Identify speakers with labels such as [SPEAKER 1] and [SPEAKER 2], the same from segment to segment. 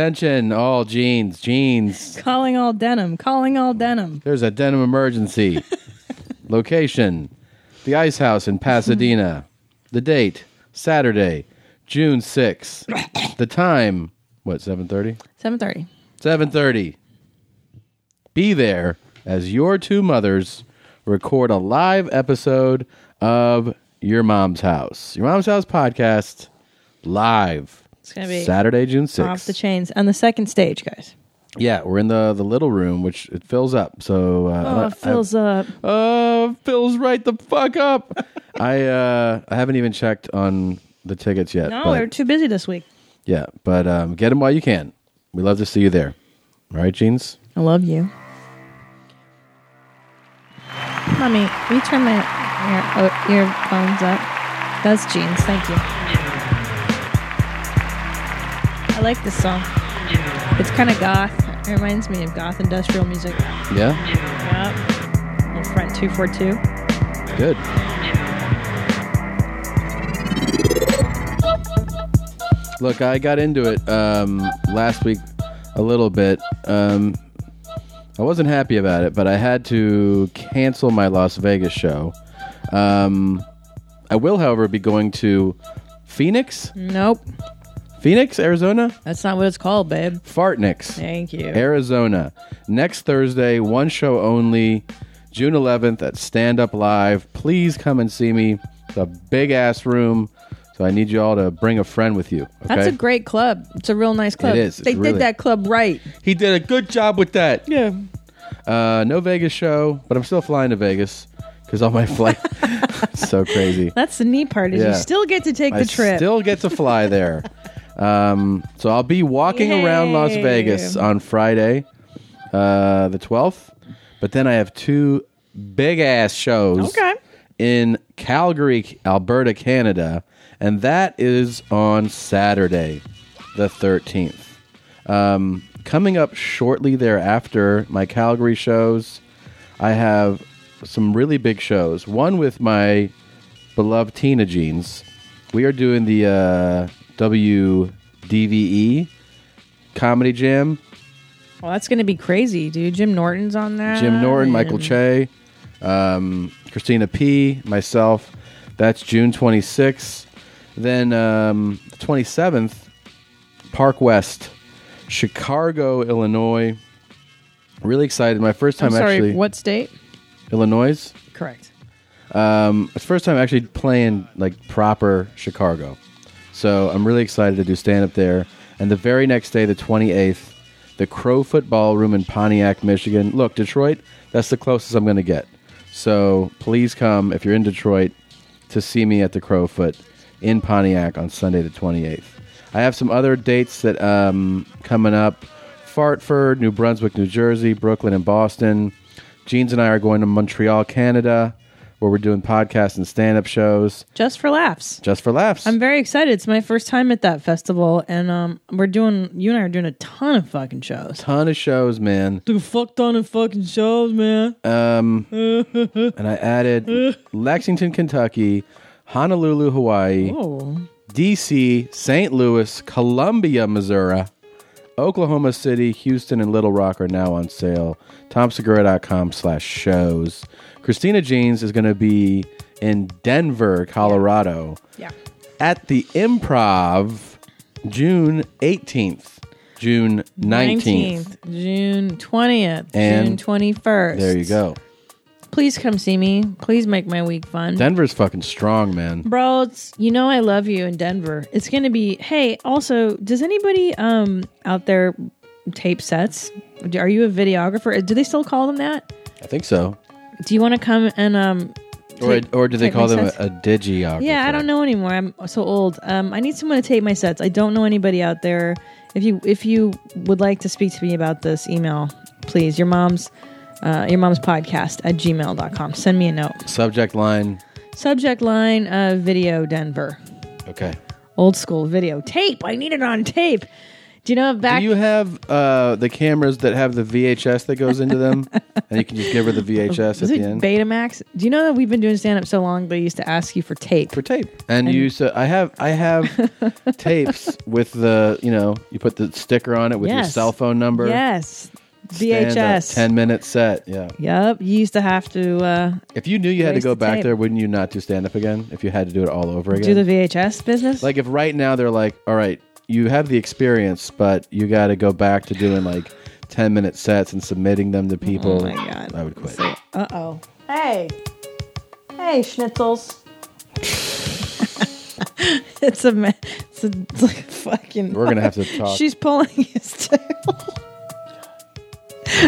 [SPEAKER 1] Attention, all jeans, jeans.
[SPEAKER 2] Calling all denim. Calling all denim.
[SPEAKER 1] There's a denim emergency. Location The Ice House in Pasadena. the date Saturday, June 6th. the time what, 7:30?
[SPEAKER 2] 7:30.
[SPEAKER 1] 7:30. Be there as your two mothers record a live episode of Your Mom's House. Your Mom's House podcast live. It's
[SPEAKER 2] gonna be
[SPEAKER 1] Saturday, June 6th.
[SPEAKER 2] Off the chains on the second stage, guys.
[SPEAKER 1] Yeah, we're in the the little room, which it fills up. So uh,
[SPEAKER 2] Oh, it fills up.
[SPEAKER 1] I,
[SPEAKER 2] Oh,
[SPEAKER 1] uh, fills right the fuck up. I uh, I haven't even checked on the tickets yet.
[SPEAKER 2] No,
[SPEAKER 1] but-
[SPEAKER 2] we are too busy this week.
[SPEAKER 1] yeah, but um, get them while you can. We love to see you there. All right, jeans.
[SPEAKER 2] I love you. Mommy, will you turn my ear, oh, earphones up? That's jeans. Thank you. I like this song. It's kind of goth. It reminds me of goth industrial music.
[SPEAKER 1] Yeah,
[SPEAKER 2] Yep. Little front 242.
[SPEAKER 1] good. Look, I got into it um, last week a little bit. Um, I wasn't happy about it, but I had to cancel my Las Vegas show. Um, I will, however, be going to Phoenix,
[SPEAKER 2] Nope.
[SPEAKER 1] Phoenix, Arizona,
[SPEAKER 2] That's not what it's called, babe.
[SPEAKER 1] Fartnix.
[SPEAKER 2] Thank you.
[SPEAKER 1] Arizona. Next Thursday, one show only, June 11th at Stand Up Live. Please come and see me. It's a big ass room, so I need you all to bring a friend with you. Okay?
[SPEAKER 2] That's a great club. It's a real nice club.
[SPEAKER 1] It is. It's
[SPEAKER 2] They
[SPEAKER 1] really-
[SPEAKER 2] did that club right.
[SPEAKER 1] he did a good job with that. Yeah. Uh, no Vegas show, but I'm still flying to Vegas because all my flight. so crazy.
[SPEAKER 2] That's the neat part is
[SPEAKER 1] Yeah.
[SPEAKER 2] you still get to take
[SPEAKER 1] I
[SPEAKER 2] the trip.
[SPEAKER 1] still get to fly there. um, so I'll be walking around Las
[SPEAKER 2] Yay.
[SPEAKER 1] Vegas on Friday, uh, the 12th. But then I have two big ass shows
[SPEAKER 2] Okay.
[SPEAKER 1] in Calgary, Alberta, Canada. And that is on Saturday, the 13th. Um, coming up shortly thereafter, my Calgary shows, I have some really big shows. One with my beloved Tina Jeans. We are doing the uh, WDVE comedy jam.
[SPEAKER 2] well, that's going to be crazy, dude. Jim Norton's on that.
[SPEAKER 1] Jim Norton, Michael
[SPEAKER 2] and-
[SPEAKER 1] Che, um, Christina P, myself. That's June 26th. Then um, the 27th, Park West, Chicago, Illinois. Really excited. My first
[SPEAKER 2] I'm
[SPEAKER 1] time
[SPEAKER 2] sorry,
[SPEAKER 1] actually
[SPEAKER 2] what state?
[SPEAKER 1] Illinois.
[SPEAKER 2] Correct.
[SPEAKER 1] Um, it's first time actually playing like proper Chicago. So I'm really excited to do stand up there. And the very next day, the 28th, the Crow Football Room in Pontiac, Michigan. Look, Detroit, that's the closest I'm going to get. So please come if you're in Detroit to see me at the Crowfoot in Pontiac on Sunday the 28th. I have some other dates that um, coming up: Fartford, New Brunswick, New Jersey, Brooklyn, and Boston. Jeans and I are going to Montreal, Canada, where we're doing podcasts and stand-up shows
[SPEAKER 2] Just for laughs.
[SPEAKER 1] just for laughs.
[SPEAKER 2] I'm very excited. It's my first time at that festival, and um, we're doing. You and I are doing a ton of fucking shows.
[SPEAKER 1] Ton of shows, man. Um,
[SPEAKER 2] Dude, fuck ton of fucking shows, man.
[SPEAKER 1] And I added Lexington, Kentucky, Honolulu, Hawaii,
[SPEAKER 2] oh,
[SPEAKER 1] DC, St. Louis, Columbia, Missouri, Oklahoma City, Houston, and Little Rock are now on sale. TomSegura.com slash shows. Christina Jeans is going to be in Denver, Colorado
[SPEAKER 2] yeah.
[SPEAKER 1] at the Improv June 18th, June 19th.
[SPEAKER 2] June twentieth,
[SPEAKER 1] And-
[SPEAKER 2] June twenty first.
[SPEAKER 1] There you go.
[SPEAKER 2] Please come see me. Please make my week fun.
[SPEAKER 1] Denver's fucking strong, man.
[SPEAKER 2] Bro, it's, you know I love you in Denver. It's going to be Hey, also, does anybody um out there tape sets? Do- Are you a videographer? Do they still call them that?
[SPEAKER 1] I think so.
[SPEAKER 2] Do you want to come and um
[SPEAKER 1] Or,
[SPEAKER 2] tape-
[SPEAKER 1] or do they
[SPEAKER 2] tape my
[SPEAKER 1] call them a,
[SPEAKER 2] sets?
[SPEAKER 1] a digiographer?
[SPEAKER 2] Yeah, I don't know anymore. I'm so old. Um I need someone to tape my sets. I don't know anybody out there. If you if you would like to speak to me about this, email please your mom's uh, your mom's podcast at gmail.com. Send me a note.
[SPEAKER 1] Subject line.
[SPEAKER 2] Subject line uh, video Denver.
[SPEAKER 1] Okay.
[SPEAKER 2] old school video tape. I need it on tape. Do you know back? Oh,
[SPEAKER 1] Do you have uh, the cameras that have the VHS that goes into them, and you can just give her the VHS at
[SPEAKER 2] is
[SPEAKER 1] the
[SPEAKER 2] it
[SPEAKER 1] end
[SPEAKER 2] Betamax? Do you know that we've been doing stand up so long they used to ask you for tape?
[SPEAKER 1] for tape? And, you so I have I have tapes with the you know you put the sticker on it with your
[SPEAKER 2] Yes.
[SPEAKER 1] cell phone number.
[SPEAKER 2] yes.
[SPEAKER 1] stand up,
[SPEAKER 2] VHS.
[SPEAKER 1] ten minute set. Yeah.
[SPEAKER 2] Yep. You used to have to uh,
[SPEAKER 1] If you knew you had to
[SPEAKER 2] Erase
[SPEAKER 1] go
[SPEAKER 2] the
[SPEAKER 1] back
[SPEAKER 2] tape.
[SPEAKER 1] there, wouldn't you not do stand up again? If you had to do it all over again,
[SPEAKER 2] do the VHS business.
[SPEAKER 1] like if right now they're like, all right, you have the experience, but you got to go back to doing like ten minute sets and submitting them to people.
[SPEAKER 2] Oh my God.
[SPEAKER 1] I would quit.
[SPEAKER 2] uh oh. Hey. Hey, schnitzels. it's a me- it's a it's like a fucking.
[SPEAKER 1] We're gonna have to talk.
[SPEAKER 2] She's pulling his tail.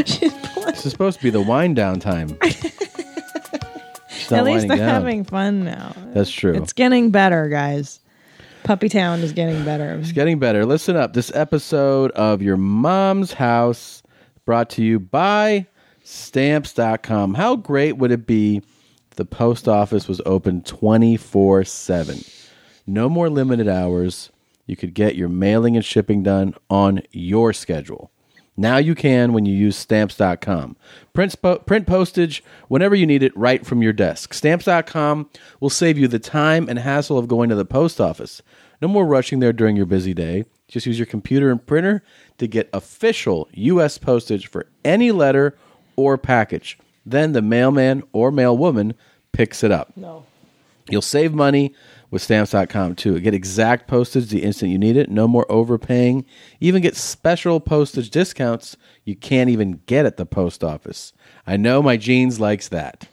[SPEAKER 2] She's pulling.
[SPEAKER 1] This is supposed to be the wind down time. She's not
[SPEAKER 2] At least
[SPEAKER 1] winding
[SPEAKER 2] they're
[SPEAKER 1] down.
[SPEAKER 2] having fun now.
[SPEAKER 1] That's true.
[SPEAKER 2] It's getting better, guys. Puppy Town is getting better.
[SPEAKER 1] Getting better. Listen up. This episode of Your Mom's House brought to you by stamps.com. How great would it be if the post office was open 24 7? No more limited hours. You could get your mailing and shipping done on your schedule. Now you can when you use stamps.com. Print, po- print postage whenever you need it right from your desk. Stamps.com will save you the time and hassle of going to the post office. No more rushing there during your busy day. Just use your computer and printer to get official U.S. postage for any letter or package. Then the mailman or mailwoman picks it up.
[SPEAKER 2] No.
[SPEAKER 1] You'll save money with stamps.com too. Get exact postage the instant you need it, no more overpaying. Even get special postage discounts you can't even get at the post office. I know my jeans likes that.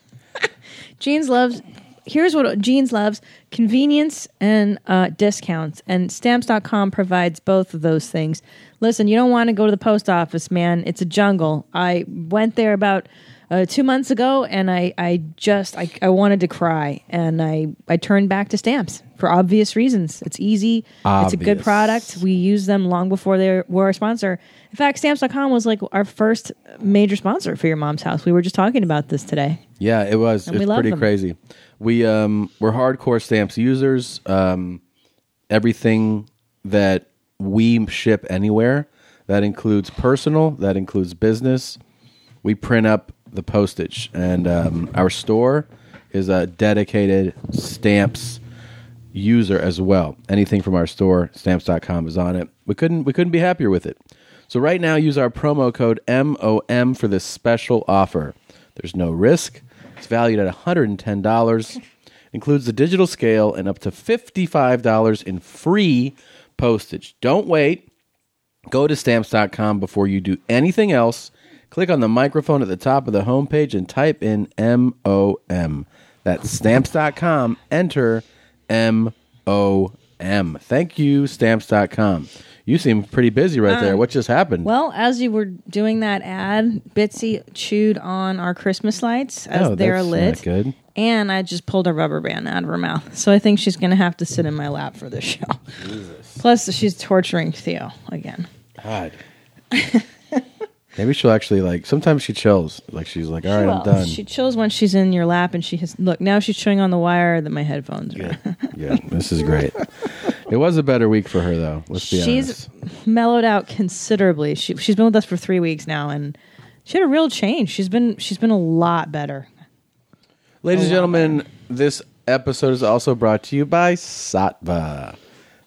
[SPEAKER 2] Jeans loves. Here's what Jeans loves convenience and uh, discounts. And stamps.com provides both of those things. Listen, you don't want to go to the post office, man. It's a jungle. I went there about uh, two months ago and I, I just, I, I wanted to cry. And I, I turned back to stamps for obvious reasons. It's easy, it's a good
[SPEAKER 1] Obvious.
[SPEAKER 2] product. We used them long before they were our sponsor. In fact, stamps.com was like our first major sponsor for your mom's house. We were just talking about this today.
[SPEAKER 1] Yeah, it was.
[SPEAKER 2] we
[SPEAKER 1] It's
[SPEAKER 2] love
[SPEAKER 1] pretty
[SPEAKER 2] them.
[SPEAKER 1] crazy. We um we're hardcore stamps users. Um everything that we ship anywhere, that includes personal, that includes business. We print up the postage and um, our store is a dedicated stamps user as well. Anything from our store, stamps.com is on it. We couldn't we couldn't be happier with it. So right now use our promo code MOM for this special offer. There's no risk. It's valued at $110. Includes the digital scale and up to $55 in free postage. Don't wait. Go to stamps.com before you do anything else. Click on the microphone at the top of the homepage and type in M O M. That's stamps.com. Enter M O M. Thank you, stamps.com. You seem pretty busy right there. What just happened?
[SPEAKER 2] Um, Well, as you were doing that ad, Bitsy chewed on our Christmas lights as
[SPEAKER 1] Oh,
[SPEAKER 2] they're
[SPEAKER 1] that's
[SPEAKER 2] lit.
[SPEAKER 1] not good.
[SPEAKER 2] And I just pulled a rubber band out of her mouth. So I think she's going to have to sit in my lap for this show. Plus, she's torturing Theo again.
[SPEAKER 1] God. Maybe she'll actually like. Sometimes she chills. Like she's like, all right, I'm
[SPEAKER 2] Well,
[SPEAKER 1] done.
[SPEAKER 2] She chills when she's in your lap and she has. Look, now she's chewing on the wire that my headphones are. in.
[SPEAKER 1] yeah, this is great. It was a better week for her though. Let's be honest.
[SPEAKER 2] She's mellowed out considerably. She, she's been with us for three weeks now and. She had a real change. She's been she's been a lot better.
[SPEAKER 1] Ladies
[SPEAKER 2] Oh,
[SPEAKER 1] and gentlemen, this episode is also brought to you by Satva.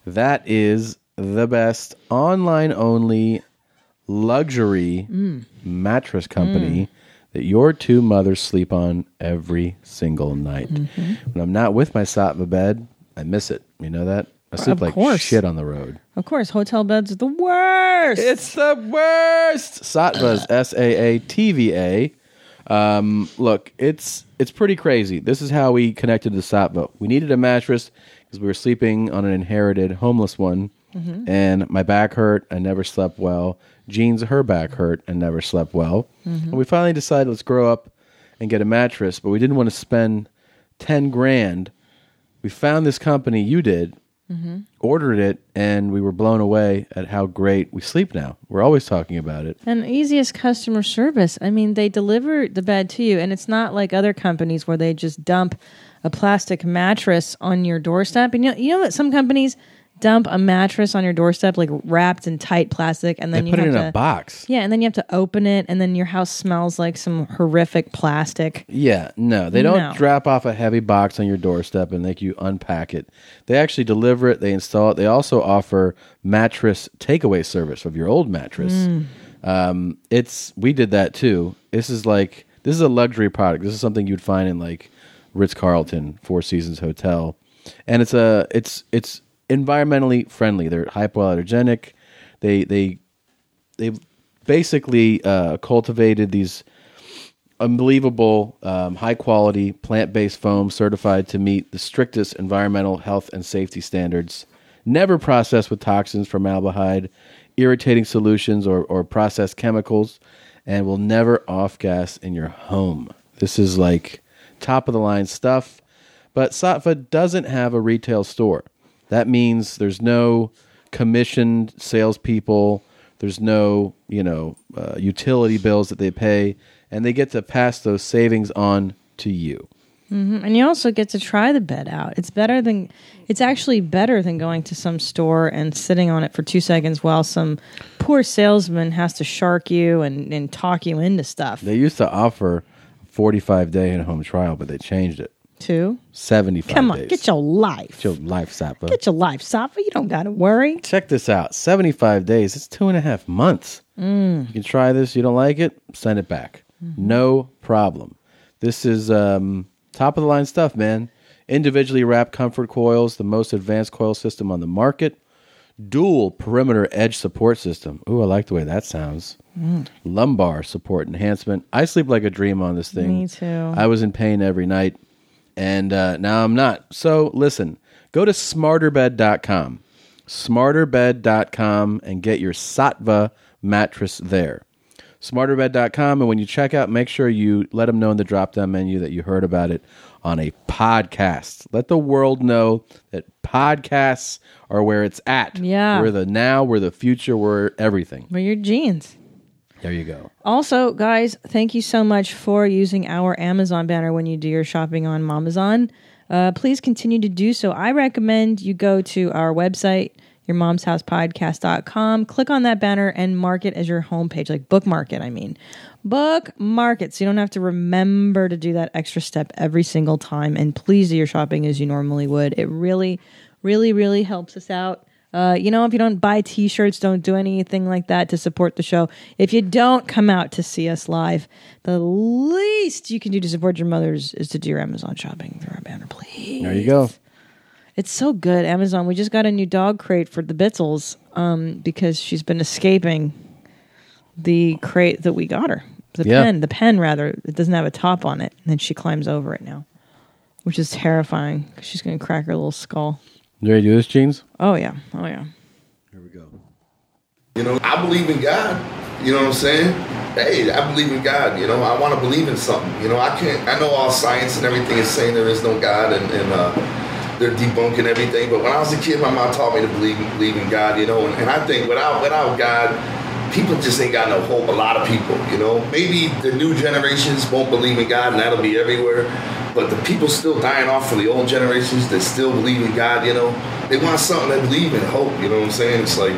[SPEAKER 1] That is the best online only luxury
[SPEAKER 2] Mm.
[SPEAKER 1] mattress company that your two mothers sleep on every single night.
[SPEAKER 2] Mm. Mm-hmm.
[SPEAKER 1] When I'm not with my Satva bed, I miss it. You know that? I sleep
[SPEAKER 2] Of
[SPEAKER 1] like
[SPEAKER 2] course.
[SPEAKER 1] shit on the road.
[SPEAKER 2] Of course, hotel beds are the worst.
[SPEAKER 1] It's the worst. Sattva's S A A T V A. Um, look, it's it's pretty crazy. This is how we connected to Sattva. We needed a mattress because we were sleeping on an inherited homeless one, and my back hurt. I never slept well. Jean's her back hurt and never slept well. And we finally decided let's grow up and get a mattress, but we didn't want to spend ten grand we found this company you did
[SPEAKER 3] Mm-hmm.
[SPEAKER 1] ordered it and we were blown away at how great we sleep now we're always talking about it
[SPEAKER 2] And easiest customer service. I mean, they deliver the bed to you, and it's not like other companies where they just dump a plastic mattress on your doorstep. And you know, you know that some companies dump a mattress on your doorstep, like wrapped in tight plastic, and then
[SPEAKER 1] They
[SPEAKER 2] you
[SPEAKER 1] put it
[SPEAKER 2] have
[SPEAKER 1] in
[SPEAKER 2] to
[SPEAKER 1] a box.
[SPEAKER 2] yeah, and then you have to open it, and then your house smells like some horrific plastic.
[SPEAKER 1] Yeah, no, they don't
[SPEAKER 2] No.
[SPEAKER 1] drop off a heavy box on your doorstep and make you unpack it. They actually deliver it, they install it. They also offer mattress takeaway service of your old mattress. Um, it's we did that too. This is like this is a luxury product. This is something you'd find in like Ritz Carlton, Four Seasons Hotel, and it's a it's it's environmentally friendly. They're hypoallergenic. They they they basically uh, cultivated these unbelievable, um, high quality, plant based foam certified to meet the strictest environmental health and safety standards. Never processed with toxins, formaldehyde, irritating solutions, or, or processed chemicals, and will never off gas in your home. This is like top of the line stuff. But Satva doesn't have a retail store. That means there's no commissioned salespeople. There's no you know uh, utility bills that they pay, and they get to pass those savings on to you.
[SPEAKER 2] Mm-hmm. And you also get to try the bed out. It's better than it's actually better than going to some store and sitting on it for two seconds while some poor salesman has to shark you and, and talk you into stuff.
[SPEAKER 1] They used to offer 45 day in home trial, but they changed it
[SPEAKER 2] too.
[SPEAKER 1] 75.
[SPEAKER 2] Come on,
[SPEAKER 1] days.
[SPEAKER 2] get your life.
[SPEAKER 1] Get your life, Sapa.
[SPEAKER 2] Get your life, Safa. You don't gotta worry.
[SPEAKER 1] Check this out: 75 days. It's two and a half months.
[SPEAKER 2] Mm.
[SPEAKER 1] You can try this. You don't like it, send it back. No problem. This is um, top of the line stuff, man. Individually wrapped comfort coils, the most advanced coil system on the market. Dual perimeter edge support system. Ooh, I like the way that sounds.
[SPEAKER 3] Mm.
[SPEAKER 1] Lumbar support enhancement. I sleep like a dream on this thing.
[SPEAKER 2] Me too.
[SPEAKER 1] I was in pain every night, and uh, now I'm not. So listen, go to smarterbed.com, smarterbed.com, and get your Satva mattress there. Smarterbed.com, and when you check out, make sure you let them know in the drop down menu that you heard about it on a podcast. Let the world know that podcasts are where it's at.
[SPEAKER 2] Yeah.
[SPEAKER 1] We're the now, we're the future, we're everything.
[SPEAKER 2] Wear your jeans.
[SPEAKER 1] There you go.
[SPEAKER 2] Also, guys, thank you so much for using our Amazon banner when you do your shopping on Mamazon. Uh, please continue to do so. I recommend you go to our website, yourmomshousepodcast.com, click on that banner and mark it as your homepage, like bookmark it, I mean. Bookmark it so you don't have to remember to do that extra step every single time. And please do your shopping as you normally would. It really, really, really helps us out. Uh, you know, if you don't buy t shirts, don't do anything like that to support the show. If you don't come out to see us live, the least you can do to support your mothers is to do your Amazon shopping through our banner, please.
[SPEAKER 1] There you go.
[SPEAKER 2] It's so good, Amazon. We just got a new dog crate for the Bitzels um, because she's been escaping the crate that we got her. The
[SPEAKER 1] Yeah.
[SPEAKER 2] pen, the pen rather. It doesn't have a top on it. And then she climbs over it now, which is terrifying 'cause she's going to crack her little skull.
[SPEAKER 1] You ready to do this, Jeans?
[SPEAKER 2] Oh, yeah. Oh, yeah.
[SPEAKER 1] Here we go.
[SPEAKER 4] You know, I believe in God. You know what I'm saying? Hey, I believe in God. You know, I want to believe in something. You know, I can't. I know all science and everything is saying there is no God, and, and uh, they're debunking everything. But when I was a kid, my mom taught me to believe believe in God. You know, and, and I think without without God, people just ain't got no hope. A lot of people. You know, maybe the new generations won't believe in God, and that'll be everywhere. But the people still dying off for the old generations that still believe in God. You know, they want something to believe in, hope. You know what I'm saying? It's like.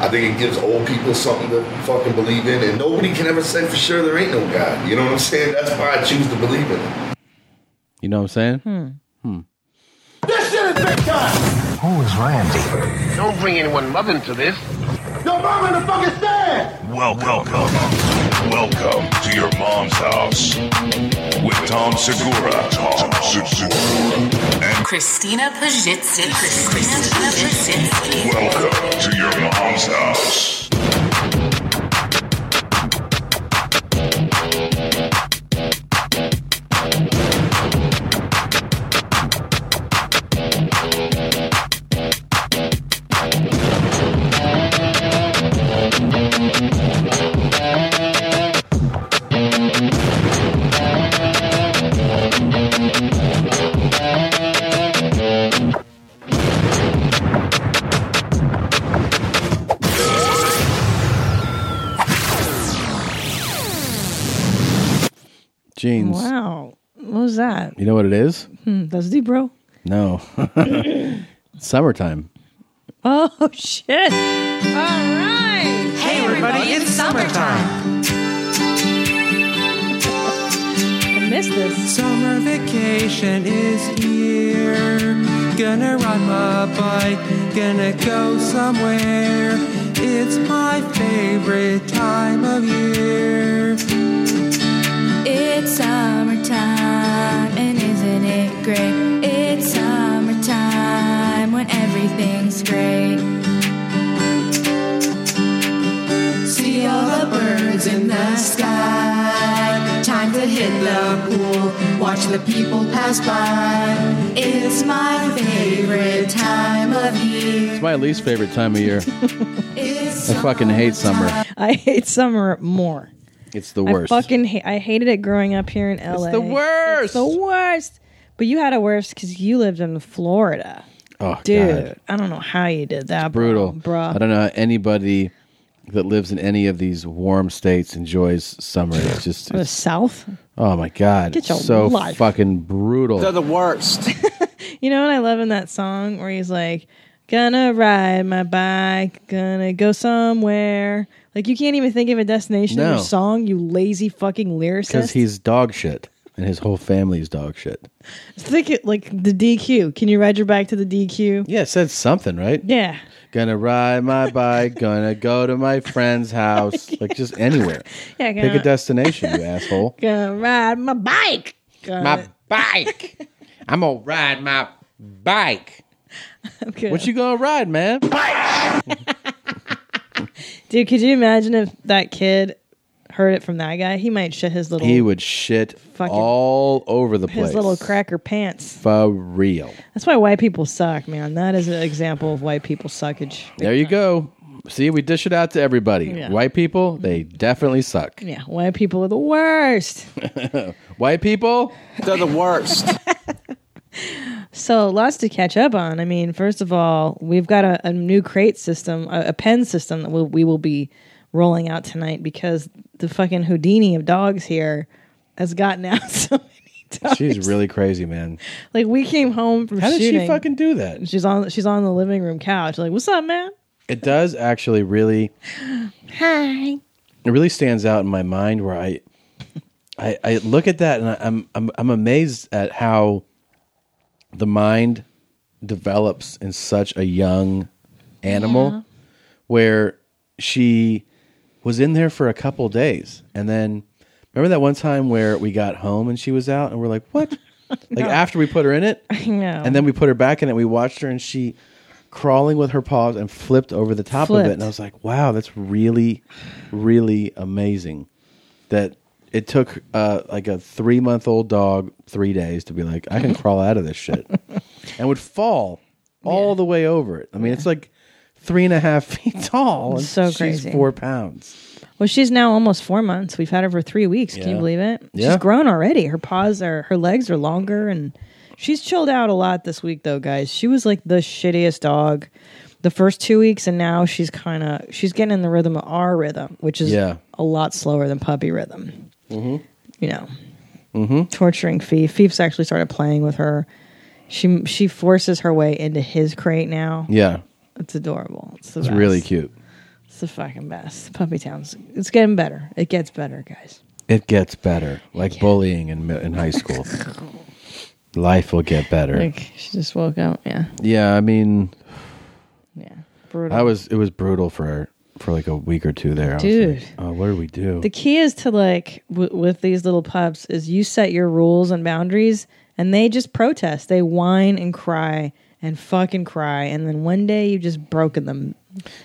[SPEAKER 4] I think it gives old people something to fucking believe in, and nobody can ever say for sure there ain't no God. You know what I'm saying? That's why I choose to believe in it.
[SPEAKER 1] You know what I'm saying?
[SPEAKER 2] Hmm.
[SPEAKER 5] This shit is big time.
[SPEAKER 3] Who is Randy?
[SPEAKER 6] Don't bring anyone mother into this.
[SPEAKER 5] Your mom in the fucking stand.
[SPEAKER 7] Welcome. Welcome to your mom's house with Tom Segura. Tom Segura. And
[SPEAKER 8] Christina Pajitsky. Christina Pajitsky.
[SPEAKER 7] welcome to your mom's house.
[SPEAKER 1] Jeans.
[SPEAKER 2] Wow. What was that? Hmm,
[SPEAKER 1] You know what it is?
[SPEAKER 2] That's deep, bro.
[SPEAKER 1] No. Summertime.
[SPEAKER 2] Oh shit! All right.
[SPEAKER 3] Hey, everybody, it's summertime.
[SPEAKER 2] I missed this.
[SPEAKER 3] Summer vacation is here. Gonna ride my bike, gonna go somewhere. It's my favorite time of year.
[SPEAKER 9] It's summertime, and isn't it great? It's summertime when everything's great.
[SPEAKER 3] See all the birds in the sky. Time to hit the pool, watch the people pass by.
[SPEAKER 9] It's my favorite time of year.
[SPEAKER 1] It's my least favorite time of year.
[SPEAKER 9] It's
[SPEAKER 1] I fucking hate summer.
[SPEAKER 2] I hate summer more.
[SPEAKER 1] It's the
[SPEAKER 2] I
[SPEAKER 1] worst.
[SPEAKER 2] fucking hate. I hated it growing up here in LA.
[SPEAKER 1] the worst.
[SPEAKER 2] It's the worst. But you had it worse because you lived in Florida,
[SPEAKER 1] oh,
[SPEAKER 2] dude.
[SPEAKER 1] God.
[SPEAKER 2] I don't know how you did that.
[SPEAKER 1] brutal,
[SPEAKER 2] bruh.
[SPEAKER 1] I don't know how anybody that lives in any of these warm states enjoys summer. It's just,
[SPEAKER 2] the
[SPEAKER 1] it's,
[SPEAKER 2] South.
[SPEAKER 1] oh my god,
[SPEAKER 2] Get your
[SPEAKER 1] it's so
[SPEAKER 2] life.
[SPEAKER 1] fucking brutal.
[SPEAKER 2] You know what I love in that song where he's like, "Gonna ride my bike, gonna go somewhere." Like you can't even think of a destination in
[SPEAKER 1] No.
[SPEAKER 2] your song, you lazy fucking lyricist.
[SPEAKER 1] Because he's dog shit, and his whole family is dog shit.
[SPEAKER 2] think it like the DQ. Can you ride your bike to the DQ?
[SPEAKER 1] Yeah, it said something, right?
[SPEAKER 2] Yeah.
[SPEAKER 1] Gonna ride my bike, gonna go to my friend's house, like just anywhere.
[SPEAKER 2] Yeah.
[SPEAKER 1] Pick
[SPEAKER 2] Gonna,
[SPEAKER 1] a destination, you asshole.
[SPEAKER 2] gonna ride my bike.
[SPEAKER 1] My bike. I'm gonna ride my bike.
[SPEAKER 2] Okay.
[SPEAKER 1] What you gonna ride, man?
[SPEAKER 2] Dude, could you imagine if that kid heard it from that guy? He might shit his little
[SPEAKER 1] He would shit
[SPEAKER 2] Fucking-
[SPEAKER 1] all over the
[SPEAKER 2] his
[SPEAKER 1] place.
[SPEAKER 2] little cracker pants.
[SPEAKER 1] For real.
[SPEAKER 2] That's why white people suck, man. That is an example of white people suckage.
[SPEAKER 1] There you go. See, we dish it out to everybody.
[SPEAKER 2] Yeah.
[SPEAKER 1] White people, they definitely suck.
[SPEAKER 2] Yeah, white people are the worst.
[SPEAKER 1] White people,
[SPEAKER 2] So lots to catch up on. I mean, first of all, we've got a, a new crate system, a, a pen system that we'll, we will be rolling out tonight because the fucking Houdini of dogs here has gotten out so many dogs.
[SPEAKER 1] she's really crazy, man.
[SPEAKER 2] like we came home from
[SPEAKER 1] How did
[SPEAKER 2] shooting.
[SPEAKER 1] she fucking do that?
[SPEAKER 2] She's on. She's on the living room couch. Like, what's up, man?
[SPEAKER 1] It does actually really
[SPEAKER 2] Hi.
[SPEAKER 1] it really stands out in my mind where I I, I look at that and I, I'm, I'm I'm amazed at how the mind develops in such a young animal where she was in there for a couple days and then remember that one time where we got home and she was out and we're like what like after we put her in it
[SPEAKER 2] know.
[SPEAKER 1] and then we put her back in it we watched her and she crawling with her paws and flipped over the top of it
[SPEAKER 2] Flipped.
[SPEAKER 1] and I was like wow that's really really amazing that it took uh, like a three month old dog three days to be like, I can crawl out of this shit, and would fall all the way over it. I mean, it's like three and a half feet tall. And
[SPEAKER 2] So
[SPEAKER 1] she's
[SPEAKER 2] crazy.
[SPEAKER 1] Four pounds.
[SPEAKER 2] Well, she's now almost four months. We've had her for three weeks. Can
[SPEAKER 1] Yeah.
[SPEAKER 2] you believe it?
[SPEAKER 1] Yeah.
[SPEAKER 2] She's grown already. Her paws are, her legs are longer, and she's chilled out a lot this week, though, guys. She was like the shittiest dog the first two weeks, and now she's kind of, she's getting in the rhythm of our rhythm, which is
[SPEAKER 1] Yeah.
[SPEAKER 2] a lot slower than puppy rhythm. Mm-hmm. You know, mm-hmm. torturing Fief. Fief's actually started playing with her. She she forces her way into his crate now.
[SPEAKER 1] Yeah,
[SPEAKER 2] It's adorable. It's, the
[SPEAKER 1] it's really
[SPEAKER 2] best.
[SPEAKER 1] cute.
[SPEAKER 2] It's the fucking best. Puppy Town's. It's getting better. It gets better, guys.
[SPEAKER 1] It gets better, like bullying in mi- in high school. Life will get better.
[SPEAKER 2] Like she just woke up. Yeah,
[SPEAKER 1] Yeah, I mean,
[SPEAKER 2] yeah. Brutal.
[SPEAKER 1] I was it was brutal for for like a week or two there. I was
[SPEAKER 2] Dude.
[SPEAKER 1] like, oh, what do we do?
[SPEAKER 2] the key is to like w- with these little pups is you set your rules and boundaries, and they just protest. They whine and cry and fucking cry, and then one day you just broken them.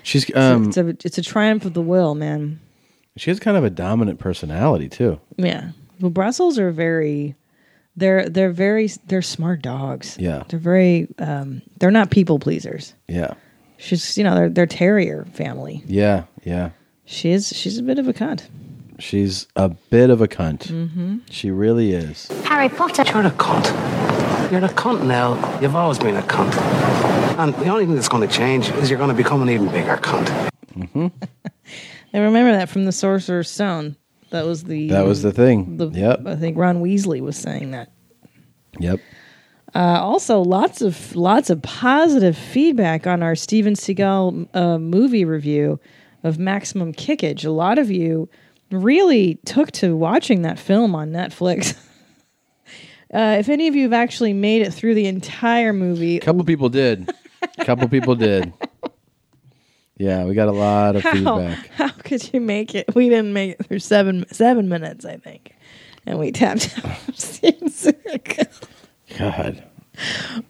[SPEAKER 1] She's um,
[SPEAKER 2] it's a it's a triumph of the will, man.
[SPEAKER 1] she has kind of a dominant personality too.
[SPEAKER 2] Yeah. Well, Brussels are very. They're they're very they're smart dogs.
[SPEAKER 1] Yeah.
[SPEAKER 2] They're very um they're not people pleasers.
[SPEAKER 1] Yeah.
[SPEAKER 2] She's you know they're they're terrier family.
[SPEAKER 1] Yeah, yeah.
[SPEAKER 2] She is she's a bit of a cunt.
[SPEAKER 1] She's a bit of a cunt. Mm-hmm. She really is.
[SPEAKER 8] Harry Potter.
[SPEAKER 10] You're a cunt. You're a cunt now. You've always been a cunt. And the only thing that's going to change is you're going to become an even bigger cunt.
[SPEAKER 1] Mm-hmm.
[SPEAKER 2] I remember that from the Sorcerer's Stone. That was the
[SPEAKER 1] That was the thing.
[SPEAKER 2] the-
[SPEAKER 1] yep.
[SPEAKER 2] I think Ron Weasley was saying that.
[SPEAKER 1] Yep.
[SPEAKER 2] Uh, also, lots of lots of positive feedback on our Steven Seagal uh, movie review of Maximum Kickage. A lot of you really took to watching that film on Netflix. uh, if any of you have actually made it through the entire movie,
[SPEAKER 1] A couple people did. A couple people did. Yeah, we got a lot of
[SPEAKER 2] how,
[SPEAKER 1] feedback.
[SPEAKER 2] how could you make it? We didn't make it through seven seven minutes, I think, and we tapped out Steven Seagal.
[SPEAKER 1] God.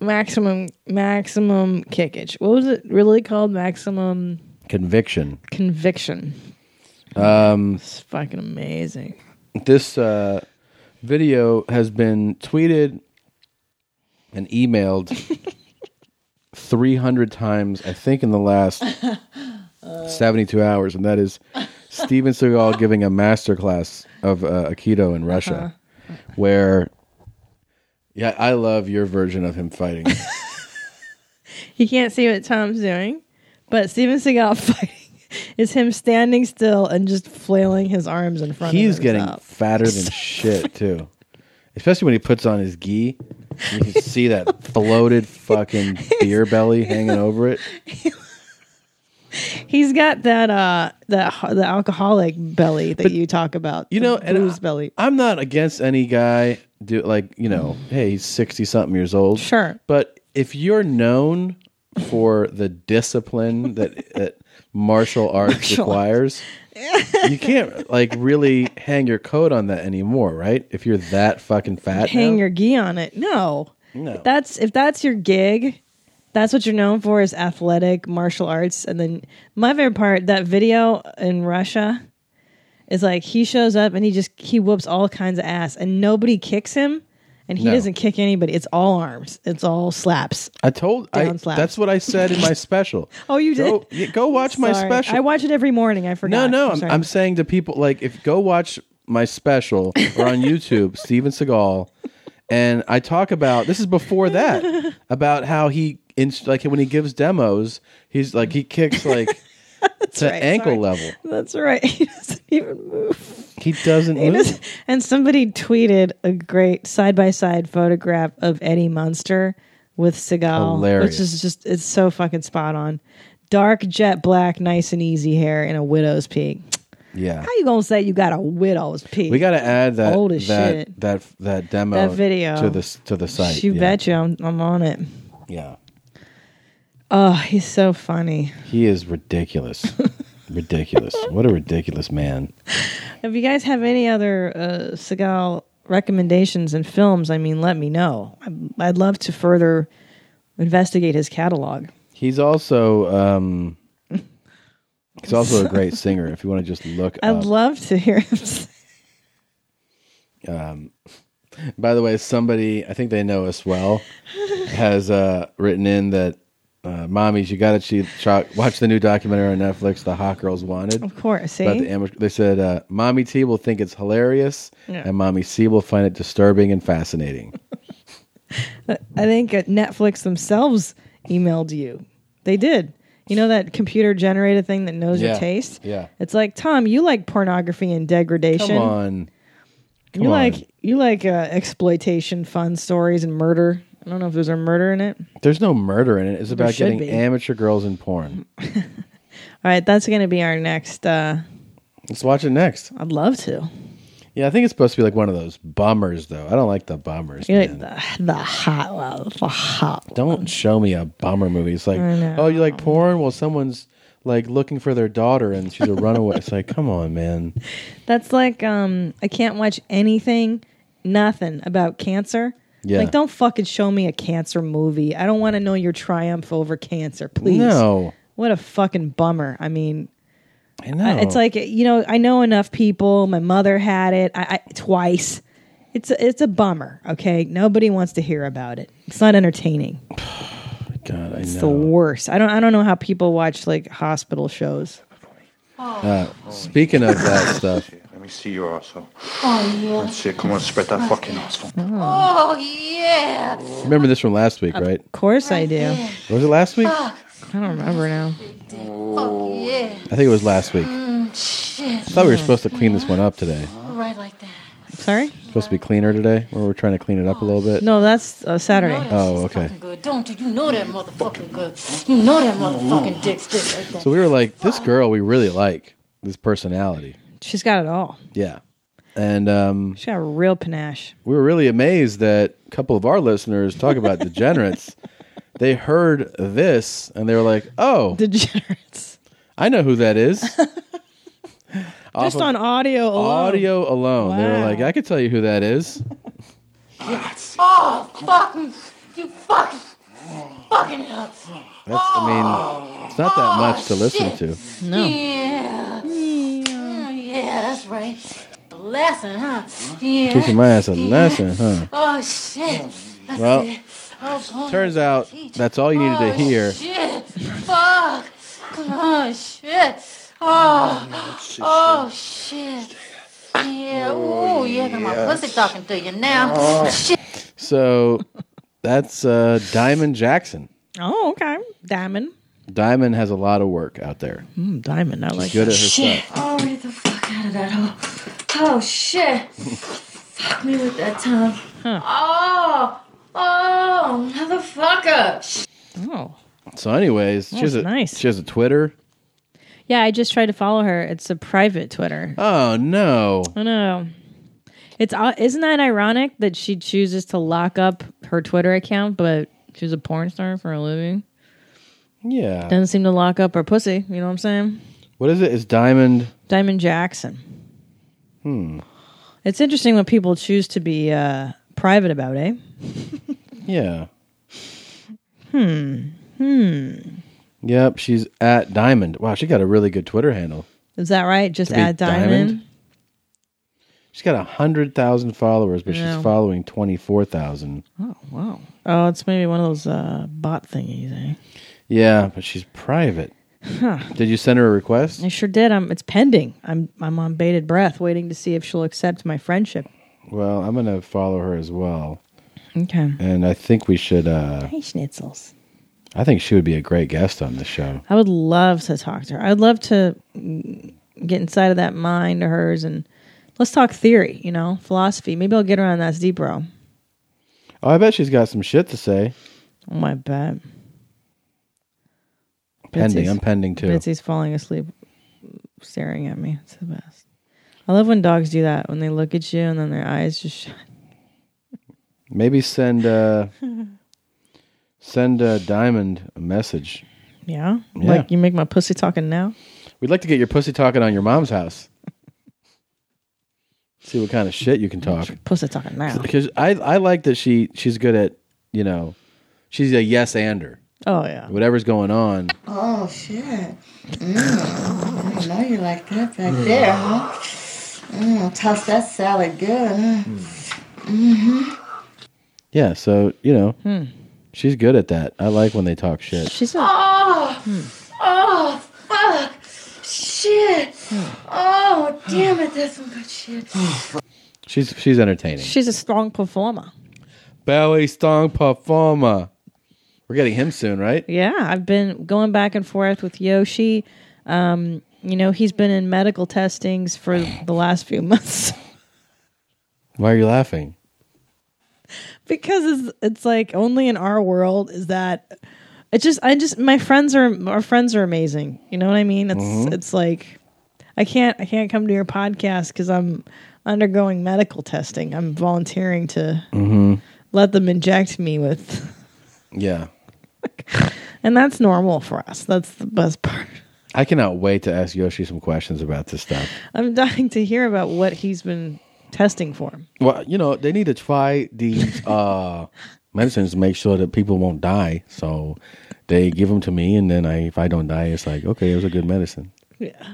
[SPEAKER 2] maximum maximum kickage. What was it really called? Maximum
[SPEAKER 1] Conviction.
[SPEAKER 2] conviction.
[SPEAKER 1] Um,
[SPEAKER 2] It's fucking amazing.
[SPEAKER 1] this uh, video has been tweeted and emailed 300 times, I think, in the last 72 hours. And that is Steven Seagal giving a master class of uh, Aikido in Russia,
[SPEAKER 2] Uh-huh.
[SPEAKER 1] where, yeah, I love your version of him fighting.
[SPEAKER 2] You can't see what Tom's doing, but Steven Seagal fighting is him standing still and just flailing his arms in front
[SPEAKER 1] He's
[SPEAKER 2] of
[SPEAKER 1] getting
[SPEAKER 2] himself.
[SPEAKER 1] fatter than shit, too. Especially when he puts on his gi. You can see that bloated fucking beer belly hanging over it.
[SPEAKER 2] He's got that uh that the alcoholic belly that you talk about.
[SPEAKER 1] You know,
[SPEAKER 2] the booze belly.
[SPEAKER 1] I'm not against any guy do like you know, hey, he's sixty something years old.
[SPEAKER 2] Sure.
[SPEAKER 1] but if you're known for the discipline that that martial arts
[SPEAKER 2] Martial
[SPEAKER 1] requires, you can't like really hang your coat on that anymore, right? If you're that fucking fat,
[SPEAKER 2] Hang
[SPEAKER 1] now.
[SPEAKER 2] your gi on it. No.
[SPEAKER 1] no,
[SPEAKER 2] That's if that's your gig, that's what you're known for is athletic martial arts. And then my favorite part, that video in Russia is like he shows up and he just he whoops all kinds of ass and nobody kicks him and he
[SPEAKER 1] No.
[SPEAKER 2] doesn't kick anybody. It's all arms. It's all slaps.
[SPEAKER 1] I told I,
[SPEAKER 2] Down slaps.
[SPEAKER 1] that's what I said in my special.
[SPEAKER 2] Oh, you did?
[SPEAKER 1] Go, yeah, go watch my
[SPEAKER 2] Sorry.
[SPEAKER 1] special.
[SPEAKER 2] I watch it every morning. I
[SPEAKER 1] No,
[SPEAKER 2] forgot.
[SPEAKER 1] no, I'm,
[SPEAKER 2] sorry.
[SPEAKER 1] I'm saying to people like if go watch my special or on YouTube, Steven Seagal, and I talk about this is before that about how he in, like when he gives demos, he's like he kicks like to
[SPEAKER 2] right,
[SPEAKER 1] ankle
[SPEAKER 2] sorry.
[SPEAKER 1] level.
[SPEAKER 2] That's right. He doesn't even move.
[SPEAKER 1] He doesn't
[SPEAKER 2] He
[SPEAKER 1] move.
[SPEAKER 2] doesn't- and somebody tweeted a great side by side photograph of Eddie Munster with Seagal,
[SPEAKER 1] Hilarious.
[SPEAKER 2] which is just it's so fucking spot on. Dark jet black, nice and easy hair, and a widow's peak.
[SPEAKER 1] Yeah,
[SPEAKER 2] How you gonna say you got a widow's peak?
[SPEAKER 1] we got to add that
[SPEAKER 2] Old as
[SPEAKER 1] that,
[SPEAKER 2] shit.
[SPEAKER 1] that that demo
[SPEAKER 2] That video.
[SPEAKER 1] to the to the site.
[SPEAKER 2] You
[SPEAKER 1] yeah.
[SPEAKER 2] betcha, I'm, I'm on it.
[SPEAKER 1] Yeah,
[SPEAKER 2] Oh, he's so funny.
[SPEAKER 1] he is ridiculous. ridiculous. What a ridiculous man.
[SPEAKER 2] If you guys have any other uh, Seagal recommendations and films, I mean, let me know. I'd, I'd love to further investigate his catalog.
[SPEAKER 1] He's also um he's also a great singer. If you want to just look
[SPEAKER 2] I'd
[SPEAKER 1] up.
[SPEAKER 2] love to hear him. Say
[SPEAKER 1] um, By the way, somebody I think they know us well has uh written in that uh, mommies, you got to ch- watch the new documentary on Netflix, "The Hot Girls Wanted."
[SPEAKER 2] Of course, eh? see?
[SPEAKER 1] About the amateur, they said, uh, "Mommy T will think it's hilarious,
[SPEAKER 2] Yeah.
[SPEAKER 1] and Mommy C will find it disturbing and fascinating."
[SPEAKER 2] I think uh, Netflix themselves emailed you. They did. You know that computer generated thing that knows
[SPEAKER 1] Yeah.
[SPEAKER 2] your taste?
[SPEAKER 1] Yeah.
[SPEAKER 2] It's like, Tom, you like pornography and degradation.
[SPEAKER 1] Come on,
[SPEAKER 2] you
[SPEAKER 1] come on.
[SPEAKER 2] like you like uh, exploitation fun stories and murder. I don't know if there's a murder in it. All
[SPEAKER 1] there's no murder in it. It's about
[SPEAKER 2] should
[SPEAKER 1] getting
[SPEAKER 2] be.
[SPEAKER 1] amateur girls in porn.
[SPEAKER 2] right, that's going to be our next uh
[SPEAKER 1] Let's watch it next.
[SPEAKER 2] I'd love to.
[SPEAKER 1] Yeah, I think it's supposed to be like one of those bummers, though. I don't like the bummers.
[SPEAKER 2] You
[SPEAKER 1] man.
[SPEAKER 2] like the, the hot well, the hot.
[SPEAKER 1] don't show me a bummer movie. It's like,
[SPEAKER 2] know.
[SPEAKER 1] oh, you like porn? Well, someone's like looking for their daughter and she's a runaway. It's like, come on, man.
[SPEAKER 2] That's like um I can't watch anything, nothing about cancer.
[SPEAKER 1] Yeah.
[SPEAKER 2] Like don't fucking show me a cancer movie. I don't want to know your triumph over cancer, please.
[SPEAKER 1] No,
[SPEAKER 2] What a fucking bummer. I mean,
[SPEAKER 1] I know.
[SPEAKER 2] it's like you know, I know enough people. My mother had it I, I, twice. It's a, it's a bummer. Okay, nobody wants to hear about it. It's not entertaining.
[SPEAKER 1] God, I
[SPEAKER 2] It's the
[SPEAKER 1] know.
[SPEAKER 2] worst. I don't I don't know how people watch like hospital shows.
[SPEAKER 1] Uh, Speaking of that stuff,
[SPEAKER 5] Let me see your asshole. Oh, yeah. Let's see. Come on, spread that fucking asshole.
[SPEAKER 8] Oh, yeah.
[SPEAKER 1] remember this from last week, right?
[SPEAKER 2] Of course, I do.
[SPEAKER 1] Was it last week?
[SPEAKER 2] I don't remember now.
[SPEAKER 8] Oh, yeah.
[SPEAKER 1] I think it was last week. I
[SPEAKER 11] Mm,
[SPEAKER 8] Shit.
[SPEAKER 1] thought we were supposed to clean this one up today.
[SPEAKER 8] Right like that.
[SPEAKER 2] Sorry.
[SPEAKER 1] supposed to be cleaner today, or we're trying to clean it up a little bit.
[SPEAKER 2] No, that's uh, Saturday.
[SPEAKER 1] Oh, okay.
[SPEAKER 11] Good, don't you? You know that motherfucking good. You know that motherfucking dick stick right there.
[SPEAKER 1] So we were like, this girl we really like, this personality.
[SPEAKER 2] She's got it all.
[SPEAKER 1] Yeah. And um,
[SPEAKER 2] She's got a real panache.
[SPEAKER 1] we were really amazed that a couple of our listeners talk about degenerates. They heard this and they were like, oh,
[SPEAKER 2] degenerates.
[SPEAKER 1] I know who that is. Off
[SPEAKER 2] Just
[SPEAKER 1] of
[SPEAKER 2] on audio alone.
[SPEAKER 1] audio alone. They were
[SPEAKER 2] Wow.
[SPEAKER 1] like, I could tell you who that is.
[SPEAKER 11] Oh, fucking, you fucking, fucking.
[SPEAKER 1] That's, I mean, it's not that much to listen to.
[SPEAKER 11] Yeah. Mm, Yeah, that's right. Lesson, huh? Yeah.
[SPEAKER 1] Teaching my ass a lesson, huh?
[SPEAKER 11] Oh shit. That's
[SPEAKER 1] Well,
[SPEAKER 11] it. Oh,
[SPEAKER 1] Turns out that's all you needed to hear.
[SPEAKER 11] Shit. Fuck. Oh shit. Oh. Oh shit. Yeah. Oh yeah. Got my
[SPEAKER 1] yes.
[SPEAKER 11] pussy talking to you now.
[SPEAKER 1] Oh.
[SPEAKER 11] Shit.
[SPEAKER 1] So that's uh, Diamond Jackson.
[SPEAKER 2] Oh, okay. Diamond.
[SPEAKER 1] Diamond has a lot of work out there.
[SPEAKER 2] Mm, Diamond, I
[SPEAKER 1] She's
[SPEAKER 2] like
[SPEAKER 1] good
[SPEAKER 2] that.
[SPEAKER 1] at her
[SPEAKER 2] Shit.
[SPEAKER 1] stuff.
[SPEAKER 11] Oh, get the fuck out of that hole. Oh shit. Fuck me with that tongue. Oh. Oh, motherfucker.
[SPEAKER 2] Oh.
[SPEAKER 1] So, anyways, she has, a,
[SPEAKER 2] That's nice.
[SPEAKER 1] she has a Twitter.
[SPEAKER 2] Yeah, I just tried to follow her. It's a private Twitter.
[SPEAKER 1] Oh no!
[SPEAKER 2] I know. It's uh, isn't that ironic that she chooses to lock up her Twitter account, but she's a porn star for a living.
[SPEAKER 1] Yeah.
[SPEAKER 2] Doesn't seem to lock up her pussy. You know what I'm saying?
[SPEAKER 1] What is it? Is Diamond?
[SPEAKER 2] Diamond Jackson.
[SPEAKER 1] Hmm.
[SPEAKER 2] It's interesting what people choose to be uh, private about, eh?
[SPEAKER 1] Yeah.
[SPEAKER 2] Hmm. Hmm.
[SPEAKER 1] Yep. She's at Diamond. Wow, she got a really good Twitter handle.
[SPEAKER 2] Is that right? Just
[SPEAKER 1] To be
[SPEAKER 2] add diamond.
[SPEAKER 1] She's got a hundred thousand followers, but
[SPEAKER 2] Yeah.
[SPEAKER 1] she's following twenty four thousand.
[SPEAKER 2] Oh wow. Oh, it's maybe one of those uh, bot thingies, eh?
[SPEAKER 1] Yeah, but she's private.
[SPEAKER 2] Huh.
[SPEAKER 1] Did you send her a request?
[SPEAKER 2] I sure did. I'm. It's pending. I'm. I'm on bated breath, waiting to see if she'll accept my friendship.
[SPEAKER 1] Well, I'm gonna follow her as well.
[SPEAKER 2] Okay.
[SPEAKER 1] And I think we should. uh
[SPEAKER 2] Hey, schnitzels.
[SPEAKER 1] I think she would be a great guest on this show.
[SPEAKER 2] I would love to talk to her. I'd love to mm, get inside of that mind of hers and let's talk theory. You know, philosophy. Maybe I'll get her on that deep row.
[SPEAKER 1] Oh, I bet she's got some shit to say.
[SPEAKER 2] Oh my bet.
[SPEAKER 1] Pending. I'm pending too.
[SPEAKER 2] Betsy's falling asleep, staring at me. It's the best. I love when dogs do that when they look at you and then their eyes just shut.
[SPEAKER 1] Maybe send uh send uh, Diamond a message.
[SPEAKER 2] Yeah?
[SPEAKER 1] Yeah.
[SPEAKER 2] like you make my pussy talking now.
[SPEAKER 1] We'd like to get your pussy talking on your mom's house. See what kind of shit you can talk.
[SPEAKER 2] Pussy talking now.
[SPEAKER 1] Because I I like that she she's good at you know she's a yes ander.
[SPEAKER 2] Oh yeah.
[SPEAKER 1] Whatever's going on.
[SPEAKER 11] Oh shit! Mm. I didn't know you like that back there, huh? Mm, toss that salad good. Mm-hmm.
[SPEAKER 1] Yeah. So you know
[SPEAKER 11] Hmm.
[SPEAKER 1] she's good at that. I like when they talk shit.
[SPEAKER 2] She's Hmm. a
[SPEAKER 11] oh, oh, fuck, shit!
[SPEAKER 2] Hmm.
[SPEAKER 11] Oh, damn it, that's some good shit.
[SPEAKER 1] She's she's entertaining.
[SPEAKER 2] She's a strong performer.
[SPEAKER 1] Belly Stong performer. We're getting him soon, right?
[SPEAKER 2] Yeah, I've been going back and forth with Yoshi. Um, you know, he's been in medical testings for the last few months
[SPEAKER 1] Why are you laughing?
[SPEAKER 2] because it's it's like only in our world is that it's just I just my friends are our friends are amazing. You know what I mean? It's
[SPEAKER 1] Mhm.
[SPEAKER 2] it's like I can't I can't come to your podcast cuz I'm undergoing medical testing. I'm volunteering to
[SPEAKER 1] Mm-hmm.
[SPEAKER 2] let them inject me with
[SPEAKER 1] Yeah.
[SPEAKER 2] and that's normal for us. That's the best part.
[SPEAKER 1] I cannot wait to ask Yoshi some questions about this stuff.
[SPEAKER 2] I'm dying to hear about what he's been testing for.
[SPEAKER 1] Well, you know, they need to try these uh, medicines to make sure that people won't die. So they give them to me, and then I, if I don't die, it's like, okay, it was a good medicine.
[SPEAKER 2] Yeah.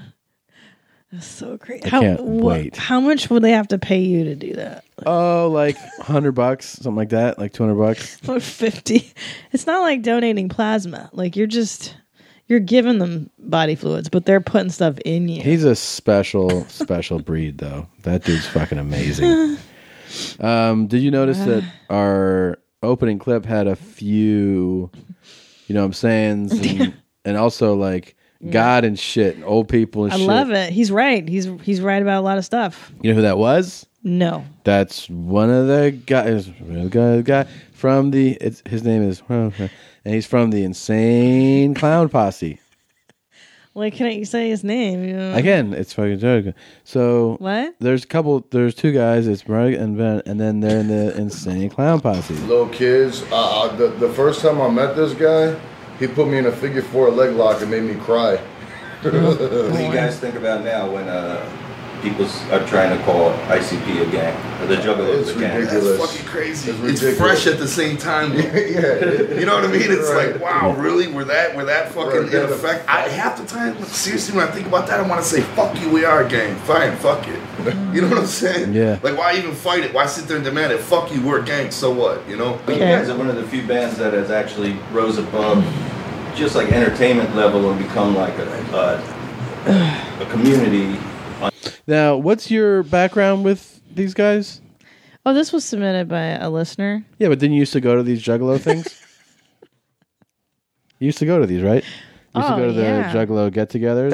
[SPEAKER 2] That's so great.
[SPEAKER 1] I can't wait.
[SPEAKER 2] How much would they have to pay you to do that?
[SPEAKER 1] Oh, like 100 bucks, something like that, like 200 bucks.
[SPEAKER 2] Or 50. It's not like donating plasma. Like you're just you're giving them body fluids, but they're putting stuff in you.
[SPEAKER 1] He's a special, special breed, though. That dude's fucking amazing. Um, did you notice that our opening clip had a few, you know what I'm saying? And, and also like God and shit, and old people and
[SPEAKER 2] I
[SPEAKER 1] shit.
[SPEAKER 2] love it. He's right. He's he's right about a lot of stuff.
[SPEAKER 1] You know who that was?
[SPEAKER 2] No.
[SPEAKER 1] That's one of the guys. One of the guy from the. It's, his name is, and he's from the Insane Clown Posse.
[SPEAKER 2] Why can't you say his name? You know?
[SPEAKER 1] Again, it's fucking Jericho. So
[SPEAKER 2] Mm-hmm. What?
[SPEAKER 1] There's a couple. There's two guys. It's Marty and Ben, and then they're in the Insane Clown Posse.
[SPEAKER 12] Little kids, uh, uh, the, the first time I met this guy, he put me in a figure four leg lock and made me cry.
[SPEAKER 13] what do you guys think about now when uh, people s- are trying to call ICP a gang or the Juggalos
[SPEAKER 12] It's
[SPEAKER 13] a gang?
[SPEAKER 12] ridiculous.
[SPEAKER 4] That's fucking crazy.
[SPEAKER 12] It's
[SPEAKER 4] It's,
[SPEAKER 12] ridiculous.
[SPEAKER 4] fresh at the same time. yeah. You know what I mean? It's
[SPEAKER 12] Right.
[SPEAKER 4] like, wow, really? We're that we're that fucking
[SPEAKER 12] Right, that
[SPEAKER 4] in effect. I half the time seriously when I think about that I want to say, fuck you, we are a gang. Fine, fuck it. You know what I'm saying?
[SPEAKER 1] Yeah.
[SPEAKER 4] Like why even fight it? Why sit there and demand it? Fuck you, we're a gang, so what? You know?
[SPEAKER 13] But you guys are one of the few bands that has actually rose above just like entertainment level and become like a, a, a community. On-
[SPEAKER 1] Now, what's your background with these guys?
[SPEAKER 2] Oh, this was submitted by a listener.
[SPEAKER 1] Yeah, but didn't you used to go to these Juggalo things? you used to go to these, right? You used
[SPEAKER 2] Oh,
[SPEAKER 1] to go to
[SPEAKER 2] yeah.
[SPEAKER 1] the Juggalo get-togethers.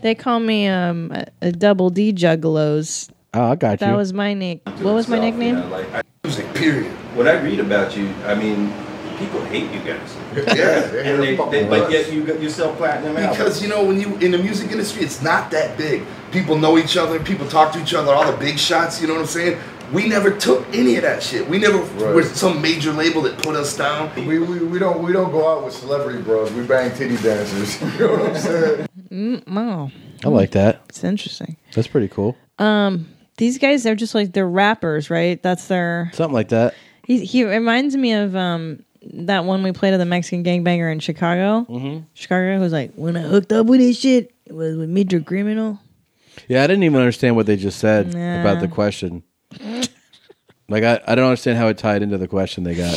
[SPEAKER 2] They call me um a, a double D juggalos.
[SPEAKER 1] Oh, I got
[SPEAKER 2] That was my nick. What was my nickname?
[SPEAKER 13] like, I,
[SPEAKER 4] music, period.
[SPEAKER 13] When I read about you, I mean, people hate you guys.
[SPEAKER 4] Yeah, they
[SPEAKER 13] and they,
[SPEAKER 4] fucking
[SPEAKER 13] they, but
[SPEAKER 4] nuts.
[SPEAKER 13] yet you, you sell platinum albums.
[SPEAKER 4] Because you know, when you in the music industry, it's not that big. People know each other. People talk to each other. All the big shots. You know what I'm saying? We never took any of that shit. We never were some major label that put us down.
[SPEAKER 12] We, we, we don't we don't go out with celebrity bros. We bang titty dancers. you know what I'm saying?
[SPEAKER 2] Mm, wow.
[SPEAKER 1] I like that.
[SPEAKER 2] It's interesting.
[SPEAKER 1] That's pretty cool.
[SPEAKER 2] Um, these guys are just like they're rappers, right? That's their.
[SPEAKER 1] Something like that.
[SPEAKER 2] He he reminds me of um that one we played at the Mexican Gangbanger in Chicago. Mm-hmm. Chicago was like when I hooked up with this shit it was with Major Criminal.
[SPEAKER 1] Yeah, I didn't even understand what they just said
[SPEAKER 2] Nah.
[SPEAKER 1] about the question. Like, I, I don't understand how it tied into the question they got.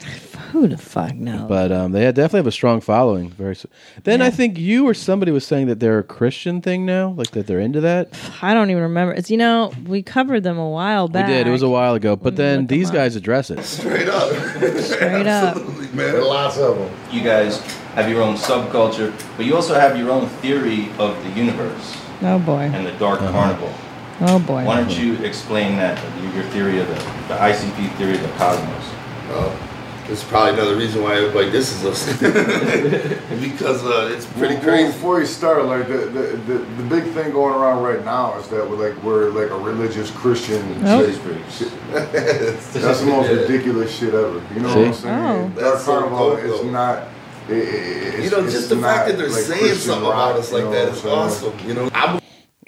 [SPEAKER 2] Who the fuck knows?
[SPEAKER 1] But um, they had- definitely have a strong following. Very. s- Then I think you or somebody was saying that they're a Christian thing now, like that they're into that.
[SPEAKER 2] I don't even remember. It's you know we covered them a while back.
[SPEAKER 1] We did. It was a while ago, but then these guys address it.
[SPEAKER 4] Straight up.
[SPEAKER 2] Straight up.
[SPEAKER 4] man.
[SPEAKER 12] Lots of them.
[SPEAKER 13] You guys have your own subculture, but you also have your own theory of the universe
[SPEAKER 2] Oh boy.
[SPEAKER 13] and the dark
[SPEAKER 12] Uh-huh.
[SPEAKER 13] carnival.
[SPEAKER 2] Oh boy.
[SPEAKER 13] Why don't you explain that, your theory of the, the ICP theory of the cosmos?
[SPEAKER 4] Oh, it's probably another reason why everybody disses us. because uh, it's pretty
[SPEAKER 12] Well,
[SPEAKER 4] crazy.
[SPEAKER 12] Before you start, like the, the, the, the big thing going around right now is that we're like we're like a religious Christian.
[SPEAKER 13] Oh.
[SPEAKER 12] shit. That's the most ridiculous shit ever. You know
[SPEAKER 1] See?
[SPEAKER 12] what I'm saying?
[SPEAKER 4] Oh.
[SPEAKER 12] Dark
[SPEAKER 4] That's so
[SPEAKER 12] Carnival
[SPEAKER 4] dope,
[SPEAKER 12] is
[SPEAKER 4] though.
[SPEAKER 12] not. It, it, it's,
[SPEAKER 4] you know,
[SPEAKER 12] it's
[SPEAKER 4] just the
[SPEAKER 12] not,
[SPEAKER 4] fact that they're
[SPEAKER 12] like,
[SPEAKER 4] saying
[SPEAKER 12] Christian
[SPEAKER 4] something
[SPEAKER 12] rock,
[SPEAKER 4] about us like
[SPEAKER 12] you know what
[SPEAKER 4] that is
[SPEAKER 12] I'm saying?
[SPEAKER 4] awesome. You know, I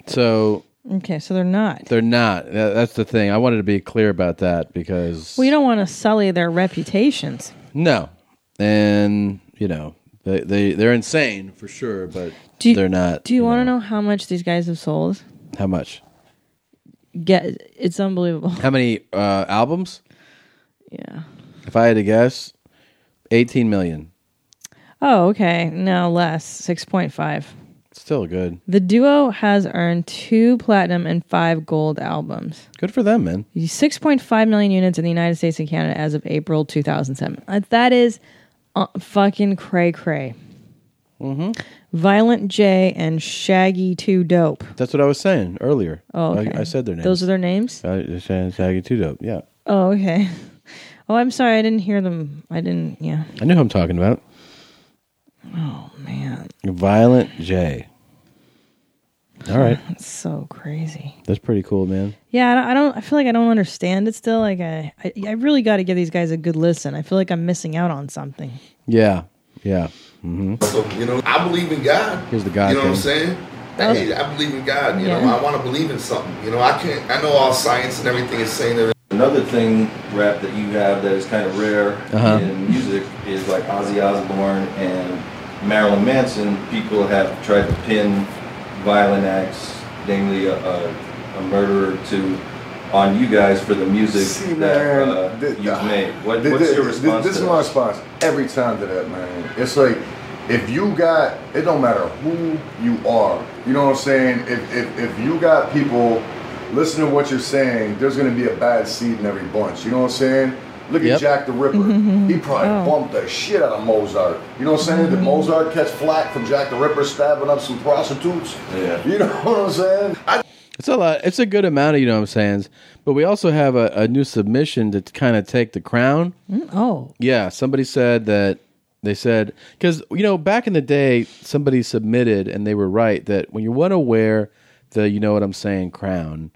[SPEAKER 1] So
[SPEAKER 2] Okay, so they're not.
[SPEAKER 1] they're not. Tha- That's the thing. I wanted to be clear about that because
[SPEAKER 2] We don't want to sully their reputations.
[SPEAKER 1] no, and you know they they they're insane for sure, but
[SPEAKER 2] Do you-
[SPEAKER 1] they're not.
[SPEAKER 2] Do you want to know how much these guys have sold?
[SPEAKER 1] How much?
[SPEAKER 2] Get it's unbelievable.
[SPEAKER 1] How many uh, albums?
[SPEAKER 2] Yeah.
[SPEAKER 1] If I had to guess, eighteen million.
[SPEAKER 2] Oh, okay. No, less. 6.5.
[SPEAKER 1] Still good.
[SPEAKER 2] The duo has earned two platinum and five gold albums.
[SPEAKER 1] Good for them, man.
[SPEAKER 2] 6.5 million units in the United States and Canada as of April 2007. Uh, That is uh, fucking cray cray. Mm-hmm. Violent J and Shaggy 2 Dope.
[SPEAKER 1] That's what I was saying earlier.
[SPEAKER 2] Oh, okay.
[SPEAKER 1] I, I said their names.
[SPEAKER 2] Those are their names?
[SPEAKER 1] I just said Shaggy Two Dope. Yeah,
[SPEAKER 2] Oh, okay. Oh, I'm sorry. I didn't hear them. I didn't, yeah.
[SPEAKER 1] I knew who I'm talking about.
[SPEAKER 2] Oh, man.
[SPEAKER 1] Violent J. All right,
[SPEAKER 2] That's so crazy.
[SPEAKER 1] that's pretty cool, man.
[SPEAKER 2] Yeah, I don't, I don't. I feel like I don't understand it still. Like I, I, I really got to give these guys a good listen. I feel like I'm missing out on something.
[SPEAKER 1] Yeah, yeah. hmm
[SPEAKER 4] So, you know, I believe in God.
[SPEAKER 1] Here's the God
[SPEAKER 4] You know what I'm
[SPEAKER 1] thing.
[SPEAKER 4] saying? Hey, I believe in God. You know,
[SPEAKER 13] Yeah.
[SPEAKER 4] I want to believe in something. You know, I can't. I know all science and everything is saying there.
[SPEAKER 13] Another thing, rap that you have that is kind of rare
[SPEAKER 1] Uh-huh.
[SPEAKER 13] in music is like Ozzy Osbourne and Marilyn Manson. People have tried to pin violent acts, namely a, a, a murderer, to on you guys for the music
[SPEAKER 12] See,
[SPEAKER 13] that
[SPEAKER 12] man,
[SPEAKER 13] uh,
[SPEAKER 12] th-
[SPEAKER 13] you've made. What,
[SPEAKER 12] Th-
[SPEAKER 13] what's
[SPEAKER 12] th-
[SPEAKER 13] your
[SPEAKER 12] th-
[SPEAKER 13] response?
[SPEAKER 12] This
[SPEAKER 13] to
[SPEAKER 12] is
[SPEAKER 13] that?
[SPEAKER 12] my response every time to that, man. It's like if you got it don't matter who you are. You know what I'm saying? If if, if you got people listening to what you're saying, there's gonna be a bad seed in every bunch. You know what I'm saying? Look
[SPEAKER 1] Yep.
[SPEAKER 12] at Jack the Ripper. He probably bumped the shit out of Mozart. You know what I'm saying? Did Mozart catch flack from Jack the Ripper stabbing up some prostitutes?
[SPEAKER 13] Yeah.
[SPEAKER 12] You know what I'm saying? I
[SPEAKER 1] It's a lot. It's a good amount of you know what I'm saying. But we also have a, a new submission to kind of take the crown.
[SPEAKER 2] Oh,
[SPEAKER 1] Yeah, somebody said that they said because you know back in the day somebody submitted and they were right that when you want to wear the you know what I'm saying crown,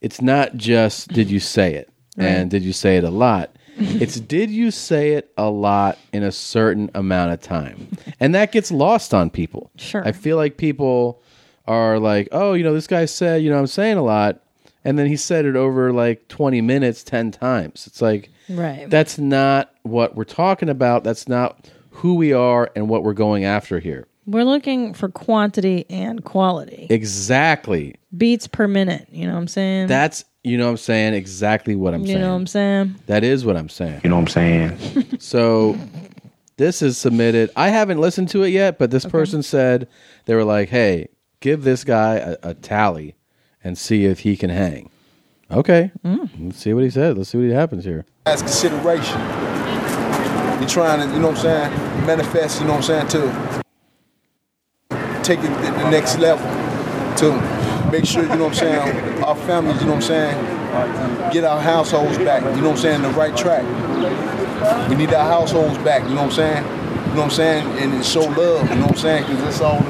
[SPEAKER 1] it's not just did you say it and did you say it a lot. It's did you say it a lot in a certain amount of time, and that gets lost on people.
[SPEAKER 2] Sure.
[SPEAKER 1] I feel like people are like, oh, you know, this guy said you know what I'm saying a lot, and then he said it over like 20 minutes, 10 times. It's like
[SPEAKER 2] right.
[SPEAKER 1] that's not what we're talking about. That's not who we are and what we're going after here.
[SPEAKER 2] We're looking for quantity and quality.
[SPEAKER 1] Exactly.
[SPEAKER 2] Beats per minute. You know what I'm saying?
[SPEAKER 1] That's, you know what I'm saying? Exactly what I'm
[SPEAKER 2] you
[SPEAKER 1] saying.
[SPEAKER 2] know what I'm saying?
[SPEAKER 1] That is what I'm saying. You know what I'm saying? so this is submitted. I haven't listened to it yet, but this person said they were like, hey, give this guy a, a tally and see if he can hang. Okay.
[SPEAKER 2] Mm.
[SPEAKER 1] Let's see what he said. Let's see what happens here.
[SPEAKER 14] That's consideration. You're trying to, you know what I'm saying, manifest, you know what I'm saying, to take it to the next level, to make sure, you know what I'm saying, our families, you know what I'm saying, get our households back, you know what I'm saying, the right track. We need our households back, you know what I'm saying, you know what I'm saying, and, and show love, you know what I'm saying, because that's all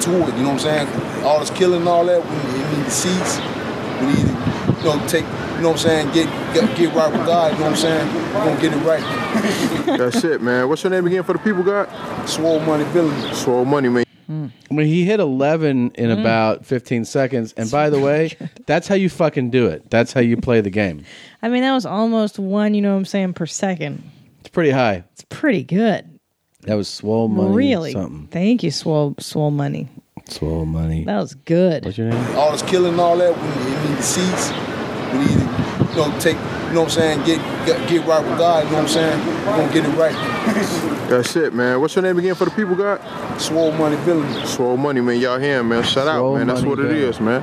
[SPEAKER 14] to it, you know what I'm saying. All this killing and all that, we we need to cease. We need to you know, take, you know what I'm saying, get, get, get right with God, you know what I'm saying? We're gonna get it right.
[SPEAKER 12] That's it, man. What's your name again for the people, God?
[SPEAKER 14] Swole Money Village.
[SPEAKER 12] Swole Money, man.
[SPEAKER 1] I mean, he hit 11 in
[SPEAKER 2] Mm-hmm.
[SPEAKER 12] Mm.
[SPEAKER 1] about 15 seconds. And by the way, that's how you fucking do it. That's how you play the game.
[SPEAKER 2] I mean, that was almost one, you know what I'm saying, per second.
[SPEAKER 1] It's pretty high.
[SPEAKER 2] It's pretty good.
[SPEAKER 1] That was swole money.
[SPEAKER 2] really?
[SPEAKER 1] Something.
[SPEAKER 2] Thank you, Swole, swole Money.
[SPEAKER 1] Swole money.
[SPEAKER 2] That was good.
[SPEAKER 1] What's your name?
[SPEAKER 14] All this killing and all that, we need, we need to cease. We need to, you know, take, you know what I'm saying, get, get, get right with God, you know what I'm saying? We're gonna get it right.
[SPEAKER 12] That's it, man. What's your name again for the people, God?
[SPEAKER 14] Swole Money Village.
[SPEAKER 12] Swole Money, man. Y'all here, man. Shout out, man. That's
[SPEAKER 15] Money
[SPEAKER 12] what it
[SPEAKER 15] Village.
[SPEAKER 12] is, man.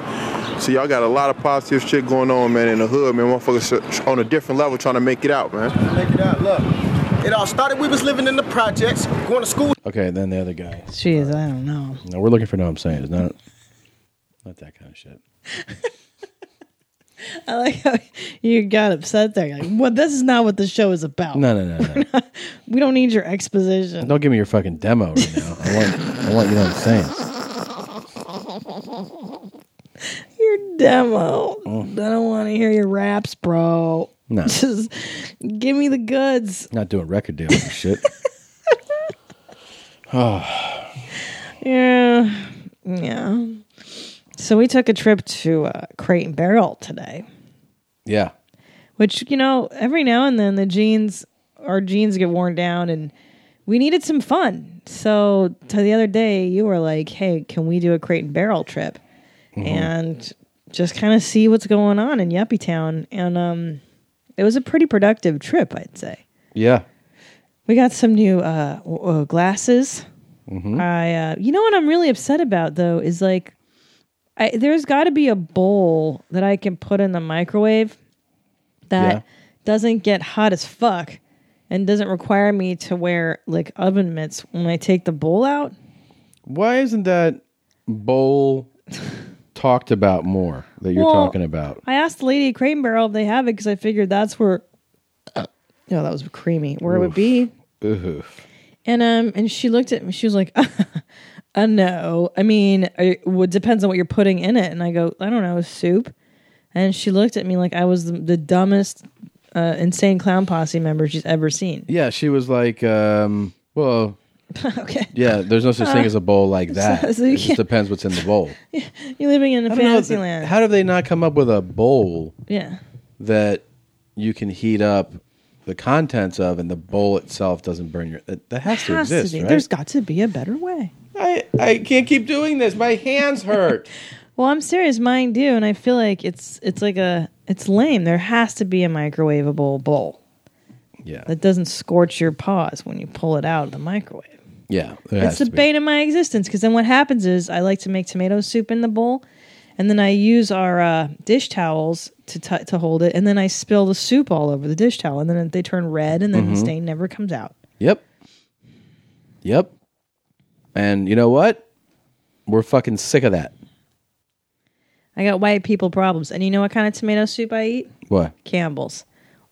[SPEAKER 12] See, y'all got a lot of positive shit going on, man, in the hood, man. Motherfuckers on a different level trying to make it out, man.
[SPEAKER 16] Make it out, look. It all started, we was living in the projects, going to school.
[SPEAKER 1] Okay, then the other guy.
[SPEAKER 2] Jeez, I don't know.
[SPEAKER 1] No, we're looking for no I'm saying. It's not, not that kind of shit.
[SPEAKER 2] I like how you got upset there. Like, well, this is not what the show is about.
[SPEAKER 1] No, no, no, no.
[SPEAKER 2] We don't need your exposition.
[SPEAKER 1] Don't give me your fucking demo right now. I want, I want you know what I'm saying.
[SPEAKER 2] Your demo.
[SPEAKER 1] Mm.
[SPEAKER 2] I don't want to hear your raps, bro.
[SPEAKER 1] No.
[SPEAKER 2] Just give me the goods.
[SPEAKER 1] Not doing record deals and shit. oh,
[SPEAKER 2] Yeah. Yeah. So we took a trip to uh, Crate and Barrel today,
[SPEAKER 1] yeah.
[SPEAKER 2] which, you know, every now and then the jeans, our jeans get worn down and we needed some fun. So to the other day, you were like, hey, can we do a Crate and Barrel trip?
[SPEAKER 17] Mhm.
[SPEAKER 2] And just kind of see what's going on in Yuppie Town. And um, it was a pretty productive trip, I'd say.
[SPEAKER 1] Yeah.
[SPEAKER 2] We got some new uh, w- uh, glasses.
[SPEAKER 1] Mm-hmm.
[SPEAKER 2] I, uh, you know what I'm really upset about though is like, I, there's got to be a bowl that I can put in the microwave that
[SPEAKER 17] Yeah.
[SPEAKER 2] doesn't get hot as fuck and doesn't require me to wear like oven mitts when I take the bowl out.
[SPEAKER 1] Why isn't that bowl talked about more that you're
[SPEAKER 2] Well,
[SPEAKER 1] talking about?
[SPEAKER 2] I asked the lady at Crane Barrel if they have it because I figured that's where. No, that was creamy. Where it would
[SPEAKER 1] Oof.
[SPEAKER 2] be,
[SPEAKER 1] Ugh.
[SPEAKER 2] and um, and she looked at me. She was like, "Uh, no. I mean, it would- depends on what you're putting in it." And I go, "I don't know, soup." And she looked at me like I was the, the dumbest, uh, insane clown posse member she's ever seen.
[SPEAKER 1] Yeah, she was like, um, well,
[SPEAKER 2] okay.
[SPEAKER 1] Yeah, there's no such thing
[SPEAKER 2] Uh,
[SPEAKER 1] as a bowl like that.
[SPEAKER 2] so- so you
[SPEAKER 1] it just
[SPEAKER 2] can't-
[SPEAKER 1] depends what's in the bowl.
[SPEAKER 2] You're living in a
[SPEAKER 1] I don't know
[SPEAKER 2] fantasy
[SPEAKER 1] that-
[SPEAKER 2] land.
[SPEAKER 1] How do they not come up with a bowl
[SPEAKER 2] yeah.
[SPEAKER 1] that you can heat up the contents of, and the bowl itself doesn't burn your? That, that has,
[SPEAKER 2] Has
[SPEAKER 1] to
[SPEAKER 2] to
[SPEAKER 1] exist,
[SPEAKER 2] be.
[SPEAKER 1] right?
[SPEAKER 2] There's got to be a better way.
[SPEAKER 1] I I can't keep doing this. My hands hurt.
[SPEAKER 2] well, I'm serious. Mine do, and I feel like it's it's like a it's lame. There has to be a microwavable bowl.
[SPEAKER 1] Yeah.
[SPEAKER 2] That doesn't scorch your paws when you pull it out of the microwave.
[SPEAKER 1] yeah, there
[SPEAKER 2] That's
[SPEAKER 1] has
[SPEAKER 2] the
[SPEAKER 1] to be.
[SPEAKER 2] bane of my existence because then what happens is I like to make tomato soup in the bowl, and then I use our uh, dish towels to t- to hold it, and then I spill the soup all over the dish towel, and then they turn red, and then the
[SPEAKER 1] Mhm.
[SPEAKER 2] stain never comes out.
[SPEAKER 1] Yep. Yep. And you know what? We're fucking sick of that.
[SPEAKER 2] I got white people problems. And you know what kind of tomato soup I eat?
[SPEAKER 1] What?
[SPEAKER 2] Campbell's,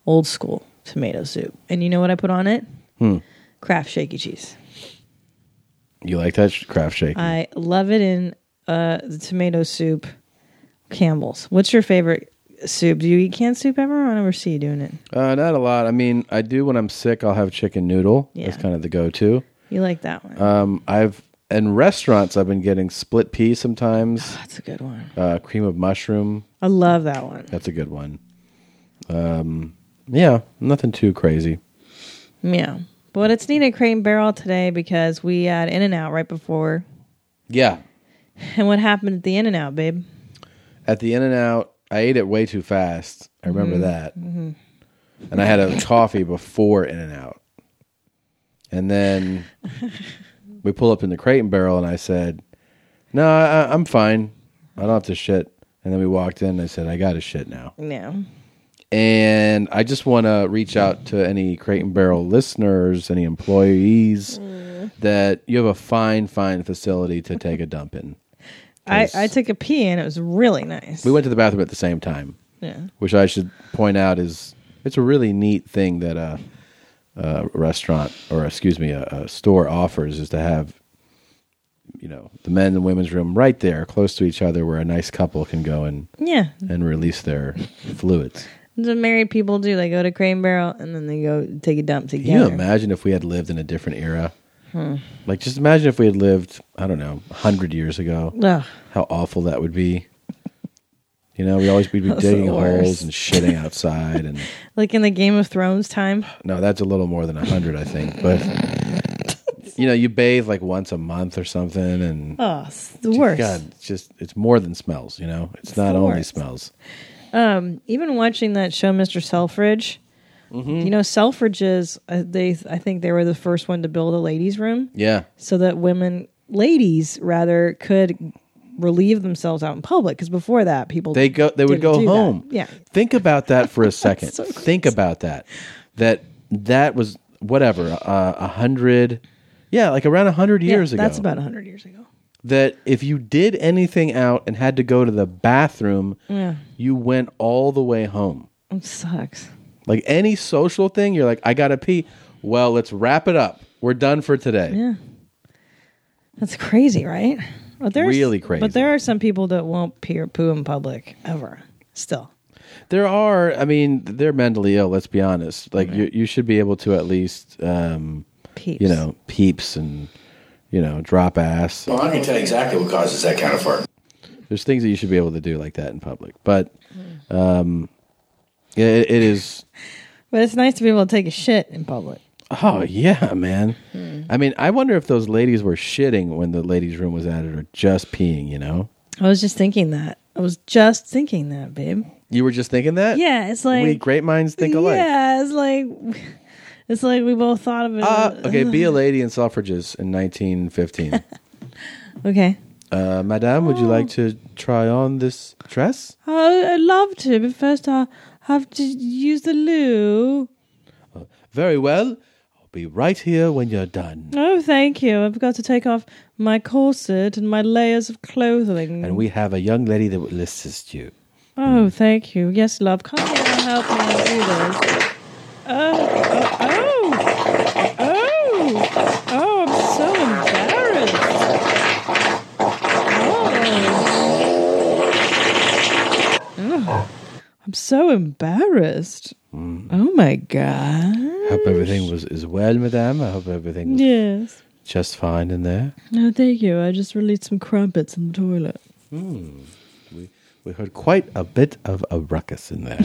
[SPEAKER 2] old school tomato soup. And you know what I put on it?
[SPEAKER 1] Hmm.
[SPEAKER 2] Kraft shaky cheese.
[SPEAKER 1] You like that sh- craft shake?
[SPEAKER 2] I love it in uh, the tomato soup. Campbell's. What's your favorite soup? Do you eat canned soup ever? I never see you doing it.
[SPEAKER 1] Uh, not a lot. I mean, I do when I'm sick. I'll have chicken noodle.
[SPEAKER 2] Yeah.
[SPEAKER 1] That's kind of the go-to.
[SPEAKER 2] You like that one?
[SPEAKER 1] Um, I've in restaurants. I've been getting split pea sometimes.
[SPEAKER 2] Oh, that's a good one.
[SPEAKER 1] Uh, cream of mushroom.
[SPEAKER 2] I love that one.
[SPEAKER 1] That's a good one. Um, yeah, nothing too crazy.
[SPEAKER 2] Yeah. But it's needed crane barrel today because we had In and Out right before.
[SPEAKER 1] Yeah,
[SPEAKER 2] And what happened at the In and Out, babe?
[SPEAKER 1] at the In and Out, I ate it way too fast. I remember
[SPEAKER 2] Mhm.
[SPEAKER 1] that,
[SPEAKER 2] Mhm.
[SPEAKER 1] and I had a coffee before In and Out, and then we pull up in the Crate and Barrel, and I said, "No, I, I- I'm fine. I don't have to shit." And then we walked in, and I said, "I got to shit now."
[SPEAKER 2] No.
[SPEAKER 1] And I just want to reach out to any Crate and Barrel listeners, any employees, that you have a fine, fine facility to take a dump in.
[SPEAKER 2] I, I took a pee and it was really nice.
[SPEAKER 1] We went to the bathroom at the same time.
[SPEAKER 2] Yeah.
[SPEAKER 1] Which I should point out is it's a really neat thing that a, a restaurant or excuse me a, a store offers is to have you know the men and women's room right there close to each other where a nice couple can go and
[SPEAKER 2] Yeah.
[SPEAKER 1] and release their fluids.
[SPEAKER 2] The married people do. They go to Crane Barrel and then they go take a dump
[SPEAKER 1] Can you
[SPEAKER 2] together.
[SPEAKER 1] imagine if we had lived in a different era?
[SPEAKER 2] Hmm.
[SPEAKER 1] Like just imagine if we had lived I don't know 100 years ago.
[SPEAKER 2] Ugh.
[SPEAKER 1] How awful that would be. You know, we always we'd be
[SPEAKER 2] That's the
[SPEAKER 1] digging holes
[SPEAKER 2] worst.
[SPEAKER 1] and shitting outside and
[SPEAKER 2] Like in the Game of Thrones time.
[SPEAKER 1] No, that's a little more than a hundred, I think. But you know, you bathe like once a month or something, and
[SPEAKER 2] Oh, it's the worst.
[SPEAKER 1] God, it's just it's more than smells. You know, it's, not
[SPEAKER 2] the
[SPEAKER 1] only
[SPEAKER 2] worst.
[SPEAKER 1] smells.
[SPEAKER 2] Um, even watching that show, Mr. Selfridge. You know, Selfridges. Uh, they, I think they were the first one to build a ladies' room.
[SPEAKER 1] Yeah.
[SPEAKER 2] so that women, ladies rather, could relieve themselves out in public. Because before that, people
[SPEAKER 1] They go. They would
[SPEAKER 2] didn't
[SPEAKER 1] go
[SPEAKER 2] do that.
[SPEAKER 1] home.
[SPEAKER 2] Yeah,
[SPEAKER 1] Think about that for a second. Think about that. That that was whatever uh, a hundred. Yeah, like around a hundred
[SPEAKER 2] Yeah,
[SPEAKER 1] years ago.
[SPEAKER 2] That's about hundred years ago.
[SPEAKER 1] that if you did anything out and had to go to the bathroom,
[SPEAKER 2] Yeah,
[SPEAKER 1] you went all the way home.
[SPEAKER 2] it sucks.
[SPEAKER 1] Like any social thing, you're like, I gotta pee. Well, let's wrap it up. We're done for today.
[SPEAKER 2] Yeah, that's crazy, right? But there's-
[SPEAKER 1] Really crazy.
[SPEAKER 2] But there are some people that won't pee or poo in public ever. Still,
[SPEAKER 1] There are, I mean, they're mentally ill. Let's be honest. Like you, you should be able to at least, um,
[SPEAKER 2] Peeps.
[SPEAKER 1] you know, peeps and you know, drop ass.
[SPEAKER 15] Well, I can tell you exactly what causes that kind of fart.
[SPEAKER 1] There's things that you should be able to do like that in public. But,
[SPEAKER 2] Mm.
[SPEAKER 1] um, yeah, it, it is.
[SPEAKER 2] but it's nice to be able to take a shit in public.
[SPEAKER 1] Oh yeah, man.
[SPEAKER 2] Hmm.
[SPEAKER 1] I mean, I wonder if those ladies were shitting when the ladies' room was added, or just peeing. You know,
[SPEAKER 2] I was just thinking that. I was just thinking that, babe.
[SPEAKER 1] you were just thinking that.
[SPEAKER 2] Yeah, it's like-
[SPEAKER 1] we great minds think alike.
[SPEAKER 2] Yeah, it's like it's like we both thought of it.
[SPEAKER 1] Ah, Okay, be a lady in suffrages in 1915.
[SPEAKER 2] okay.
[SPEAKER 1] uh, Madame, would you like to try on this dress?
[SPEAKER 2] Oh, I'd love to, but first I have to use the loo.
[SPEAKER 1] Very well. I'll be right here when you're done.
[SPEAKER 2] Oh, thank you. I've got to take off my corset and my layers of clothing.
[SPEAKER 1] And we have a young lady that will assist you.
[SPEAKER 2] Oh, thank you. Yes, love. Come here and help me do this. Oh, oh, oh, oh, oh, I'm so embarrassed. Oh. Ugh. I'm so embarrassed.
[SPEAKER 1] Mm.
[SPEAKER 2] Oh my god.
[SPEAKER 1] Hope everything was is well, Madame. I hope everything was
[SPEAKER 2] Mm. Yes.
[SPEAKER 1] just fine in there.
[SPEAKER 2] No, thank you. I just released some crumpets in the toilet.
[SPEAKER 1] Hmm. We we heard quite a bit of a ruckus in there.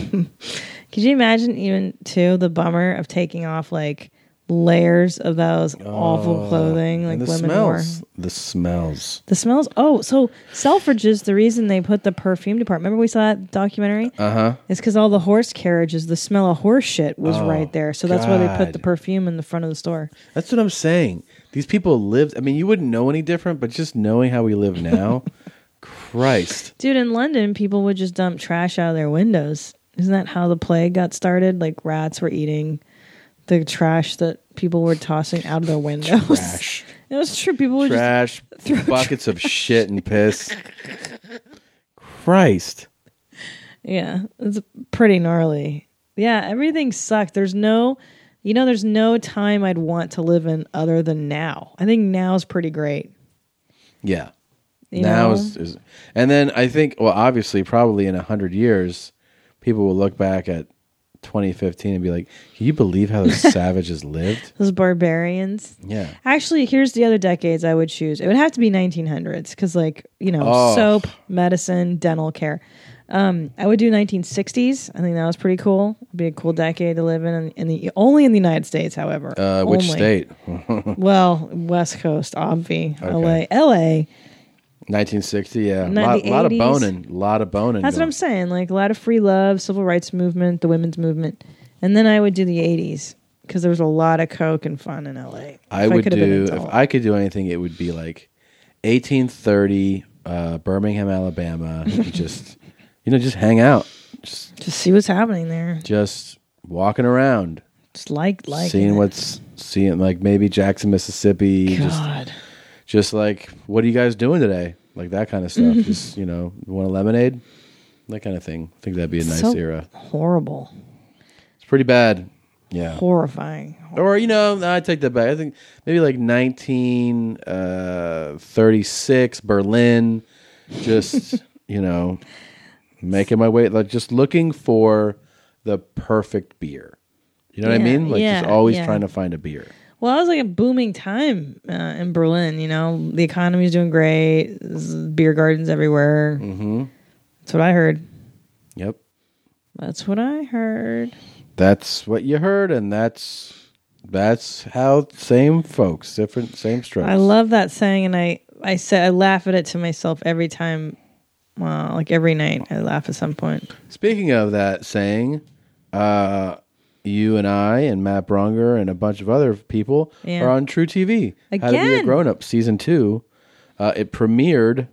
[SPEAKER 2] Could you imagine even too the bummer of taking off like layers of those awful clothing like
[SPEAKER 1] Oh, and the
[SPEAKER 2] women
[SPEAKER 1] smells.
[SPEAKER 2] wore?
[SPEAKER 1] The smells.
[SPEAKER 2] The smells. Oh, so Selfridges, the reason they put the perfume department. Remember we saw that documentary?
[SPEAKER 1] Uh huh.
[SPEAKER 2] It's because all the horse carriages, the smell of horse shit was
[SPEAKER 1] Oh,
[SPEAKER 2] right there. So that's why they put
[SPEAKER 1] God.
[SPEAKER 2] the perfume in the front of the store.
[SPEAKER 1] That's what I'm saying. These people lived. I mean, you wouldn't know any different, but just knowing how we live now, Christ.
[SPEAKER 2] Dude, in London, people would just dump trash out of their windows. Isn't that how the plague got started? Like rats were eating the trash that people were tossing out of their windows.
[SPEAKER 1] Trash.
[SPEAKER 2] it was true. People would just
[SPEAKER 1] Trash, buckets of shit and piss. Christ.
[SPEAKER 2] Yeah, it's pretty gnarly. Yeah, everything sucked. There's no, you know, there's no time I'd want to live in other than now. I think now's pretty great.
[SPEAKER 1] Yeah.
[SPEAKER 2] You
[SPEAKER 1] now
[SPEAKER 2] know?
[SPEAKER 1] is, is, and then I think, well, obviously, probably in a hundred years, people will look back at 2015 and be like, "Can you believe how those savages lived?"
[SPEAKER 2] Those barbarians.
[SPEAKER 1] Yeah.
[SPEAKER 2] Actually, here's the other decades I would choose. It would have to be 1900s because, like, you know,
[SPEAKER 1] Oh.
[SPEAKER 2] soap, medicine, dental care. Um, I would do 1960s. I think that was pretty cool. It'd be a cool decade to live in, in, in the only in the United States, however.
[SPEAKER 1] Uh, which
[SPEAKER 2] Only.
[SPEAKER 1] state?
[SPEAKER 2] well, West Coast, obvi.
[SPEAKER 1] Okay.
[SPEAKER 2] LA. LA.
[SPEAKER 1] 1960. Yeah, a lot, lot of
[SPEAKER 2] 1980s.
[SPEAKER 1] boning. A lot of boning.
[SPEAKER 2] That's what
[SPEAKER 1] going.
[SPEAKER 2] I'm saying. Like a lot of free love, civil rights movement, the women's movement, and then I would do the '80s because there was a lot of coke and fun in LA.
[SPEAKER 1] I
[SPEAKER 2] If
[SPEAKER 1] would
[SPEAKER 2] could've been an
[SPEAKER 1] do
[SPEAKER 2] adult.
[SPEAKER 1] if I could do anything. It would be like 1830, uh, Birmingham, Alabama. You just you know, just hang out, just
[SPEAKER 2] just see what's happening there.
[SPEAKER 1] just walking around,
[SPEAKER 2] Just like like
[SPEAKER 1] seeing what's seeing like maybe Jackson, Mississippi.
[SPEAKER 2] God.
[SPEAKER 1] Just, just like what are you guys doing today? Like that kind of stuff.
[SPEAKER 2] Mhm.
[SPEAKER 1] just you know, want a lemonade, that kind of thing. I think that'd be a nice
[SPEAKER 2] So
[SPEAKER 1] era.
[SPEAKER 2] Horrible,
[SPEAKER 1] It's pretty bad. Yeah.
[SPEAKER 2] horrifying.
[SPEAKER 1] Or you know, no, I take that back. I think maybe like 1936 Berlin, just you know, making my way, like just looking for the perfect beer. You know what I
[SPEAKER 2] Yeah,
[SPEAKER 1] mean? Like
[SPEAKER 2] yeah,
[SPEAKER 1] just always
[SPEAKER 2] yeah.
[SPEAKER 1] trying to find a beer.
[SPEAKER 2] Well, it was like a booming time uh, in Berlin. You know, the economy's doing great. There's beer gardens everywhere.
[SPEAKER 1] Mm-hmm.
[SPEAKER 2] That's what I heard.
[SPEAKER 1] Yep,
[SPEAKER 2] That's what I heard.
[SPEAKER 1] that's what you heard, and that's that's how same folks, different same strokes.
[SPEAKER 2] I love that saying, and I I said I laugh at it to myself every time. Well, like every night, I laugh at some point.
[SPEAKER 1] Speaking of that saying, uh, you and I and Matt Bronger and a bunch of other people
[SPEAKER 2] Yeah.
[SPEAKER 1] are on True TV. How to be a
[SPEAKER 2] Again.
[SPEAKER 1] grown up season two. Uh, it premiered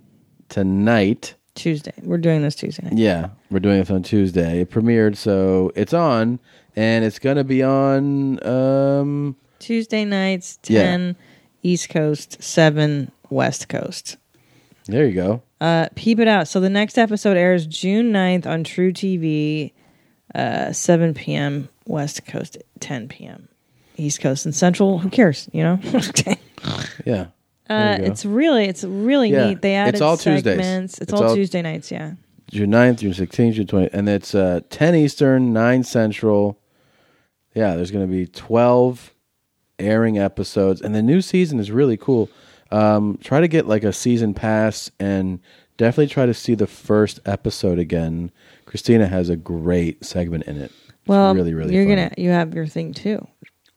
[SPEAKER 1] tonight.
[SPEAKER 2] Tuesday, we're doing this Tuesday night.
[SPEAKER 1] Yeah, we're doing it on Tuesday. It premiered, so it's on, and it's gonna be on. Um,
[SPEAKER 2] Tuesday nights,
[SPEAKER 1] Yeah.
[SPEAKER 2] ten East Coast, seven West Coast.
[SPEAKER 1] there you go.
[SPEAKER 2] Uh, peep it out. So the next episode airs June 9th on True TV, uh, 7 p.m. West Coast, 10 p.m. East Coast and Central. Who cares? You know.
[SPEAKER 1] Yeah,
[SPEAKER 2] Uh,
[SPEAKER 1] There you go.
[SPEAKER 2] it's really, it's really
[SPEAKER 1] Yeah.
[SPEAKER 2] neat. They
[SPEAKER 1] It's
[SPEAKER 2] added
[SPEAKER 1] all Tuesdays.
[SPEAKER 2] segments. It's,
[SPEAKER 1] It's
[SPEAKER 2] all,
[SPEAKER 1] all-
[SPEAKER 2] Tuesday nights. Yeah.
[SPEAKER 1] June 9th, June 16th, June 20th, and it's uh, ten Eastern, nine Central. Yeah, there's going to be 12 airing episodes, and the new season is really cool. Um, try to get like a season pass and definitely try to see the first episode again. Christina has a great segment in it. It's
[SPEAKER 2] Well,
[SPEAKER 1] really, really
[SPEAKER 2] you're
[SPEAKER 1] funny.
[SPEAKER 2] gonna you have your thing too.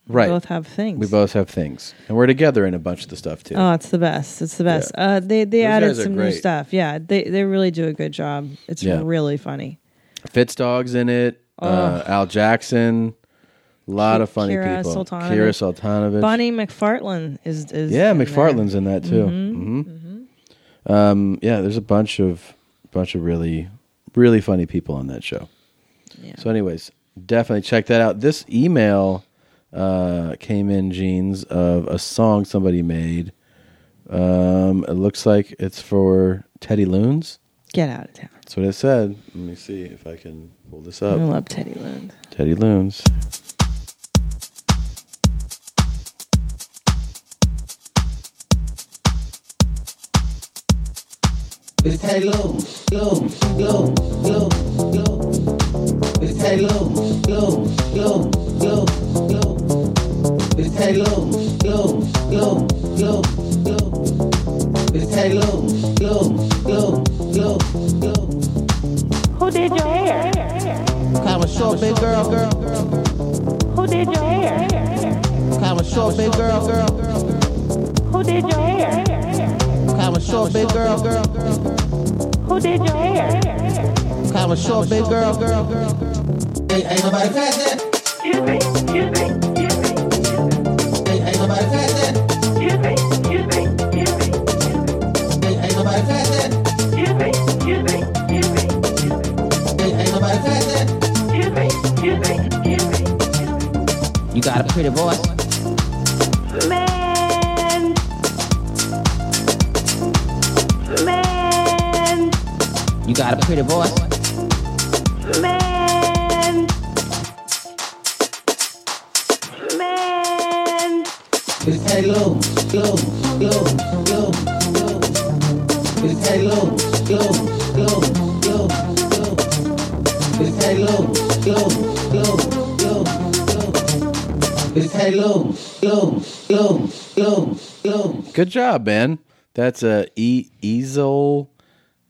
[SPEAKER 1] Right.
[SPEAKER 2] We both have things.
[SPEAKER 1] We both have things, and we're together in a bunch of the stuff too.
[SPEAKER 2] Oh, it's the best. It's the best. Uh, they they
[SPEAKER 1] Those
[SPEAKER 2] added
[SPEAKER 1] guys are
[SPEAKER 2] some new
[SPEAKER 1] great.
[SPEAKER 2] stuff. Yeah, they they really do a good job. It's
[SPEAKER 1] Yeah.
[SPEAKER 2] really funny.
[SPEAKER 1] Fitzdog's in it. Uh, Al Jackson, a lot of funny
[SPEAKER 2] Kira
[SPEAKER 1] people.
[SPEAKER 2] Sultanovich.
[SPEAKER 1] Kira Sultanovich.
[SPEAKER 2] Bonnie McFartland is is
[SPEAKER 1] yeah,
[SPEAKER 2] in there. Mm-hmm.
[SPEAKER 1] McFarlane's in that too.
[SPEAKER 2] Mhm.
[SPEAKER 1] Mhm. Um, yeah, there's a bunch of bunch of really really funny people on that show. So, anyways, definitely check that out. This email uh, came in jeans of a song somebody made. Um, it looks like it's for Teddy Loons.
[SPEAKER 2] Get out of town.
[SPEAKER 1] That's what it said. Let me see if I can pull this up.
[SPEAKER 2] I love Teddy Loons.
[SPEAKER 1] Teddy Loons.
[SPEAKER 17] It's Teddy Loans, Loans, Loans, Loans, Loans. It's Teddy Loans, Loans, Loans, Loans, Loans. It's Teddy Loans, Loans, Loans, Loans, Loans. It's Teddy Loans, Loans, Loans, Loans, Loans.
[SPEAKER 18] Who did your hair?
[SPEAKER 17] Come and show, big girl, girl.
[SPEAKER 18] Who did your hair?
[SPEAKER 17] Come and show, big girl, girl.
[SPEAKER 18] Who did your hair?
[SPEAKER 17] Come and show, big girl, girl.
[SPEAKER 18] Who did your hair?
[SPEAKER 17] Come and show, big girl, girl, girl. Ain't, ain't nobody fast that. Ain't, ain't nobody fast that. Ain't, ain't nobody fast that. Ain't, ain't nobody fast that. You got a pretty voice.
[SPEAKER 18] Man. Man.
[SPEAKER 17] You You got a pretty voice.
[SPEAKER 18] Man. Man.
[SPEAKER 17] It's hey low, low, low, low, low. It's hey low, low, low, low, low. It's hey low, low, low, low, low. It's hey low, low, low, low, low.
[SPEAKER 1] Good job, man. That's a E Easel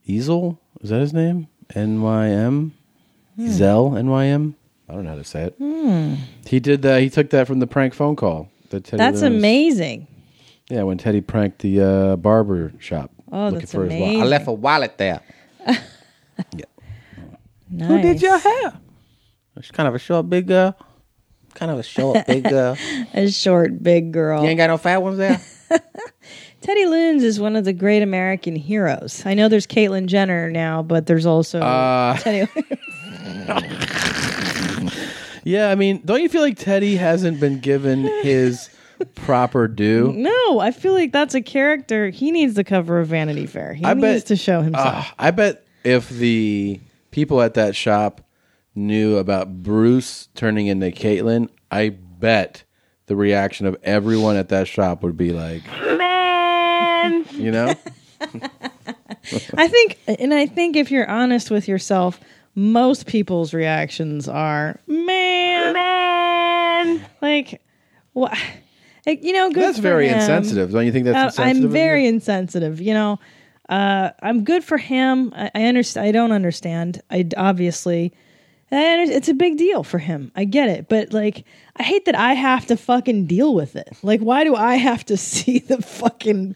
[SPEAKER 1] Easel? Is that his name? N Y M? Zell N Y M? Hmm. I don't know how to say it.
[SPEAKER 2] Hmm.
[SPEAKER 1] He did that he took that from the prank phone call. That Teddy
[SPEAKER 2] That's
[SPEAKER 1] Lewis-
[SPEAKER 2] amazing.
[SPEAKER 1] Yeah, when Teddy pranked the uh, barber shop.
[SPEAKER 2] Oh, that's
[SPEAKER 1] his wallet. I
[SPEAKER 2] amazing.
[SPEAKER 1] left a wallet there.
[SPEAKER 2] Nice.
[SPEAKER 19] Who did your
[SPEAKER 1] Uh-huh.
[SPEAKER 19] hair? She's kind of a short, big girl. Kind of a short, big girl.
[SPEAKER 2] a short, big girl.
[SPEAKER 19] You ain't got no fat ones there?
[SPEAKER 2] Teddy Loons is one of the great American heroes. I know there's Caitlyn Jenner now, but there's also
[SPEAKER 1] Uh,
[SPEAKER 2] Teddy.
[SPEAKER 1] Yeah, I mean, don't you feel like Teddy hasn't been given his proper due?
[SPEAKER 2] no, I feel like that's a character. He needs the cover of Vanity Fair. He
[SPEAKER 1] I
[SPEAKER 2] needs
[SPEAKER 1] bet-
[SPEAKER 2] to show himself.
[SPEAKER 1] Ah, I bet if the people at that shop knew about Bruce turning into Caitlyn, I bet the reaction of everyone at that shop would be like,
[SPEAKER 2] Man.
[SPEAKER 1] you know,
[SPEAKER 2] I think, and I think if you're honest with yourself, most people's reactions are man, man. Like, what? Like, you know, good.
[SPEAKER 1] that's
[SPEAKER 2] for
[SPEAKER 1] very
[SPEAKER 2] him.
[SPEAKER 1] insensitive. Don't you think that's
[SPEAKER 2] Uh,
[SPEAKER 1] insensitive?
[SPEAKER 2] I'm
[SPEAKER 1] of you?
[SPEAKER 2] very insensitive. You know, uh, I'm good for him. I, I understand. I don't understand. I d- obviously. I under- it's a big deal for him. I get it, but like, I hate that I have to fucking deal with it. Like, why do I have to see the fucking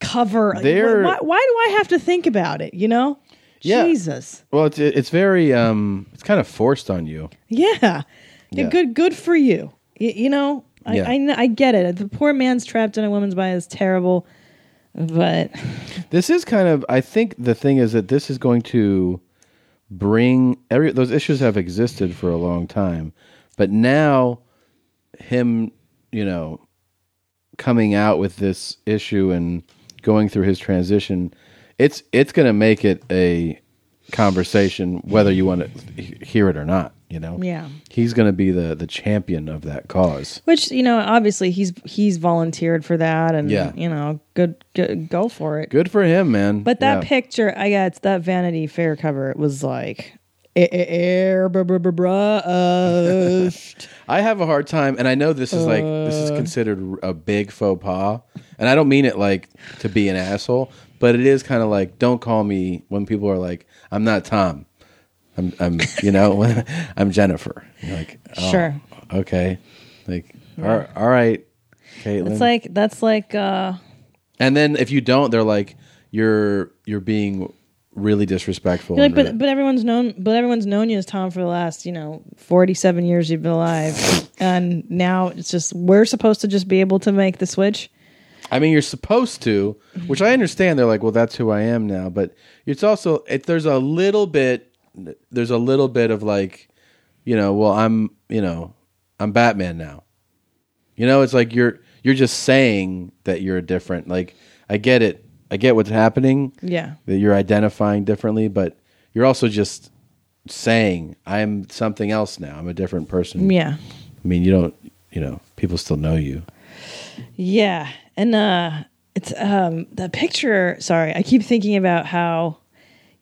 [SPEAKER 2] cover? Like,
[SPEAKER 1] They're-
[SPEAKER 2] why, why do I have to think about it? You know?
[SPEAKER 1] Yeah.
[SPEAKER 2] Jesus.
[SPEAKER 1] Well, it's it's very um, it's kind of forced on you.
[SPEAKER 2] Yeah.
[SPEAKER 1] Yeah.
[SPEAKER 2] yeah. Good. Good for you. Y- you know. I,
[SPEAKER 1] Yeah.
[SPEAKER 2] I kn- I get it. The poor man's trapped in a woman's body is terrible, but
[SPEAKER 1] This is kind of I think the thing is that this is going to bring every those issues have existed for a long time. But now him, you know, coming out with this issue and going through his transition, it's it's going to make it a conversation whether you want to hear it or not, you know.
[SPEAKER 2] Yeah.
[SPEAKER 1] He's going to be the the champion of that cause.
[SPEAKER 2] Which you know, obviously he's he's volunteered for that, and
[SPEAKER 1] Yeah.
[SPEAKER 2] you know, good, good go for it.
[SPEAKER 1] Good for him, man.
[SPEAKER 2] But that
[SPEAKER 1] Yeah.
[SPEAKER 2] picture, I guess that Vanity Fair cover it was like "Eh, eh, eh, bruh, bruh, bruh, bruh, uh,
[SPEAKER 1] I have a hard time, and I know this is like this is
[SPEAKER 2] Uh.
[SPEAKER 1] considered a big faux pas, and I don't mean it like to be an asshole, but it is kind of like don't call me when people are like, "I'm not Tom, I'm, I'm you know, I'm Jennifer." And you're like, oh,
[SPEAKER 2] Sure.
[SPEAKER 1] okay, like, all-
[SPEAKER 2] Yeah.
[SPEAKER 1] all right, Caitlin.
[SPEAKER 2] It's like that's like uh,
[SPEAKER 1] and then if you don't, they're like, "You're you're being really disrespectful."
[SPEAKER 2] you're like,
[SPEAKER 1] and
[SPEAKER 2] but but everyone's known, but everyone's known you as Tom for the last you know forty seven years you've been alive, and now it's just we're supposed to just be able to make the switch.
[SPEAKER 1] I mean, you're supposed to, which I understand. They're like, well, that's who I am now. But it's also it, there's a little bit there's a little bit of like, you know, well, I'm you know, I'm Batman now. You know, it's like you're you're just saying that you're different. Like I get it, I get what's happening.
[SPEAKER 2] Yeah.
[SPEAKER 1] that you're identifying differently, but you're also just saying I'm something else now. I'm a different person.
[SPEAKER 2] Yeah.
[SPEAKER 1] I mean, you don't, you know, people still know you.
[SPEAKER 2] Yeah. And uh it's um the picture, sorry, I keep thinking about how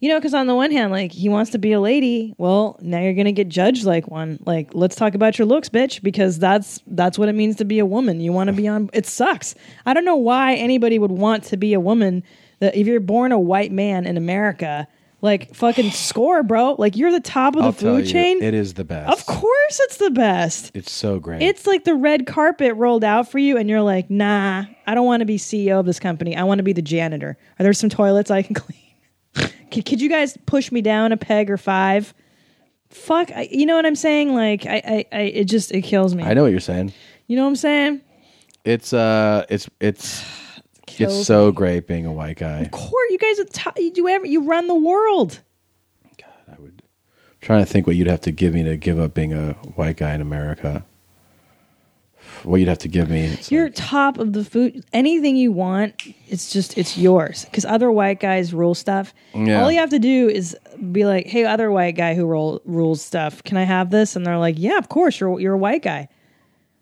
[SPEAKER 2] you know, because on the one hand, like he wants to be a lady. Well, now you're gonna get judged like one. Like, let's talk about your looks, bitch, because that's that's what it means to be a woman. You want to be on. It sucks. I don't know why anybody would want to be a woman. That if you're born a white man in America, like fucking score, bro. Like you're the top of the
[SPEAKER 1] I'll tell
[SPEAKER 2] food
[SPEAKER 1] you,
[SPEAKER 2] chain.
[SPEAKER 1] it is the best.
[SPEAKER 2] Of course, it's the best.
[SPEAKER 1] It's so great.
[SPEAKER 2] It's like the red carpet rolled out for you, and you're like, nah, I don't want to be CEO of this company. I want to be the janitor. Are there some toilets I can clean? could, could you guys push me down a peg or five? Fuck, I, you know what I'm saying? Like, I, I, I, it just, it kills me.
[SPEAKER 1] I know what you're saying.
[SPEAKER 2] You know what I'm saying?
[SPEAKER 1] It's uh, it's it's it's
[SPEAKER 2] Kills
[SPEAKER 1] so great being a white guy.
[SPEAKER 2] Court, you guys, are t- you do ever, you run the world.
[SPEAKER 1] trying to think what you'd have to give me to give up being a white guy in America. what you'd have to give me.
[SPEAKER 2] You're top of the food. Anything you want, it's just it's yours. Because other white guys rule stuff.
[SPEAKER 1] Yeah.
[SPEAKER 2] All you have to do is be like, "Hey, other white guy who roll, rules stuff, can I have this?" And they're like, "Yeah, of course. You're you're a white guy.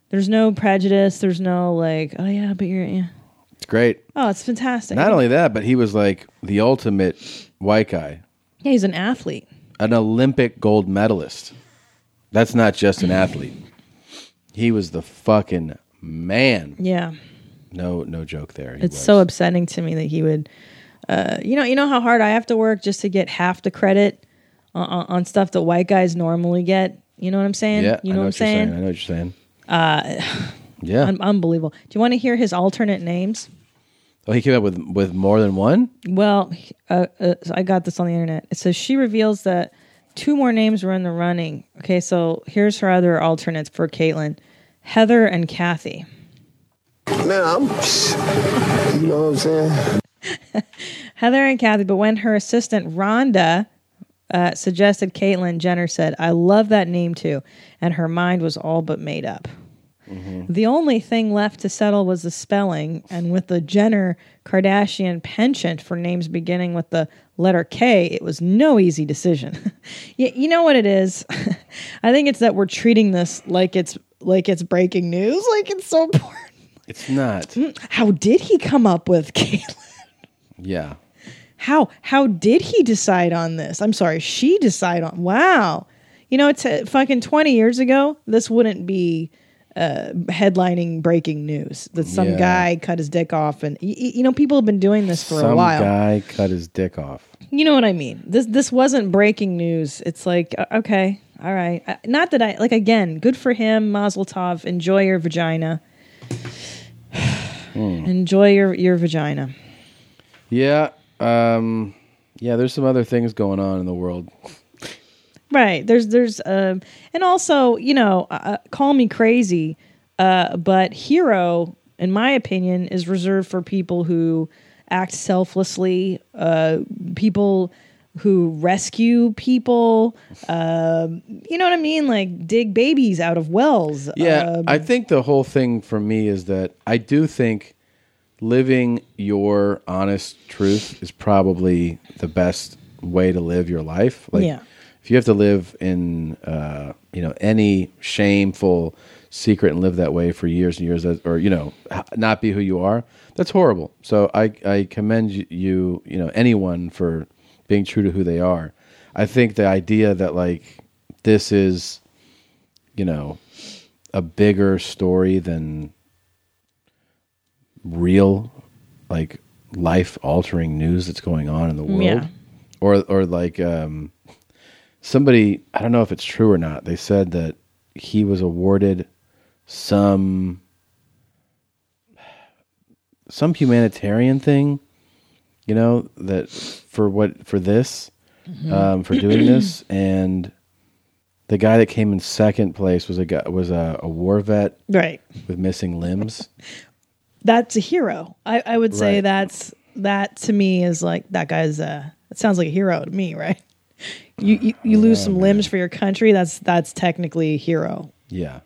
[SPEAKER 2] There's no prejudice. There's no like, oh yeah, but you're yeah.
[SPEAKER 1] It's great.
[SPEAKER 2] Oh, it's fantastic.
[SPEAKER 1] Not only that, but he was like the ultimate white guy,
[SPEAKER 2] yeah, he's an athlete.
[SPEAKER 1] an Olympic gold medalist. That's not just an athlete. He was the fucking man.
[SPEAKER 2] Yeah.
[SPEAKER 1] No, no joke there. He
[SPEAKER 2] it's so upsetting to me that he would uh, you know you know how hard i have to work just to get half the credit on, on- on stuff that white guys normally get you know what i'm saying
[SPEAKER 1] yeah,
[SPEAKER 2] you
[SPEAKER 1] I
[SPEAKER 2] know, what i'm
[SPEAKER 1] you're
[SPEAKER 2] saying,
[SPEAKER 1] I know what you're saying.
[SPEAKER 2] uh
[SPEAKER 1] Yeah.
[SPEAKER 2] un- unbelievable do you want to hear his alternate names
[SPEAKER 1] oh, he came up with with more than one.
[SPEAKER 2] well he- uh, uh, so i got this on the internet it says she reveals that two more names were in the running okay so here's her other alternates for caitlin heather and kathy
[SPEAKER 16] Man, I'm, you know what I'm saying?
[SPEAKER 2] Heather and Kathy, but when her assistant Rhonda uh, suggested Caitlyn Jenner said, I love that name too. And her mind was all but made up.
[SPEAKER 11] Mm-hmm.
[SPEAKER 2] The only thing left to settle was the spelling. And with the Jenner Kardashian penchant for names beginning with the letter K, it was no easy decision. you, you know what it is? I think it's that we're treating this like it's like it's breaking news, like it's so important.
[SPEAKER 1] It's not.
[SPEAKER 2] How did he come up with Caitlyn?
[SPEAKER 1] Yeah.
[SPEAKER 2] how how did he decide on this i'm sorry she decide on wow you know it's uh, fucking 20 years ago this wouldn't be uh, headlining breaking news that some
[SPEAKER 1] Yeah.
[SPEAKER 2] guy cut his dick off and y- y- you know people have been doing this for
[SPEAKER 1] Some
[SPEAKER 2] a while
[SPEAKER 1] guy cut his dick off.
[SPEAKER 2] you know what i mean this this wasn't breaking news it's like uh, okay all right Uh, not that i like again good for him mazel tov enjoy your vagina enjoy your your vagina
[SPEAKER 1] Hmm. Yeah. Um, yeah. There's some other things going on in the world.
[SPEAKER 2] Right. There's there's um and also, you know, uh, call me crazy, uh but hero in my opinion is reserved for people who act selflessly, uh people who rescue people, um you know what I mean? Like dig babies out of wells.
[SPEAKER 1] Yeah,
[SPEAKER 2] um,
[SPEAKER 1] I think the whole thing for me is that I do think living your honest truth is probably the best way to live your life. Like,
[SPEAKER 2] Yeah.
[SPEAKER 1] if you have to live in, uh, you know, any shameful secret and live that way for years and years, that- or you know, h- not be who you are, that's horrible. So I, I commend y- you, you know, anyone for being true to who they are. I think the idea that like this is you know, a bigger story than real, like life altering news that's going on in the world.
[SPEAKER 2] Yeah.
[SPEAKER 1] Or, or like, um, somebody, I don't know if it's true or not, they said that he was awarded some, some humanitarian thing, you know, that for what, for this,
[SPEAKER 2] Mm-hmm.
[SPEAKER 20] Mhm.
[SPEAKER 1] um, for doing this. And, the guy that came in second place was a guy, was a, a war vet,
[SPEAKER 2] Right.
[SPEAKER 1] with missing limbs.
[SPEAKER 2] that's a hero. I I would say
[SPEAKER 1] Right.
[SPEAKER 2] that's that to me is like that guy's uh it sounds like a hero to me, right? You you, you lose some limbs for your country, that's that's technically a hero.
[SPEAKER 1] Yeah,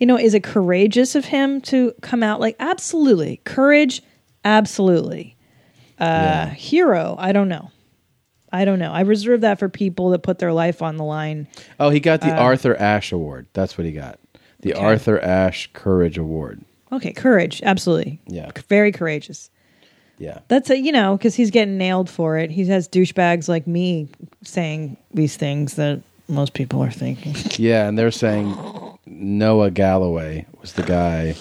[SPEAKER 2] You know, is it courageous of him to come out like absolutely. Courage, absolutely. Uh hero, I don't know. I don't know. I reserve that for people that put their life on the line.
[SPEAKER 1] Oh, he got the
[SPEAKER 2] Uh,
[SPEAKER 1] Arthur Ashe Award. That's what he got. The
[SPEAKER 2] Okay.
[SPEAKER 1] Arthur Ashe Courage Award.
[SPEAKER 2] Okay, courage, absolutely.
[SPEAKER 1] Yeah.
[SPEAKER 2] Very courageous.
[SPEAKER 1] Yeah.
[SPEAKER 2] That's a, you know, because he's getting nailed for it. He has douchebags like me saying these things that most people are thinking.
[SPEAKER 1] Yeah, and they're saying Noah Galloway was the guy.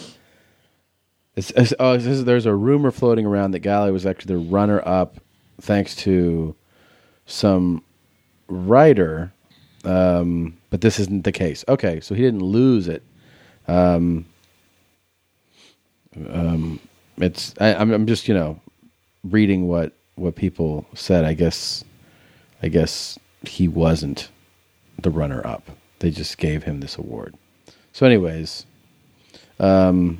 [SPEAKER 1] It's, it's- oh, this is- there's a rumor floating around that Galloway was actually the runner up, thanks to some writer. Um, but this isn't the case. Okay, so he didn't lose it. Um, um, it's I, I'm, I'm just you know reading what what people said. I guess I guess he wasn't the runner up. They just gave him this award. So, anyways, um,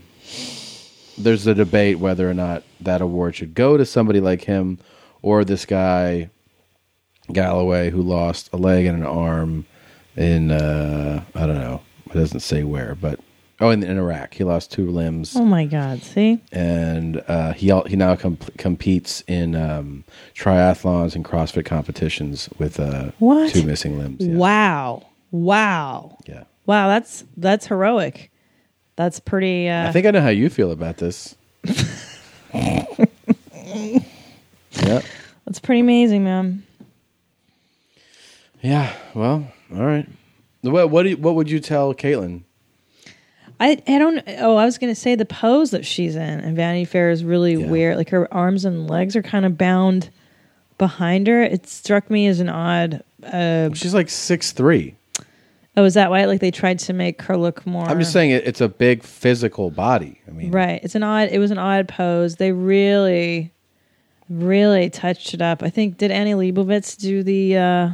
[SPEAKER 1] there's a debate whether or not that award should go to somebody like him or this guy Galloway who lost a leg and an arm in uh, I don't know. It doesn't say where, but Oh, in, in Iraq, he lost two limbs,
[SPEAKER 2] Oh my God! See,
[SPEAKER 1] and uh, he al- he now com- competes in um, triathlons and CrossFit competitions with uh,
[SPEAKER 2] What?
[SPEAKER 1] two missing limbs.
[SPEAKER 2] wow, wow,
[SPEAKER 1] Yeah.
[SPEAKER 2] wow. That's that's heroic. That's pretty. Uh,
[SPEAKER 1] I think I know how you feel about this. yeah.
[SPEAKER 2] that's pretty amazing, man.
[SPEAKER 1] Yeah. Well. All right. Well, what do you, what would you tell Caitlin?
[SPEAKER 2] I I don't. Oh, I was gonna say the pose that she's in and Vanity Fair is really weird. Like her arms and legs are kind of bound behind her. It struck me as an odd. Uh,
[SPEAKER 1] she's like six three.
[SPEAKER 2] Oh, is that why? Like they tried to make her look more.
[SPEAKER 1] I'm just saying it, it's a big physical body.
[SPEAKER 2] Right. It's an odd. It was an odd pose. They really, really touched it up. I think did Annie Leibovitz do the? uh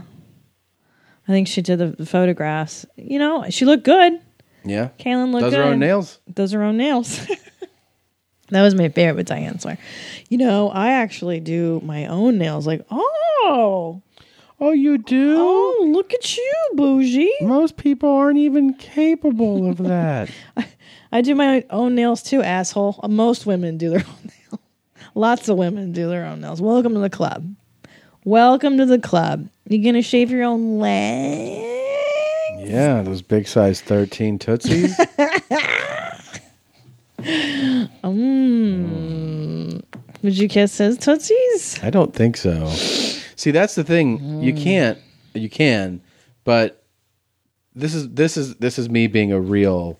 [SPEAKER 2] I think she did the, the photographs. You know, she looked good.
[SPEAKER 1] Yeah.
[SPEAKER 2] Kaylin looked
[SPEAKER 1] Does
[SPEAKER 2] good.
[SPEAKER 1] her own nails.
[SPEAKER 2] Does her own nails. that was my favorite with Diane Sawyer. You know, I actually do my own nails. Like, oh.
[SPEAKER 1] Oh, you do?
[SPEAKER 2] Oh, look at you, bougie.
[SPEAKER 1] Most people aren't even capable of that.
[SPEAKER 2] I do my own nails too, asshole. Uh, Most women do their own nails. Lots of women do their own nails. Welcome to the club. Welcome to the club. You gonna shave your own leg?
[SPEAKER 1] Yeah, those big size thirteen tootsies.
[SPEAKER 2] Mm. Would you kiss his tootsies?
[SPEAKER 1] I don't think so. See, that's the thing. You
[SPEAKER 2] Mm.
[SPEAKER 1] can't. You can, but this is this is this is me being a real.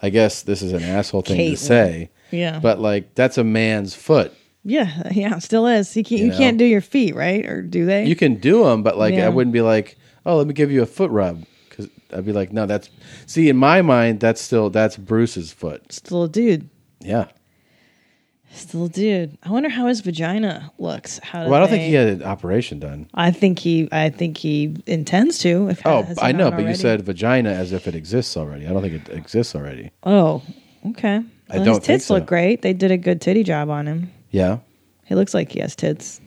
[SPEAKER 1] I guess this is an asshole thing to
[SPEAKER 2] Caitlin.
[SPEAKER 1] say.
[SPEAKER 2] Yeah.
[SPEAKER 1] But like, that's a man's foot.
[SPEAKER 2] Yeah, yeah, still is. You can't,
[SPEAKER 1] You
[SPEAKER 2] you,
[SPEAKER 1] know?
[SPEAKER 2] can't do your feet, right? Or do they?
[SPEAKER 1] You can do them, but like,
[SPEAKER 2] Yeah.
[SPEAKER 1] I wouldn't be like, oh, let me give you a foot rub. Because I'd be like, no, that's. See, in my mind, that's still that's Bruce's foot.
[SPEAKER 2] Still a dude.
[SPEAKER 1] Yeah.
[SPEAKER 2] Still a dude. I wonder how his vagina looks. How do
[SPEAKER 1] Well, I don't
[SPEAKER 2] they-
[SPEAKER 1] think he had an operation done.
[SPEAKER 2] I think he. I think he intends to. If
[SPEAKER 1] Oh,
[SPEAKER 2] has he
[SPEAKER 1] I know,
[SPEAKER 2] not
[SPEAKER 1] but you
[SPEAKER 2] already.
[SPEAKER 1] said vagina as if it exists already. I don't think it exists already.
[SPEAKER 2] Oh, okay.
[SPEAKER 1] I
[SPEAKER 2] Well,
[SPEAKER 1] don't
[SPEAKER 2] his
[SPEAKER 1] think
[SPEAKER 2] tits
[SPEAKER 1] so.
[SPEAKER 2] look great. They did a good titty job on him.
[SPEAKER 1] Yeah.
[SPEAKER 2] He looks like he has tits.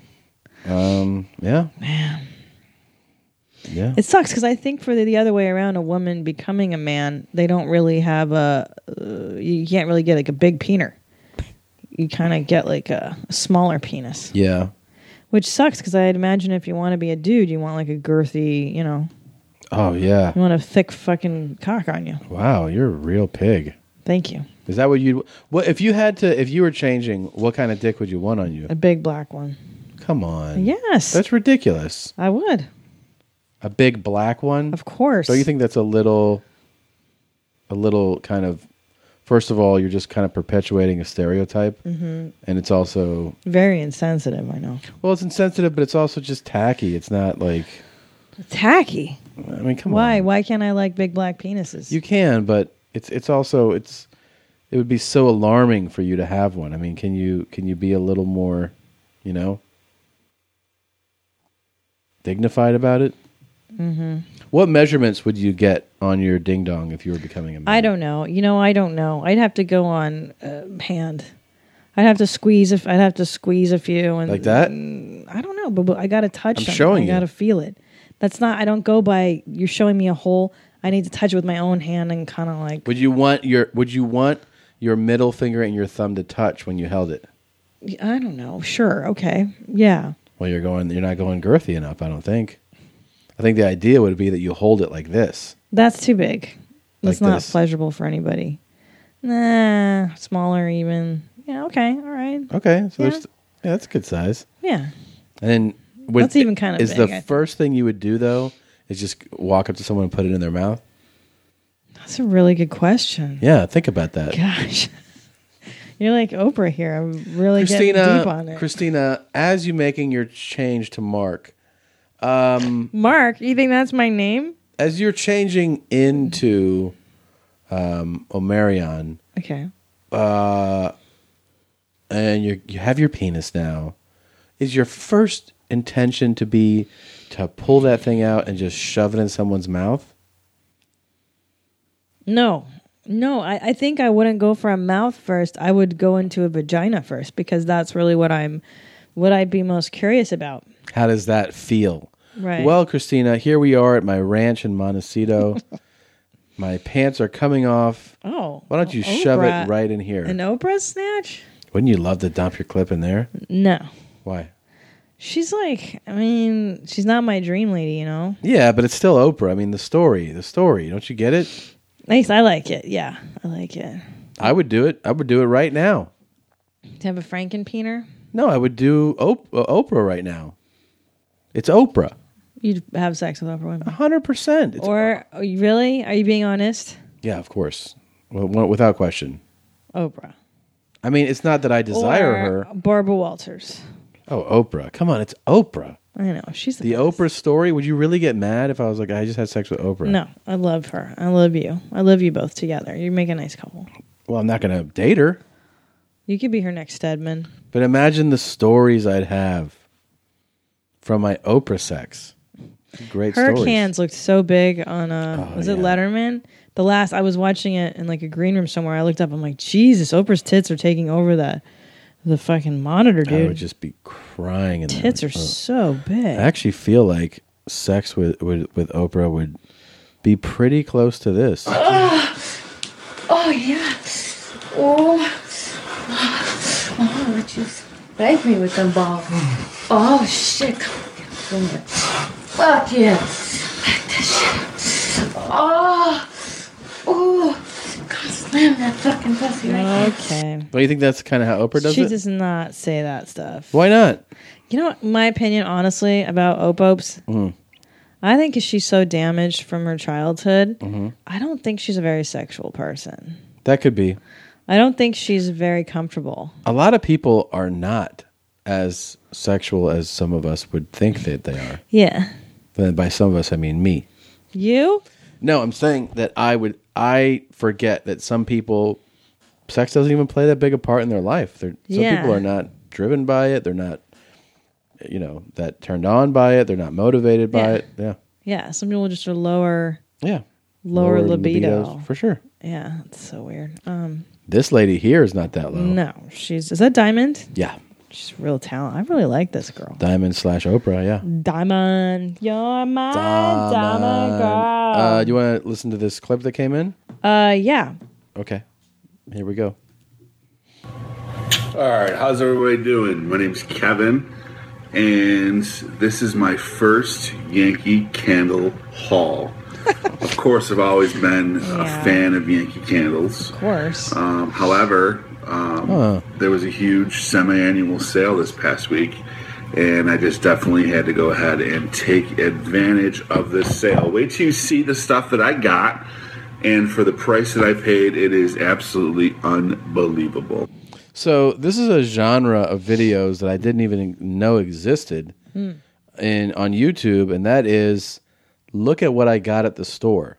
[SPEAKER 1] Um. Yeah. Yeah.
[SPEAKER 2] It sucks because I think for the, the other way around, a woman becoming a man, they don't really have a. Uh, you can't really get like a big peener. You kind of get like a, a smaller penis,
[SPEAKER 1] Yeah.
[SPEAKER 2] which sucks because I'd imagine if you want to be a dude, you want like a girthy, you know,
[SPEAKER 1] Oh yeah.
[SPEAKER 2] you want a thick fucking cock on you.
[SPEAKER 1] Wow, you're a real pig.
[SPEAKER 2] Thank you.
[SPEAKER 1] Is that what you? What if you had to? If you were changing, what kind of dick would you want on you?
[SPEAKER 2] A big black one.
[SPEAKER 1] Come on.
[SPEAKER 2] Yes.
[SPEAKER 1] That's ridiculous.
[SPEAKER 2] I would.
[SPEAKER 1] A big black one. Of
[SPEAKER 2] course.
[SPEAKER 1] So you think that's a little, a little kind of. First of all, you're just kind of perpetuating a stereotype,
[SPEAKER 2] Mhm.
[SPEAKER 1] and it's also
[SPEAKER 2] Very insensitive, I know.
[SPEAKER 1] well, it's insensitive, but it's also just tacky. It's not like
[SPEAKER 2] Tacky.
[SPEAKER 1] I mean, come on.
[SPEAKER 2] Why? Why can't I like big black penises?
[SPEAKER 1] You can, but it's it's also it's it would be so alarming for you to have one. I mean, can you can you be a little more, you know, dignified about it?
[SPEAKER 11] Mm-hmm.
[SPEAKER 2] hmm
[SPEAKER 1] What measurements would you get on your ding dong if you were becoming a man?
[SPEAKER 2] I don't know. You know, I don't know. I'd have to go on uh, hand. I'd have to squeeze. If I'd have to squeeze a few and
[SPEAKER 1] Like that?
[SPEAKER 2] I don't know, but, but I got to touch.
[SPEAKER 1] I'm
[SPEAKER 2] something.
[SPEAKER 1] showing
[SPEAKER 2] I
[SPEAKER 1] you.
[SPEAKER 2] got to feel it. That's not. I don't go by. You're showing me a hole. I need to touch it with my own hand and kind of like.
[SPEAKER 1] Would you want your would you want your middle finger and your thumb to touch when you held it?
[SPEAKER 2] I don't know. Sure. Okay. Yeah.
[SPEAKER 1] Well, you're going you're not going girthy enough, I don't think. I think the idea would be that you hold it like this.
[SPEAKER 2] That's too big. That's
[SPEAKER 1] Like
[SPEAKER 2] not
[SPEAKER 1] this.
[SPEAKER 2] pleasurable for anybody. Nah. Smaller even. Yeah. Okay. All right.
[SPEAKER 1] Okay, so
[SPEAKER 2] Yeah.
[SPEAKER 1] there's yeah, that's a good size.
[SPEAKER 2] Yeah.
[SPEAKER 1] And then with,
[SPEAKER 2] That's even kind of
[SPEAKER 1] is
[SPEAKER 2] big, I
[SPEAKER 1] the
[SPEAKER 2] think.
[SPEAKER 1] first thing you would do though is just walk up to someone and put it in their mouth.
[SPEAKER 2] That's a really good question.
[SPEAKER 1] Yeah, think about that,
[SPEAKER 2] Gosh. You're like Oprah here. I'm really getting deep on
[SPEAKER 1] Christina.
[SPEAKER 2] it.
[SPEAKER 1] Christina, as you making your change to Mark, um,
[SPEAKER 2] Mark, you think that's my name?
[SPEAKER 1] as you're changing into um, Omarion,
[SPEAKER 2] Okay.
[SPEAKER 1] uh, and you you have your penis now. Is your first intention to be to pull that thing out and just shove it in someone's mouth?
[SPEAKER 2] No. No, I, I think I wouldn't go for a mouth first. I would go into a vagina first because that's really what I'm what I'd be most curious about.
[SPEAKER 1] How does that feel?
[SPEAKER 2] Right.
[SPEAKER 1] Well, Christina, here we are at my ranch in Montecito. My pants are coming off.
[SPEAKER 2] Oh.
[SPEAKER 1] Why don't you shove
[SPEAKER 2] Oprah.
[SPEAKER 1] it right in here?
[SPEAKER 2] An Oprah snatch?
[SPEAKER 1] Wouldn't you love to dump your clip in there?
[SPEAKER 2] No.
[SPEAKER 1] Why?
[SPEAKER 2] She's like, I mean, she's not my dream lady, you know?
[SPEAKER 1] Yeah, but it's still Oprah. I mean, the story, the story. Don't you get it?
[SPEAKER 2] At least I like it. Yeah, I like it.
[SPEAKER 1] I would do it. I would do it right now.
[SPEAKER 2] To have a Frankenpeener,
[SPEAKER 1] No, I would do Op- uh, Oprah right now. It's Oprah.
[SPEAKER 2] you'd have sex with Oprah Winfrey.
[SPEAKER 1] 100%.
[SPEAKER 2] Or, are you really? Are you being honest?
[SPEAKER 1] Yeah, of course. Well, well, without question.
[SPEAKER 2] Oprah.
[SPEAKER 1] I mean, it's not that I desire
[SPEAKER 2] Or
[SPEAKER 1] her.
[SPEAKER 2] Barbara Walters.
[SPEAKER 1] Oh, Oprah. Come on, it's Oprah.
[SPEAKER 2] I know. She's the,
[SPEAKER 1] The Oprah story. Would you really get mad if I was like, I just had sex with Oprah?
[SPEAKER 2] No, I love her. I love you. I love you both together. You make a nice couple.
[SPEAKER 1] Well, I'm not going to date her.
[SPEAKER 2] You could be her next Stedman.
[SPEAKER 1] But imagine the stories I'd have from my Oprah sex. Great
[SPEAKER 2] her
[SPEAKER 1] stories.
[SPEAKER 2] cans looked so big on uh
[SPEAKER 1] Oh,
[SPEAKER 2] was it Letterman? The last I was watching it in like a green room somewhere. I looked up. I'm like, Jesus, Oprah's tits are taking over that the fucking monitor,
[SPEAKER 1] I
[SPEAKER 2] dude.
[SPEAKER 1] would just be crying. In that.
[SPEAKER 2] tits are
[SPEAKER 1] Oh.
[SPEAKER 2] so big.
[SPEAKER 1] I actually feel like sex with, with with Oprah would be pretty close to this.
[SPEAKER 11] Oh, oh yeah. Oh. Oh, would you spank me with them balls? Oh shit. Come here. Fuck yeah. Like this shit. Oh. Ooh. Come slam that fucking pussy right
[SPEAKER 2] Okay.
[SPEAKER 1] Don't you think that's kind of how Oprah does
[SPEAKER 2] she
[SPEAKER 1] it?
[SPEAKER 2] does not say that stuff.
[SPEAKER 1] Why not?
[SPEAKER 2] You know what my opinion honestly about Opopes?
[SPEAKER 1] Mm.
[SPEAKER 2] I think 'cause she's so damaged from her childhood,
[SPEAKER 1] hmm
[SPEAKER 2] I don't think she's a very sexual person.
[SPEAKER 1] That could be.
[SPEAKER 2] I don't think she's very comfortable.
[SPEAKER 1] A lot of people are not as sexual as some of us would think that they are.
[SPEAKER 2] Yeah.
[SPEAKER 1] But by some of us, I mean me.
[SPEAKER 2] You?
[SPEAKER 1] No, I'm saying that I would. I forget that some people, sex doesn't even play that big a part in their life. They're, some
[SPEAKER 2] Yeah.
[SPEAKER 1] people are not driven by it. They're not, you know, that turned on by it. They're not motivated by
[SPEAKER 2] Yeah.
[SPEAKER 1] it. Yeah,
[SPEAKER 2] Yeah. Some people just are lower.
[SPEAKER 1] Yeah.
[SPEAKER 2] Lower,
[SPEAKER 1] Lower
[SPEAKER 2] libido.
[SPEAKER 1] libidos, for sure.
[SPEAKER 2] Yeah, it's so weird. Um,
[SPEAKER 1] this lady here is not that low.
[SPEAKER 2] no, she's is that Diamond?
[SPEAKER 1] Yeah,
[SPEAKER 2] she's real talent. I really like this girl.
[SPEAKER 1] Diamond slash Oprah. Yeah.
[SPEAKER 2] Diamond, you're my diamond,
[SPEAKER 1] Uh, do
[SPEAKER 2] girl.
[SPEAKER 1] you want to listen to this clip that came in?
[SPEAKER 2] Uh, yeah.
[SPEAKER 1] Okay, here we go.
[SPEAKER 20] All right, how's everybody doing? My name's Kevin, and this is my first Yankee Candle haul. of course, I've always been
[SPEAKER 2] Yeah.
[SPEAKER 20] a fan of Yankee Candles.
[SPEAKER 2] Of course.
[SPEAKER 20] Um, however, um,
[SPEAKER 2] Huh.
[SPEAKER 20] there was a huge semi-annual sale this past week, and I just definitely had to go ahead and take advantage of this sale. Wait till you see the stuff that I got, and for the price that I paid, it is absolutely unbelievable.
[SPEAKER 1] So this is a genre of videos that I didn't even know existed
[SPEAKER 20] Hmm.
[SPEAKER 1] in on YouTube, and that is look at what I got at the store.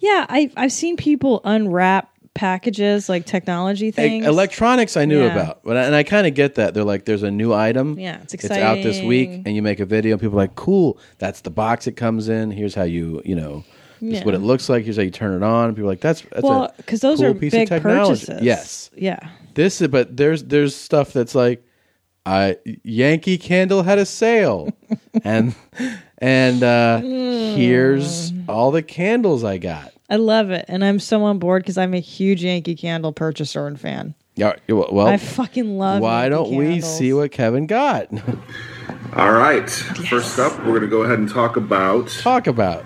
[SPEAKER 2] Yeah, I I've seen people unwrap packages like technology
[SPEAKER 1] E-
[SPEAKER 2] things.
[SPEAKER 1] electronics I knew
[SPEAKER 2] Yeah.
[SPEAKER 1] about, but I- and I kind of get that. They're like, there's a new item.
[SPEAKER 2] Yeah, it's
[SPEAKER 1] out this week,
[SPEAKER 2] exciting.
[SPEAKER 1] and you make a video. And people are like, cool. That's the box it comes in. Here's how you, you know, this is what
[SPEAKER 2] Yeah.
[SPEAKER 1] it looks like. Here's how you turn it on. And people are like, that's that's
[SPEAKER 2] well,
[SPEAKER 1] because
[SPEAKER 2] because those
[SPEAKER 1] cool
[SPEAKER 2] are
[SPEAKER 1] piece
[SPEAKER 2] big
[SPEAKER 1] of technology.
[SPEAKER 2] purchases.
[SPEAKER 1] Yes,
[SPEAKER 2] Yeah.
[SPEAKER 1] this is. But there's there's stuff that's like, I Yankee Candle had a sale, and and uh
[SPEAKER 2] Hmm.
[SPEAKER 1] here's all the candles I got.
[SPEAKER 2] I love it, and I'm so on board because I'm a huge Yankee Candle purchaser and fan.
[SPEAKER 1] Yeah, well,
[SPEAKER 2] I fucking love.
[SPEAKER 1] why
[SPEAKER 2] Yankee
[SPEAKER 1] don't we
[SPEAKER 2] Candles.
[SPEAKER 1] see what Kevin got?
[SPEAKER 20] All right. First up, we're going to go ahead and talk about
[SPEAKER 1] talk about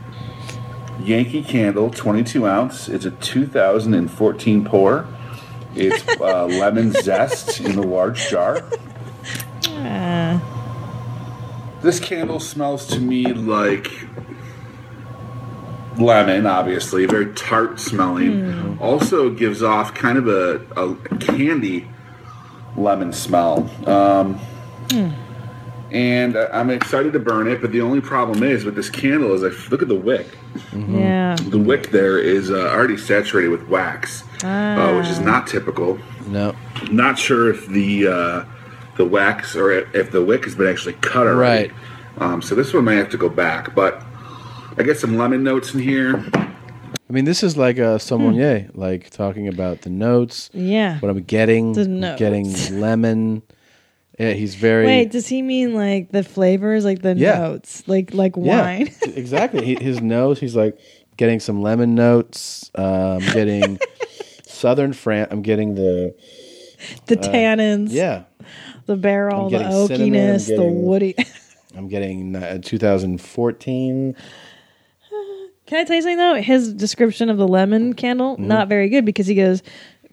[SPEAKER 20] Yankee Candle, 22 ounce. It's a 2014 pour. It's uh, lemon zest in a large jar.
[SPEAKER 1] Uh.
[SPEAKER 20] This candle smells to me like lemon, obviously, very tart smelling.
[SPEAKER 1] Hmm.
[SPEAKER 20] Also gives off kind of a, a candy lemon smell. Um, and I- I'm excited to burn it, but the only problem is with this candle is I look at the wick.
[SPEAKER 11] Mm-hmm.
[SPEAKER 2] Yeah.
[SPEAKER 20] The wick there is uh, already saturated with wax, uh, which is
[SPEAKER 11] Ah.
[SPEAKER 20] not typical.
[SPEAKER 1] No,
[SPEAKER 20] not sure if the uh, the wax or if the wick has been actually cut already. Right. Um, so this one might have to go back, but I get some lemon notes in here.
[SPEAKER 1] I mean, this is like a sommelier, like talking about the notes.
[SPEAKER 2] Hmm. Yeah.
[SPEAKER 1] What I'm getting.
[SPEAKER 2] The
[SPEAKER 1] I'm Getting
[SPEAKER 2] notes.
[SPEAKER 1] lemon. Yeah, he's very.
[SPEAKER 2] Wait, does he mean like the flavors, like the
[SPEAKER 1] Yeah.
[SPEAKER 2] notes, like like
[SPEAKER 1] yeah,
[SPEAKER 2] wine?
[SPEAKER 1] exactly. He, his nose, he's like, getting some lemon notes. Uh, I'm getting southern France. I'm getting the
[SPEAKER 2] The
[SPEAKER 1] uh,
[SPEAKER 2] tannins.
[SPEAKER 1] yeah,
[SPEAKER 2] The barrel,
[SPEAKER 1] I'm
[SPEAKER 2] the
[SPEAKER 1] getting cinnamon, I'm
[SPEAKER 2] oakiness, the
[SPEAKER 1] getting-
[SPEAKER 2] woody.
[SPEAKER 1] I'm getting uh, 2014.
[SPEAKER 2] Can I tell you something though? His description of the lemon candle
[SPEAKER 1] Mhm.
[SPEAKER 2] not very good because he goes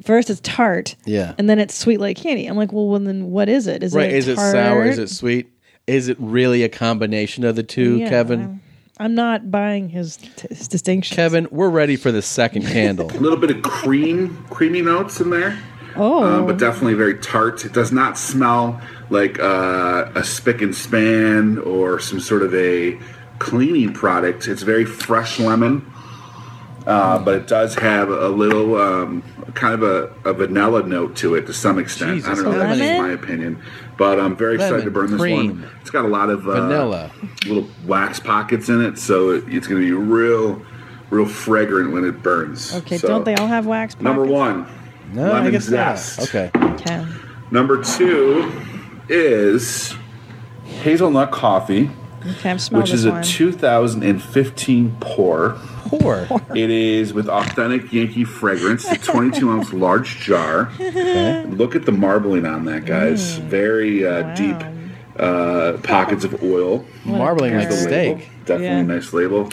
[SPEAKER 2] first it's tart,
[SPEAKER 1] Yeah.
[SPEAKER 2] and then it's sweet like candy. I'm like, well, well then what is it? Is
[SPEAKER 1] right.
[SPEAKER 2] it
[SPEAKER 1] Is it
[SPEAKER 2] tart?
[SPEAKER 1] sour? Is it sweet? Is it really a combination of the two,
[SPEAKER 2] Yeah,
[SPEAKER 1] Kevin?
[SPEAKER 2] I'm not buying his, t- his distinction.
[SPEAKER 1] Kevin, we're ready for the second candle.
[SPEAKER 20] A little bit of cream, creamy notes in there.
[SPEAKER 2] Oh,
[SPEAKER 20] Uh, but definitely very tart. It does not smell like uh, a spick and span or some sort of a cleaning product. It's very fresh lemon, uh, but it does have a little um, kind of a, a vanilla note to it to some extent. I
[SPEAKER 1] Jesus,
[SPEAKER 20] don't know. That's just
[SPEAKER 1] lemon?
[SPEAKER 20] my opinion. But I'm very excited to burn
[SPEAKER 1] Lemon,
[SPEAKER 20] this
[SPEAKER 1] cream.
[SPEAKER 20] one. It's got a lot of uh,
[SPEAKER 1] Vanilla.
[SPEAKER 20] little wax pockets in it, so it, it's going to be real, real fragrant when it burns.
[SPEAKER 2] Okay,
[SPEAKER 20] So-
[SPEAKER 2] don't they all have wax?
[SPEAKER 20] Number one,
[SPEAKER 1] No, I
[SPEAKER 20] lemon
[SPEAKER 1] guess not.
[SPEAKER 20] zest.
[SPEAKER 1] Okay.
[SPEAKER 2] Okay.
[SPEAKER 20] Number two is hazelnut coffee,
[SPEAKER 2] Okay, I'm smelling
[SPEAKER 20] which is
[SPEAKER 2] this
[SPEAKER 20] a
[SPEAKER 2] one.
[SPEAKER 20] 2015 pour.
[SPEAKER 1] Pour.
[SPEAKER 20] It is with authentic Yankee fragrance, a 22 ounce large jar.
[SPEAKER 2] Okay.
[SPEAKER 20] Look at the marbling on that,
[SPEAKER 1] Mm.
[SPEAKER 20] guys. Very uh, deep uh, pockets of oil.
[SPEAKER 1] What a Marbling like
[SPEAKER 20] Is the
[SPEAKER 1] steak.
[SPEAKER 20] label. Definitely a nice label.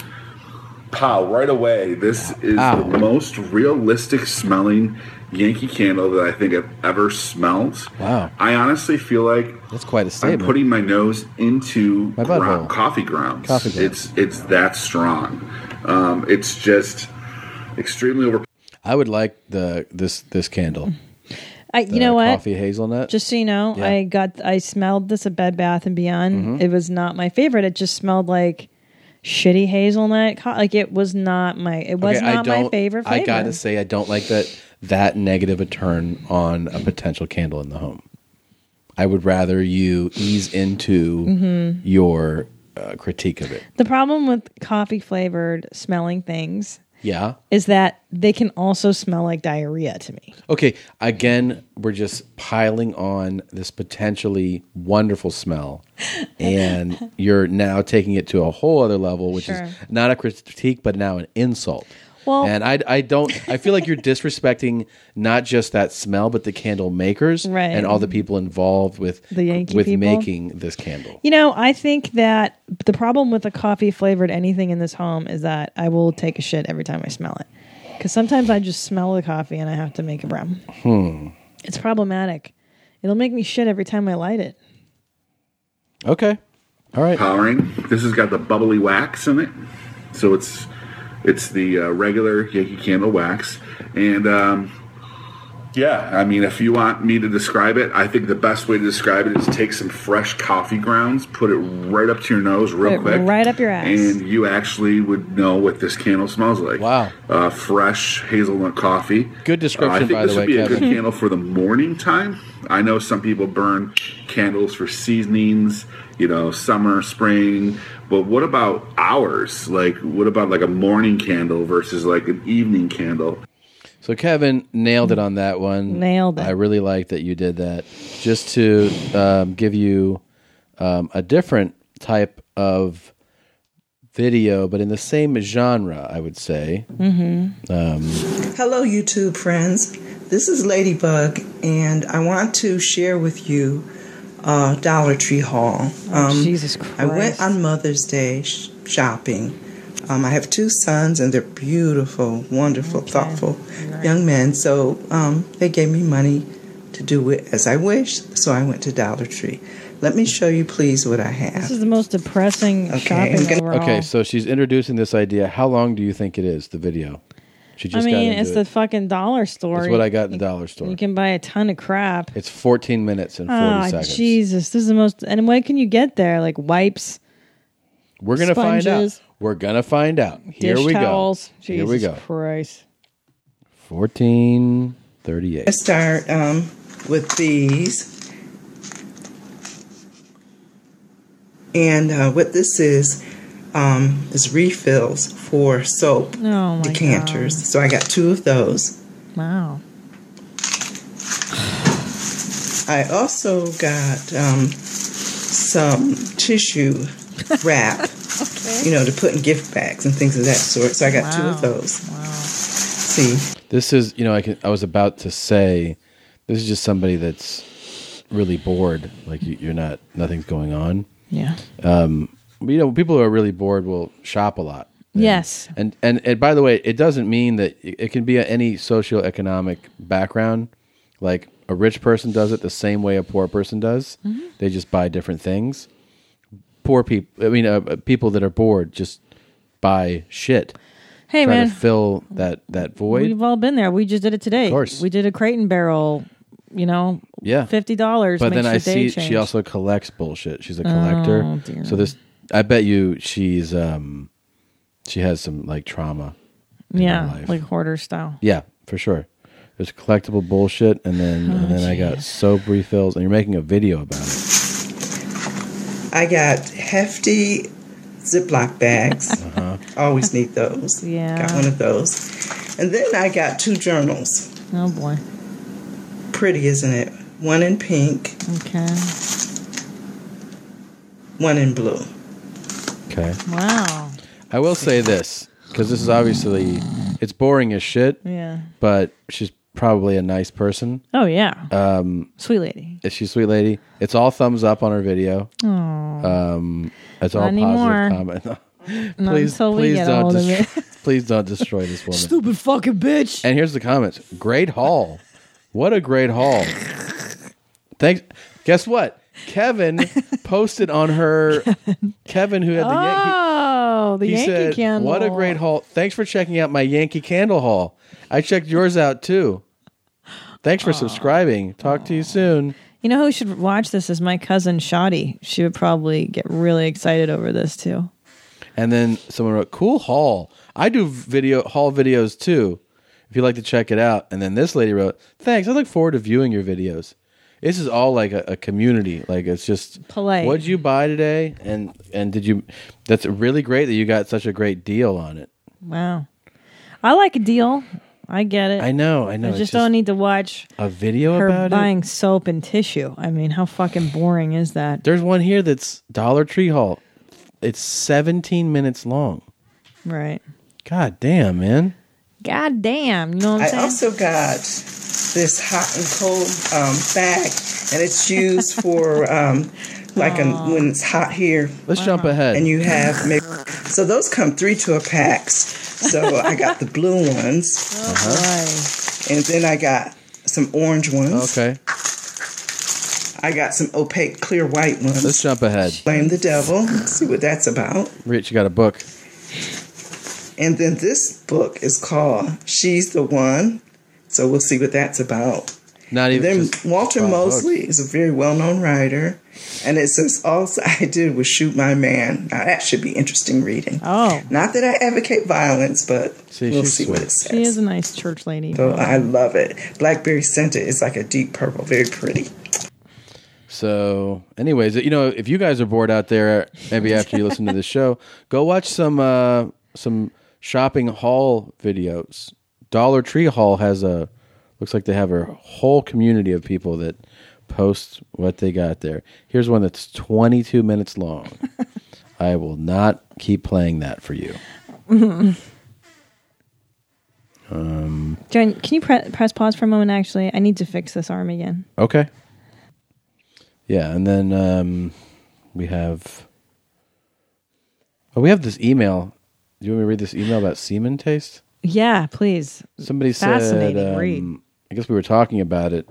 [SPEAKER 20] Pow, right away. This is
[SPEAKER 1] Ow.
[SPEAKER 20] the most realistic smelling Yankee candle that I think I've ever smelled.
[SPEAKER 1] Wow.
[SPEAKER 20] I honestly feel like
[SPEAKER 1] That's quite a
[SPEAKER 20] I'm
[SPEAKER 1] statement.
[SPEAKER 20] putting my nose into
[SPEAKER 1] My butthole.
[SPEAKER 20] gro- coffee grounds.
[SPEAKER 1] Coffee grounds.
[SPEAKER 20] It's it's that strong. Um, it's just extremely over.
[SPEAKER 1] I would like the this this candle.
[SPEAKER 2] I, you
[SPEAKER 1] The
[SPEAKER 20] uh,
[SPEAKER 2] know what?
[SPEAKER 1] Coffee hazelnut.
[SPEAKER 2] Just so you know,
[SPEAKER 1] Uh, Yeah.
[SPEAKER 2] I got I smelled this at Bed Bath and
[SPEAKER 1] Mhm.
[SPEAKER 2] Beyond. It was not my favorite. It just smelled like shitty hazelnut. co- Like it was not my it was
[SPEAKER 1] Okay, I
[SPEAKER 2] not my
[SPEAKER 1] don't-
[SPEAKER 2] favorite flavor.
[SPEAKER 1] I gotta say, I don't like that that negative a turn on a potential candle in the home. I would rather you ease into
[SPEAKER 2] Mhm.
[SPEAKER 1] your uh, critique of it.
[SPEAKER 2] the problem with coffee flavored smelling things
[SPEAKER 1] Yeah.
[SPEAKER 2] is that they can also smell like diarrhea to me.
[SPEAKER 1] Okay. Again, we're just piling on this potentially wonderful smell, and you're now taking it to a whole other level, which
[SPEAKER 2] Sure.
[SPEAKER 1] is not a critique, but now an insult.
[SPEAKER 2] Well-
[SPEAKER 1] and I, I don't. I feel like you're disrespecting not just that smell, but the candle makers
[SPEAKER 2] Right.
[SPEAKER 1] and all the people involved with
[SPEAKER 2] The Yankee
[SPEAKER 1] with
[SPEAKER 2] people?
[SPEAKER 1] making this candle.
[SPEAKER 2] You know, I think that the problem with a coffee flavored anything in this home is that I will take a shit every time I smell it. Because sometimes I just smell the coffee and I have to make a brown.
[SPEAKER 1] Hmm.
[SPEAKER 2] It's problematic. It'll make me shit every time I light it.
[SPEAKER 1] Okay. All right.
[SPEAKER 20] Powering. This has got the bubbly wax in it, so it's it's the uh, regular Yankee candle wax. And um, yeah, I mean, if you want me to describe it, I think the best way to describe it is take some fresh coffee grounds, put it right up to your nose, real
[SPEAKER 2] Put it
[SPEAKER 20] quick,
[SPEAKER 2] right up your ass.
[SPEAKER 20] and you actually would know what this candle smells like. Wow. Uh, fresh hazelnut coffee.
[SPEAKER 1] Good
[SPEAKER 20] Uh, I
[SPEAKER 1] description,
[SPEAKER 20] think
[SPEAKER 1] by
[SPEAKER 20] this
[SPEAKER 1] the way,
[SPEAKER 20] would be a
[SPEAKER 1] Kevin.
[SPEAKER 20] good candle for the morning time. I know some people burn candles for seasonings, you know, summer, spring. But what about hours? Like, what about like a morning candle versus like an evening candle?
[SPEAKER 1] So Kevin nailed it on that one.
[SPEAKER 2] Nailed it.
[SPEAKER 1] I really like that you did that. Just to um, give you um, a different type of video, but in the same genre, I would say.
[SPEAKER 21] Mm-hmm.
[SPEAKER 1] Um,
[SPEAKER 21] Hello, YouTube friends. This is Ladybug, and I want to share with you uh, Dollar Tree haul. Um,
[SPEAKER 2] Oh, Jesus
[SPEAKER 21] I
[SPEAKER 2] Christ.
[SPEAKER 21] went on Mother's Day sh- shopping. Um, I have two sons, and they're beautiful, wonderful, thoughtful young men. So um, they gave me money to do it as I wished. So I went to Dollar Tree. Let me show you, please, what I
[SPEAKER 2] This
[SPEAKER 21] have.
[SPEAKER 2] is the most depressing shopping overall.
[SPEAKER 1] okay, so she's introducing this idea. How long do you think it is? The video. She
[SPEAKER 2] I
[SPEAKER 1] just got
[SPEAKER 2] mean,
[SPEAKER 1] into
[SPEAKER 2] it's
[SPEAKER 1] it.
[SPEAKER 2] the fucking dollar store.
[SPEAKER 1] It's what I got in the dollar store.
[SPEAKER 2] You can buy a ton of crap.
[SPEAKER 1] It's 14 minutes and 40
[SPEAKER 2] Ah,
[SPEAKER 1] seconds.
[SPEAKER 2] Jesus, this is the most. And what can you get there? Like wipes.
[SPEAKER 1] We're gonna find out.
[SPEAKER 2] sponges.
[SPEAKER 1] We're gonna find out. Here
[SPEAKER 2] dish
[SPEAKER 1] we
[SPEAKER 2] towels.
[SPEAKER 1] go. Here we go.
[SPEAKER 2] Jesus Christ.
[SPEAKER 1] 14, 38.
[SPEAKER 21] Let's start um, with these. And uh, what this is um, is refills for soap
[SPEAKER 2] Oh my
[SPEAKER 21] decanters. So I got two of those.
[SPEAKER 2] Wow.
[SPEAKER 21] I also got um, some tissue wrap you know, to put in gift bags and things of that sort. So I got two of those. See,
[SPEAKER 1] This is, you know, I, can, I was about to say, this is just somebody that's really bored. Like you, you're not, nothing's going on.
[SPEAKER 2] Yeah.
[SPEAKER 1] Um, but, you know, people who are really bored will shop a lot.
[SPEAKER 2] Yes.
[SPEAKER 1] And, and and by the way, it doesn't mean that it it can be any socioeconomic background. Like a rich person does it the same way a poor person does.
[SPEAKER 2] Mhm.
[SPEAKER 1] They just buy different things. Poor people, I mean, uh, uh, people that are bored just buy shit.
[SPEAKER 2] Hey,
[SPEAKER 1] try
[SPEAKER 2] man.
[SPEAKER 1] to fill that that void.
[SPEAKER 2] We've all been there. We just did it today.
[SPEAKER 1] Of course.
[SPEAKER 2] We did a crate and barrel, you know,
[SPEAKER 1] Yeah.
[SPEAKER 2] fifty dollars.
[SPEAKER 1] But then
[SPEAKER 2] your
[SPEAKER 1] I
[SPEAKER 2] day
[SPEAKER 1] see
[SPEAKER 2] change.
[SPEAKER 1] she also collects bullshit. She's a collector.
[SPEAKER 2] Oh, dear.
[SPEAKER 1] So this, I bet you, she's um, she has some like trauma. in her
[SPEAKER 2] Yeah,
[SPEAKER 1] life.
[SPEAKER 2] like hoarder style.
[SPEAKER 1] Yeah, for sure. There's collectible bullshit, and then
[SPEAKER 2] Oh,
[SPEAKER 1] and then I got soap refills, and you're making a video about it.
[SPEAKER 21] I got hefty Ziploc bags. Always need those.
[SPEAKER 2] Yeah.
[SPEAKER 21] Got one of those. And then I got two journals.
[SPEAKER 2] Oh boy.
[SPEAKER 21] Pretty, isn't it? One in pink,
[SPEAKER 2] Okay.
[SPEAKER 21] one in blue.
[SPEAKER 1] Okay.
[SPEAKER 2] Wow.
[SPEAKER 1] I will say this because this is obviously it's boring as shit.
[SPEAKER 2] Yeah.
[SPEAKER 1] But she's probably a nice person.
[SPEAKER 2] Oh yeah.
[SPEAKER 1] Um,
[SPEAKER 2] Sweet lady.
[SPEAKER 1] Is she a sweet lady? It's all thumbs up on her video.
[SPEAKER 2] Aw.
[SPEAKER 1] Um, it's all
[SPEAKER 2] Not anymore.
[SPEAKER 1] positive comment.
[SPEAKER 2] Not
[SPEAKER 1] please,
[SPEAKER 2] until we
[SPEAKER 1] please
[SPEAKER 2] get a
[SPEAKER 1] don't
[SPEAKER 2] hold of
[SPEAKER 1] destroy, please don't destroy this woman.
[SPEAKER 2] Stupid fucking bitch.
[SPEAKER 1] And here's the comments. Great haul. What a great haul. Thanks. Guess what? Kevin posted on her. Kevin, who had the Yankee.
[SPEAKER 2] Oh, the
[SPEAKER 1] he
[SPEAKER 2] Yankee
[SPEAKER 1] said,
[SPEAKER 2] candle.
[SPEAKER 1] "What a great haul! Thanks for checking out my Yankee candle haul. I checked yours out too. Thanks for subscribing. Talk to you soon.
[SPEAKER 2] You know who should watch this is my cousin Shoddy. She would probably get really excited over this too.
[SPEAKER 1] And then someone wrote, "Cool haul. I do video haul videos too. If you'd like to check it out." And then this lady wrote, "Thanks. I look forward to viewing your videos. This is all like a, a community. Like it's just
[SPEAKER 2] Polite.
[SPEAKER 1] What'd you buy today? And and did you? That's really great that you got such a great deal on it.
[SPEAKER 2] Wow. I like a deal. I get it.
[SPEAKER 1] I know. I know.
[SPEAKER 2] I
[SPEAKER 1] It's
[SPEAKER 2] just, don't need to watch
[SPEAKER 1] a video
[SPEAKER 2] her
[SPEAKER 1] about it.
[SPEAKER 2] buying soap and tissue. I mean, how fucking boring is that?
[SPEAKER 1] There's one here that's Dollar Tree Haul. It's 17 minutes long.
[SPEAKER 2] Right.
[SPEAKER 1] God damn, man.
[SPEAKER 2] God damn. You know what I'm
[SPEAKER 21] I
[SPEAKER 2] saying?
[SPEAKER 21] also got this hot and cold um, bag, and it's used for um, like an, when it's hot here.
[SPEAKER 1] Let's jump ahead.
[SPEAKER 21] And you have maybe, so those come three to a packs. So I got the blue ones, and then I got some orange ones.
[SPEAKER 1] Okay.
[SPEAKER 21] I got some opaque clear white ones.
[SPEAKER 1] Let's jump ahead.
[SPEAKER 21] Blame the devil. Let's see what that's about.
[SPEAKER 1] Rich, you got a book.
[SPEAKER 21] And then this book is called She's the One. So we'll see what that's about.
[SPEAKER 1] Not
[SPEAKER 21] even. Then Walter oh, Mosley is a very well known writer. And it says, All I did was shoot my man. Now that should be interesting reading.
[SPEAKER 2] Oh.
[SPEAKER 21] Not that I advocate violence, but we'll
[SPEAKER 2] she's
[SPEAKER 21] see what
[SPEAKER 2] sweet.
[SPEAKER 21] it says.
[SPEAKER 2] She is a nice church lady.
[SPEAKER 21] So I love it. Blackberry scented is like a deep purple, very pretty.
[SPEAKER 1] So, anyways, you know, if you guys are bored out there, maybe after you listen to this show, go watch some uh, some shopping haul videos. Dollar Tree Haul has a looks like they have a whole community of people that post what they got there. Here's one that's 22 minutes long. I will not keep playing that for you.
[SPEAKER 2] Mhm.
[SPEAKER 1] Um,
[SPEAKER 2] Jen, can you pre- press pause for a moment? Actually, I need to fix this arm again.
[SPEAKER 1] Okay. Yeah, and then um, we have. Oh, we have this email. Do you want me to read this email about semen taste?
[SPEAKER 2] Yeah, please.
[SPEAKER 1] Somebody said.
[SPEAKER 2] Fascinating
[SPEAKER 1] um,
[SPEAKER 2] read.
[SPEAKER 1] I guess we were talking about it.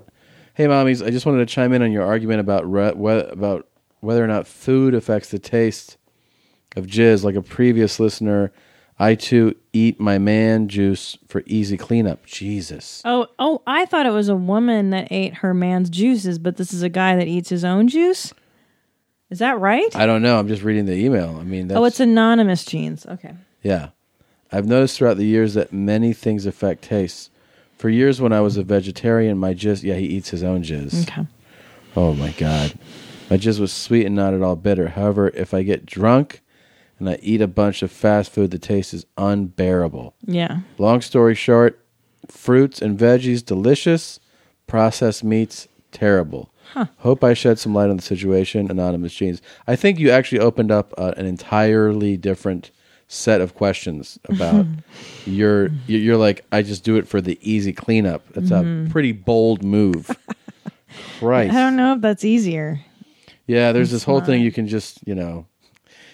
[SPEAKER 1] Hey, mommies, I just wanted to chime in on your argument about re- whe- about whether or not food affects the taste of jizz. Like a previous listener, I too eat my man juice for easy cleanup. Jesus.
[SPEAKER 2] Oh, oh! I thought it was a woman that ate her man's juices, but this is a guy that eats his own juice. Is that right?
[SPEAKER 1] I don't know. I'm just reading the email. I mean, that's,
[SPEAKER 2] oh, it's anonymous genes. Okay.
[SPEAKER 1] Yeah. I've noticed throughout the years that many things affect tastes. For years, when I was a vegetarian, my jizz, yeah, he eats his own jizz.
[SPEAKER 2] Okay.
[SPEAKER 1] Oh my God. My jizz was sweet and not at all bitter. However, if I get drunk and I eat a bunch of fast food, the taste is unbearable.
[SPEAKER 2] Yeah.
[SPEAKER 1] Long story short, fruits and veggies, delicious. Processed meats, terrible.
[SPEAKER 15] Hope I shed some light on the situation. Anonymous Jeans. I think you actually opened up uh, an entirely different set of questions about your. You're like, I just do it for the easy cleanup. That's
[SPEAKER 2] Mhm.
[SPEAKER 15] a pretty bold move. Right.
[SPEAKER 2] I don't know if that's easier.
[SPEAKER 15] Yeah, there's this
[SPEAKER 2] It's
[SPEAKER 15] whole
[SPEAKER 2] not.
[SPEAKER 15] thing you can just, you know,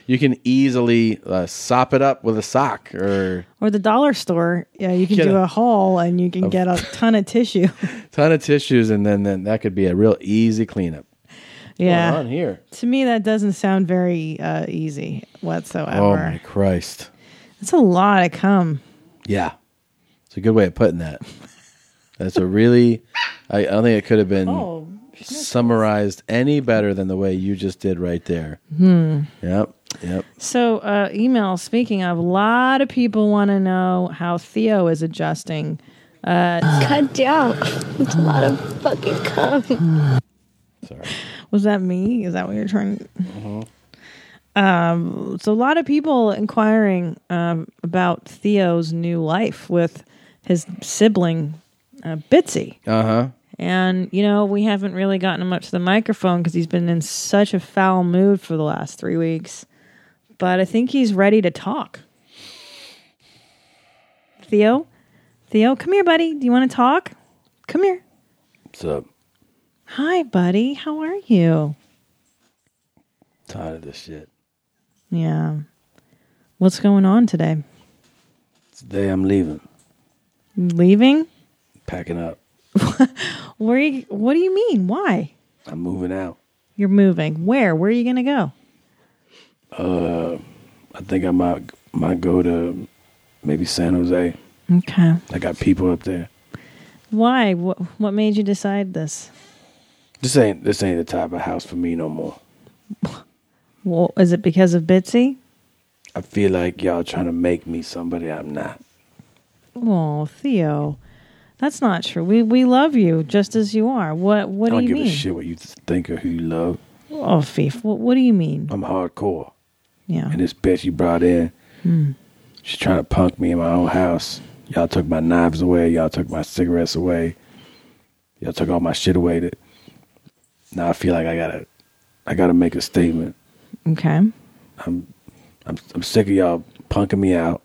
[SPEAKER 15] you can easily uh, sop it up with a sock or
[SPEAKER 2] Or the dollar store. Yeah, you can
[SPEAKER 15] Get
[SPEAKER 2] do
[SPEAKER 15] a-
[SPEAKER 2] a haul and you can
[SPEAKER 15] a-
[SPEAKER 2] get a ton of tissue.
[SPEAKER 15] ton of tissues, and then, then that could be a real easy cleanup.
[SPEAKER 2] yeah.
[SPEAKER 15] on here?
[SPEAKER 2] To me, that doesn't sound very uh, easy
[SPEAKER 15] Oh
[SPEAKER 2] whatsoever.
[SPEAKER 15] my Christ!
[SPEAKER 2] That's a lot of cum.
[SPEAKER 15] Yeah, it's a good way of putting that. That's a really, I, I don't think it could have been
[SPEAKER 2] Oh,
[SPEAKER 15] summarized any better than the way you just did right there.
[SPEAKER 2] Hmm.
[SPEAKER 15] Yep, yep.
[SPEAKER 2] So, uh, email. Speaking of, a lot of people want to know how Theo is adjusting. Uh, Cut down. It's a lot of fucking cum.
[SPEAKER 15] Sorry.
[SPEAKER 2] Was that me? Is that what you're trying? Um, so a lot of people inquiring um, about Theo's new life with his sibling uh, Bitsy.
[SPEAKER 15] Uh huh.
[SPEAKER 2] And, you know, we haven't really gotten him up to the microphone because he's been in such a foul mood for the last three weeks. But I think he's ready to talk. Theo? Theo, come here, buddy. Do you want to talk? Come here.
[SPEAKER 15] So
[SPEAKER 2] Hi, buddy. How are you?
[SPEAKER 15] tired of this shit.
[SPEAKER 2] Yeah. What's going on today?
[SPEAKER 15] Today I'm leaving,
[SPEAKER 2] Leaving?
[SPEAKER 15] packing up.
[SPEAKER 2] Where you, what do you mean? Why?
[SPEAKER 15] I'm moving out.
[SPEAKER 2] You're moving. Where? Where are you going to go?
[SPEAKER 15] Uh, I think I might might go to maybe San Jose.
[SPEAKER 2] Okay.
[SPEAKER 15] I got people up there.
[SPEAKER 2] Why? What, what made you decide this?
[SPEAKER 15] This ain't this ain't the type of house for me no more.
[SPEAKER 2] Well, is it because of Bitsy?
[SPEAKER 15] I feel like y'all trying to make me somebody I'm not.
[SPEAKER 2] Oh, Theo, that's not true. We we love you just as you are. What
[SPEAKER 15] I
[SPEAKER 2] what do
[SPEAKER 15] don't
[SPEAKER 2] you
[SPEAKER 15] give
[SPEAKER 2] mean?
[SPEAKER 15] a shit what you th- think or who you love.
[SPEAKER 2] Oh, Fief, what what do you mean?
[SPEAKER 15] I'm hardcore.
[SPEAKER 2] Yeah.
[SPEAKER 15] And this bitch you brought in,
[SPEAKER 2] Hmm.
[SPEAKER 15] she's trying to punk me in my own house. Y'all took my knives away. Y'all took my cigarettes away. Y'all took all my shit away. That now I feel like I gotta, I gotta make a statement.
[SPEAKER 2] Okay.
[SPEAKER 15] I'm, I'm, I'm sick of y'all punking me out.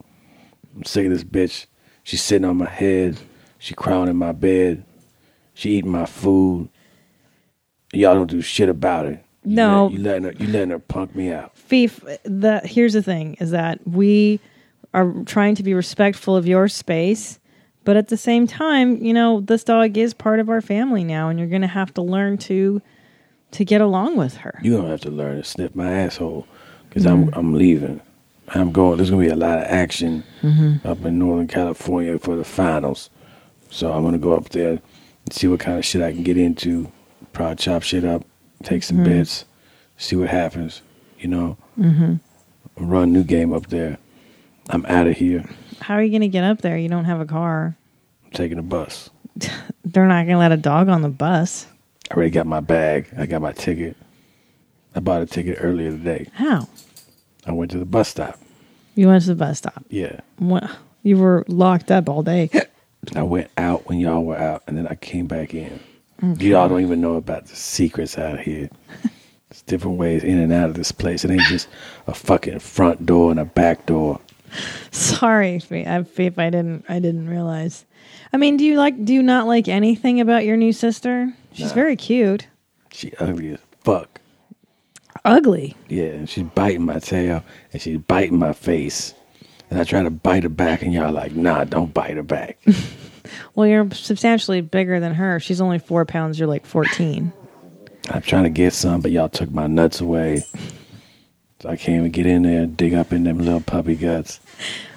[SPEAKER 15] I'm sick of this bitch. She's sitting on my head. She crying in my bed. She eating my food. Y'all don't do shit about it. You
[SPEAKER 2] No.
[SPEAKER 15] let- you letting her, you letting her punk me out.
[SPEAKER 2] Fief, the here's the thing is that we are trying to be respectful of your space, but at the same time, you know, this dog is part of our family now and you're going to have to learn to to get along with her.
[SPEAKER 15] You gonna have to learn to sniff my asshole, cause I'm I'm leaving. I'm going. There's gonna be a lot of action
[SPEAKER 2] Mhm.
[SPEAKER 15] up in Northern California for the finals, so I'm gonna go up there and see what kind of shit I can get into. Probably chop shit up, take some
[SPEAKER 2] Mhm.
[SPEAKER 15] bets, see what happens. You know,
[SPEAKER 2] Mhm.
[SPEAKER 15] run new game up there. I'm out of here.
[SPEAKER 2] How are you going to get up there? You don't have a car.
[SPEAKER 15] I'm taking a bus.
[SPEAKER 2] They're not going to let a dog on the bus.
[SPEAKER 15] I already got my bag. I got my ticket. I bought a ticket earlier today.
[SPEAKER 2] How?
[SPEAKER 15] I went to the bus stop.
[SPEAKER 2] You went to the bus stop.
[SPEAKER 15] Yeah.
[SPEAKER 2] What? You were locked up all day.
[SPEAKER 15] I went out when y'all were out, and then I came back in.
[SPEAKER 2] Okay.
[SPEAKER 15] Y'all don't even know about the secrets out here. It's different ways in and out of this place. It ain't just a fucking front door and a back door.
[SPEAKER 2] Sorry, if I if I didn't I didn't realize. I mean, do you like do you not like anything about your new sister? She's
[SPEAKER 15] No.
[SPEAKER 2] very cute.
[SPEAKER 15] She ugly as fuck.
[SPEAKER 2] Ugly.
[SPEAKER 15] Yeah, and she's biting my tail and she's biting my face. And I try to bite her back, and y'all like, nah, don't bite her back.
[SPEAKER 2] Well, you're substantially bigger than her. She's only four pounds. You're like fourteen.
[SPEAKER 15] I'm trying to get some, but y'all took my nuts away. So I can't even get in there and dig up in them little puppy guts.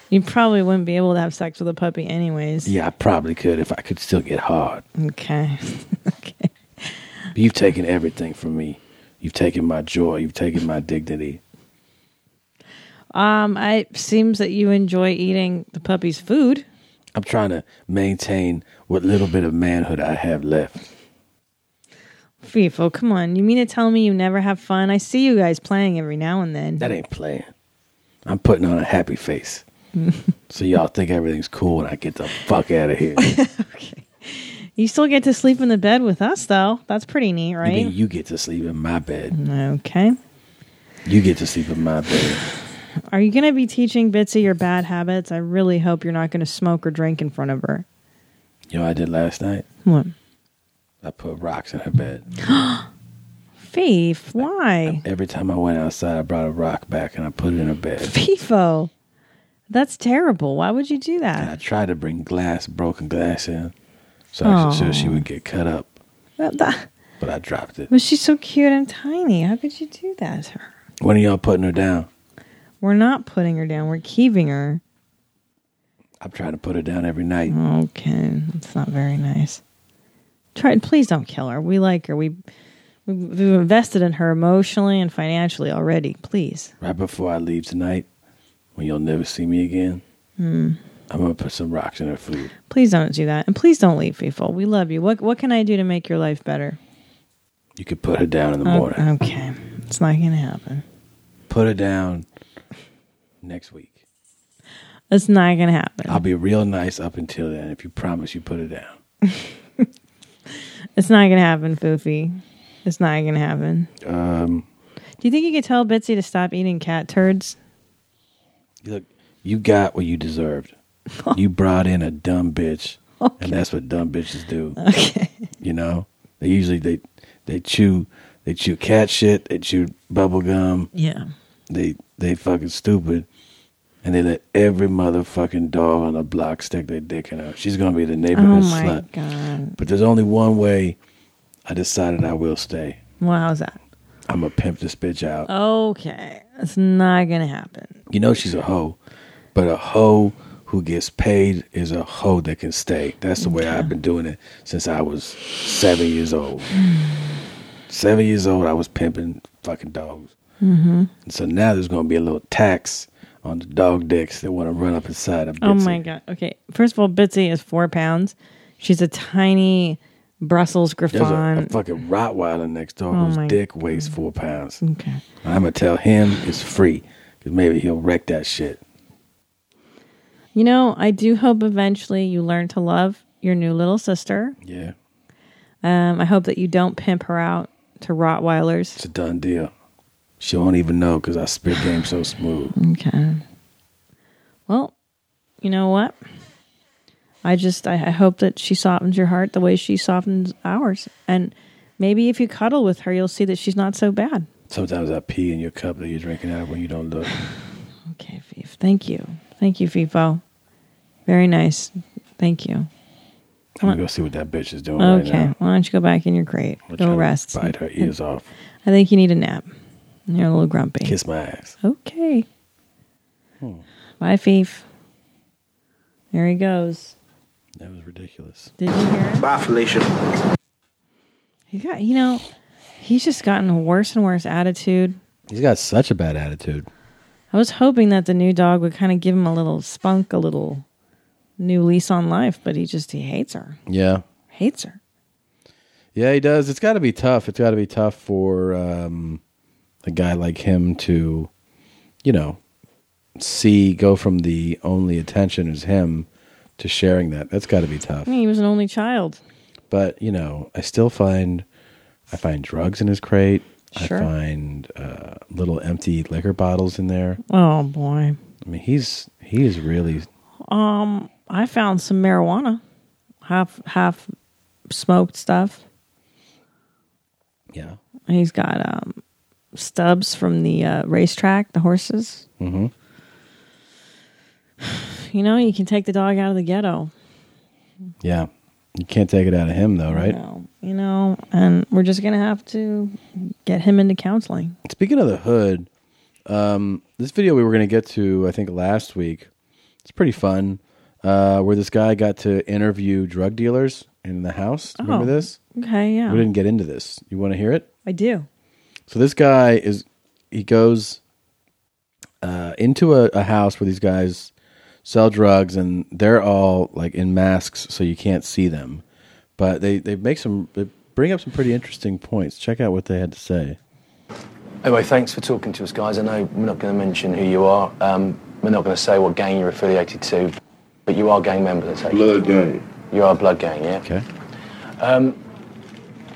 [SPEAKER 2] You probably wouldn't be able to have sex with a puppy, anyways.
[SPEAKER 15] Yeah, I probably could if I could still get hard.
[SPEAKER 2] Okay.
[SPEAKER 15] You've taken everything from me. You've taken my joy. You've taken my dignity.
[SPEAKER 2] Um, I seems that you enjoy eating the puppy's food.
[SPEAKER 15] I'm trying to maintain what little bit of manhood I have left.
[SPEAKER 2] Fifo, come on. You mean to tell me you never have fun? I see you guys playing every now and then.
[SPEAKER 15] That ain't playing. I'm putting on a happy face. so y'all think everything's cool when I get the fuck out of here.
[SPEAKER 2] You still get to sleep in the bed with us, though. That's pretty neat,
[SPEAKER 15] Maybe
[SPEAKER 2] right?
[SPEAKER 15] you get to sleep in my bed.
[SPEAKER 2] Okay.
[SPEAKER 15] You get to sleep in my bed.
[SPEAKER 2] Are you going to be teaching Bitsy your bad habits? I really hope you're not going to smoke or drink in front of her.
[SPEAKER 15] You know what I did last night?
[SPEAKER 2] What?
[SPEAKER 15] I put rocks in her bed.
[SPEAKER 2] Faith, why?
[SPEAKER 15] Every time I went outside, I brought a rock back and I put it in her bed.
[SPEAKER 2] FIFO. That's terrible. Why would you do
[SPEAKER 15] And I
[SPEAKER 2] that?
[SPEAKER 15] tried to bring glass, broken glass in, so I could, so
[SPEAKER 2] Aw.
[SPEAKER 15] she would get cut up.
[SPEAKER 2] That- that-
[SPEAKER 15] But I dropped it.
[SPEAKER 2] But she's so cute and tiny. How could you do that to her?
[SPEAKER 15] When are y'all putting her down?
[SPEAKER 2] We're not putting her down. We're keeping her.
[SPEAKER 15] I'm trying to put her down every night.
[SPEAKER 2] Okay, that's not very nice. Try, please don't kill her. We like her. We we've we've invested in her emotionally and financially already. Please.
[SPEAKER 15] Right before I leave tonight, when you'll never see me again,
[SPEAKER 2] Hmm.
[SPEAKER 15] I'm gonna put some rocks in her food.
[SPEAKER 2] Please don't do that, and please don't leave people. We love you. What what can I do to make your life better?
[SPEAKER 15] You could put her down in the
[SPEAKER 2] O-
[SPEAKER 15] morning.
[SPEAKER 2] Okay, it's not gonna happen.
[SPEAKER 15] Put her down next week.
[SPEAKER 2] It's not gonna happen.
[SPEAKER 15] I'll be real nice up until then if you promise you put her down.
[SPEAKER 2] It's not gonna happen, Foofy. It's not gonna happen.
[SPEAKER 15] Um,
[SPEAKER 2] Do you think you could tell Bitsy to stop eating cat turds?
[SPEAKER 15] look, you got what you deserved. you brought in a dumb bitch, and that's what dumb bitches do.
[SPEAKER 2] Okay.
[SPEAKER 15] You know, they usually they they chew they chew cat shit, they chew bubble gum.
[SPEAKER 2] Yeah.
[SPEAKER 15] They they fucking stupid, and they let every motherfucking dog on the block stick their dick in her. She's gonna be the
[SPEAKER 2] Oh
[SPEAKER 15] neighborhood
[SPEAKER 2] my
[SPEAKER 15] slut.
[SPEAKER 2] god!
[SPEAKER 15] But there's only one way. I decided I will stay.
[SPEAKER 2] Well, how's that?
[SPEAKER 15] I'm gonna pimp this bitch out.
[SPEAKER 2] Okay, it's not gonna happen.
[SPEAKER 15] You know she's a hoe, but a hoe who gets paid is a hoe that can stay. That's the way I've been doing it since I was seven years old. seven years old, I was pimping fucking dogs.
[SPEAKER 2] Mm-hmm.
[SPEAKER 15] And so now there's gonna be a little tax on the dog dicks that want to run up inside a
[SPEAKER 2] Oh
[SPEAKER 15] Bitsy.
[SPEAKER 2] my god. Okay. First of all, Bitsy is four pounds. She's a tiny Brussels
[SPEAKER 15] There's a,
[SPEAKER 2] Griffon.
[SPEAKER 15] a fucking Rottweiler next door
[SPEAKER 2] Oh my
[SPEAKER 15] whose dick weighs four pounds.
[SPEAKER 2] Okay.
[SPEAKER 15] I'm gonna tell him it's free because maybe he'll wreck that shit.
[SPEAKER 2] you know, I do hope eventually you learn to love your new little sister.
[SPEAKER 15] Yeah,
[SPEAKER 2] Um, I hope that you don't pimp her out to Rottweilers.
[SPEAKER 15] it's a done deal. She won't even know because I spit game so smooth.
[SPEAKER 2] Okay. Well, you know what? I just I, I hope that she softens your heart the way she softens ours. And maybe if you cuddle with her, you'll see that she's not so bad.
[SPEAKER 15] Sometimes I pee in your cup that you're drinking out of when you don't look.
[SPEAKER 2] Okay, Fief. Thank you. Thank you, Fifo. Very nice. Thank you.
[SPEAKER 15] I'm gonna go see what that bitch is doing
[SPEAKER 2] Okay.
[SPEAKER 15] right now.
[SPEAKER 2] Why don't you go back in your crate?
[SPEAKER 15] I'll try
[SPEAKER 2] go
[SPEAKER 15] to
[SPEAKER 2] rest.
[SPEAKER 15] Bite her ears off.
[SPEAKER 2] I think you need a nap. You're a little grumpy.
[SPEAKER 15] Kiss my ass.
[SPEAKER 2] Okay.
[SPEAKER 15] Hmm.
[SPEAKER 2] Bye, Fief. There he goes.
[SPEAKER 15] That was ridiculous.
[SPEAKER 2] Did you hear it?
[SPEAKER 22] Bye, Felicia.
[SPEAKER 2] He got, you know, he's just gotten a worse and worse attitude.
[SPEAKER 15] He's got such a bad attitude.
[SPEAKER 2] I was hoping that the new dog would kind of give him a little spunk, a little new lease on life, but he just, he hates her.
[SPEAKER 15] Yeah.
[SPEAKER 2] Hates her.
[SPEAKER 15] Yeah, he does. It's got to be tough. It's got to be tough for um, a guy like him to, you know, see go from the only attention is him to sharing that. That's got to be
[SPEAKER 2] I
[SPEAKER 15] tough.
[SPEAKER 2] mean, he was an only child.
[SPEAKER 15] But you know, I still find I find drugs in his crate.
[SPEAKER 2] Sure.
[SPEAKER 15] I find uh, little empty liquor bottles in there.
[SPEAKER 2] Oh, boy.
[SPEAKER 15] I mean, he's he is really
[SPEAKER 2] Um, I found some marijuana, half half smoked stuff.
[SPEAKER 15] Yeah.
[SPEAKER 2] He's got um stubs from the uh, racetrack, the horses.
[SPEAKER 15] Mhm.
[SPEAKER 2] You know, you can take the dog out of the ghetto.
[SPEAKER 15] yeah. You can't take it out of him though, right?
[SPEAKER 2] You know, and we're just gonna have to get him into counseling.
[SPEAKER 15] Speaking of the hood, um, this video we were going to get to, I think, last week. It's pretty fun, uh, where this guy got to interview drug dealers in the house. Remember
[SPEAKER 2] Oh,
[SPEAKER 15] this?
[SPEAKER 2] okay, yeah.
[SPEAKER 15] We didn't get into this. You want to hear it?
[SPEAKER 2] I do.
[SPEAKER 15] So this guy is he goes uh, into a, a house where these guys sell drugs, and they're all like in masks, so you can't see them. But they they make some they bring up some pretty interesting points. Check out what they had to say.
[SPEAKER 6] Anyway, thanks for talking to us, guys. I know we're not going to mention who you are. Um, we're not going to say what gang you're affiliated to, but you are gang members. I take it?
[SPEAKER 23] Blood gang.
[SPEAKER 6] You are a blood gang, yeah. Okay. Um,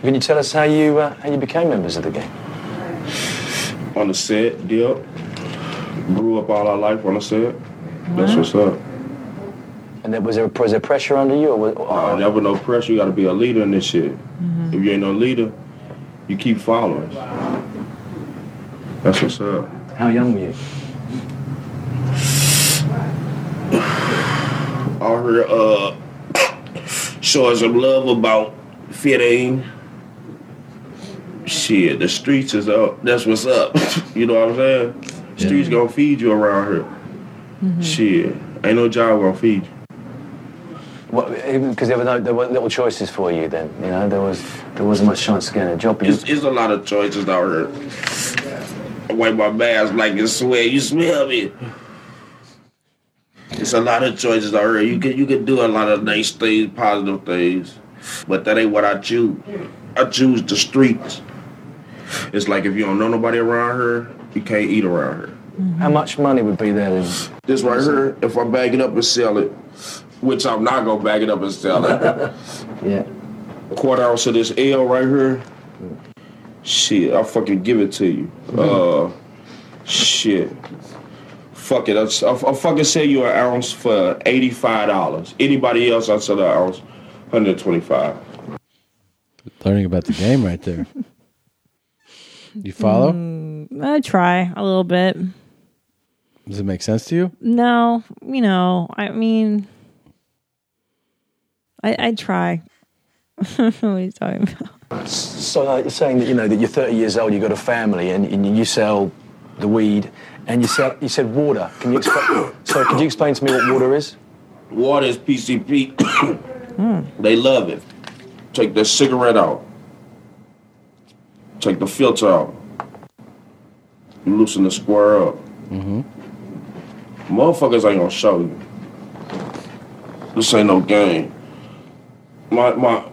[SPEAKER 6] can you tell us how you uh, how you became members of the gang?
[SPEAKER 7] On the set, deal. Grew up all our life on the set. That's what's up.
[SPEAKER 6] And there, was there was there pressure under you? Or was, or, Mm-hmm.
[SPEAKER 7] Uh, never no pressure. You got to be a leader in this shit. If you ain't no leader, you keep following. That's what's up.
[SPEAKER 6] How young were you?
[SPEAKER 7] I heard uh, showing some love about 15. Shit, the streets is up. That's what's up. you know what I'm saying? Streets gonna feed you around here.
[SPEAKER 6] Hmm.
[SPEAKER 1] Mm-hmm.
[SPEAKER 7] Shit, ain't no job gonna feed you.
[SPEAKER 6] Because eh, there were no, there were little choices for you then. You know, there was there wasn't much chance of getting a job.
[SPEAKER 7] It's, it's a lot of choices out here. I wipe my mask like it's sweat. You smell me. It's a lot of choices out here. You can you can do a lot of nice things, positive things, but that ain't what I choose. I choose the streets. It's like if you don't know nobody around here, you can't eat around here.
[SPEAKER 6] How much money would be there? Then?
[SPEAKER 7] This right here, if I bag it up and sell it, which I'm not gonna bag it up and sell it.
[SPEAKER 6] yeah.
[SPEAKER 7] Quarter ounce of this L right here. Shit, I'll fucking give it to you. Uh, shit. Fuck it. I'll, I'll, I'll fucking sell you an ounce for $85. Anybody else, I'll sell an ounce, 125
[SPEAKER 1] Learning about the game right there. You follow?
[SPEAKER 2] Mm, I try a little bit.
[SPEAKER 1] Does it make sense to you?
[SPEAKER 2] No, you know, I mean, I I try. what are you talking about?
[SPEAKER 6] So like you're saying that you know that you're 30 years old, you've got a family, and, and you sell the weed, and you sell you said water. Can you explain? so could you explain to me what water is?
[SPEAKER 7] Water is PCP.
[SPEAKER 2] Hmm.
[SPEAKER 7] They love it. Take the cigarette out. Take the filter out. You loosen the square up.
[SPEAKER 1] Mm-hmm.
[SPEAKER 7] Motherfuckers ain't gonna show you. This ain't no game. My my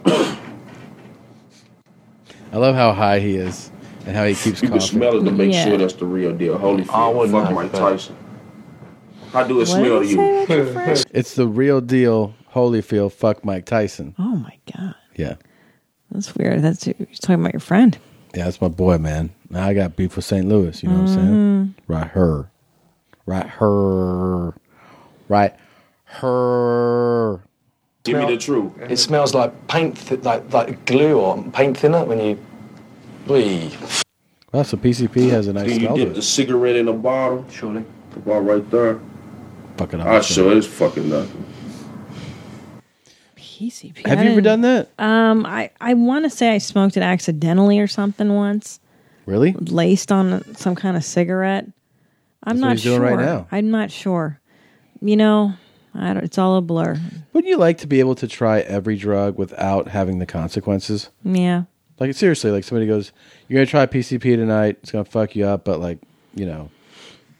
[SPEAKER 1] I love how high he is and how he keeps
[SPEAKER 7] You can
[SPEAKER 1] coughing.
[SPEAKER 7] smell it to make sure that's the real deal. Holy fuck, fuck Mike Tyson. How do it smell to you?
[SPEAKER 1] It's the real deal. Holyfield, fuck Mike Tyson.
[SPEAKER 2] Oh my god,
[SPEAKER 1] Yeah,
[SPEAKER 2] that's weird. That's you're talking about your friend.
[SPEAKER 1] yeah, that's my boy, man. Now I got beef with St. Louis. You know what I'm saying?
[SPEAKER 2] Mm-hmm.
[SPEAKER 1] Right her, right her, right her.
[SPEAKER 7] Give me the truth.
[SPEAKER 6] It smells like paint, th- like like glue or paint thinner when you. Wee.
[SPEAKER 1] Well, so PCP has a nice
[SPEAKER 7] Then you
[SPEAKER 1] smell to
[SPEAKER 7] dip
[SPEAKER 1] it.
[SPEAKER 7] the cigarette in the bottle.
[SPEAKER 6] Surely.
[SPEAKER 7] The bottle right there.
[SPEAKER 1] Fucking
[SPEAKER 7] I sure it's fucking nothing.
[SPEAKER 2] PCP.
[SPEAKER 1] Have
[SPEAKER 2] I
[SPEAKER 1] you ever done
[SPEAKER 2] didn't-
[SPEAKER 1] that?
[SPEAKER 2] Um, I I want to say I smoked it accidentally or something once,
[SPEAKER 1] Really?
[SPEAKER 2] laced on some kind of cigarette. I'm
[SPEAKER 1] That's what
[SPEAKER 2] not
[SPEAKER 1] he's
[SPEAKER 2] sure.
[SPEAKER 1] doing right now.
[SPEAKER 2] I'm not sure. You know, I don't, it's all a blur.
[SPEAKER 1] Would you like to be able to try every drug without having the consequences?
[SPEAKER 2] Yeah.
[SPEAKER 1] Like seriously, like somebody goes, "You're gonna try PCP tonight. It's gonna fuck you up, but like, you know,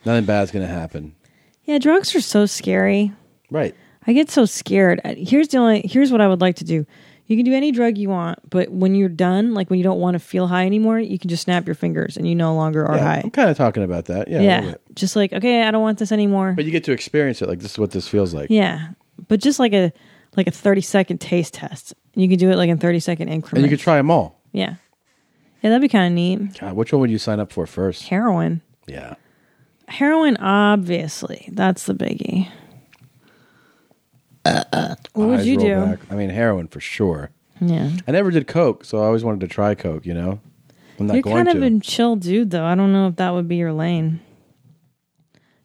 [SPEAKER 1] nothing bad's gonna happen."
[SPEAKER 2] Yeah, drugs are so scary.
[SPEAKER 1] Right.
[SPEAKER 2] I get so scared. I- Here's the only here's what I would like to do. You can do any drug you want, but when you're done, like when you don't want to feel high anymore, you can just snap your fingers and you no longer are
[SPEAKER 1] Yeah,
[SPEAKER 2] high.
[SPEAKER 1] I'm kind of talking about that. Yeah. a
[SPEAKER 2] Yeah.
[SPEAKER 1] little bit.
[SPEAKER 2] Just like, okay, I don't want this anymore.
[SPEAKER 1] But you get to experience it. Like this is what this feels like.
[SPEAKER 2] yeah. But just like a like a 30 second taste test. You can do it like in 30 second
[SPEAKER 1] And
[SPEAKER 2] increments.
[SPEAKER 1] you could try them all.
[SPEAKER 2] yeah. Yeah, that'd be kind of neat.
[SPEAKER 1] God, which one would you sign up for first?
[SPEAKER 2] Heroin.
[SPEAKER 1] Yeah.
[SPEAKER 2] Heroin obviously. That's the biggie. What would
[SPEAKER 1] Uh, Eyes
[SPEAKER 2] you
[SPEAKER 1] roll
[SPEAKER 2] do?
[SPEAKER 1] back. I mean, heroin for sure.
[SPEAKER 2] Yeah.
[SPEAKER 1] I never did coke, so I always wanted to try coke. You know, I'm not
[SPEAKER 2] You're
[SPEAKER 1] going
[SPEAKER 2] kind
[SPEAKER 1] to.
[SPEAKER 2] of a chill dude, though. I don't know if that would be your lane.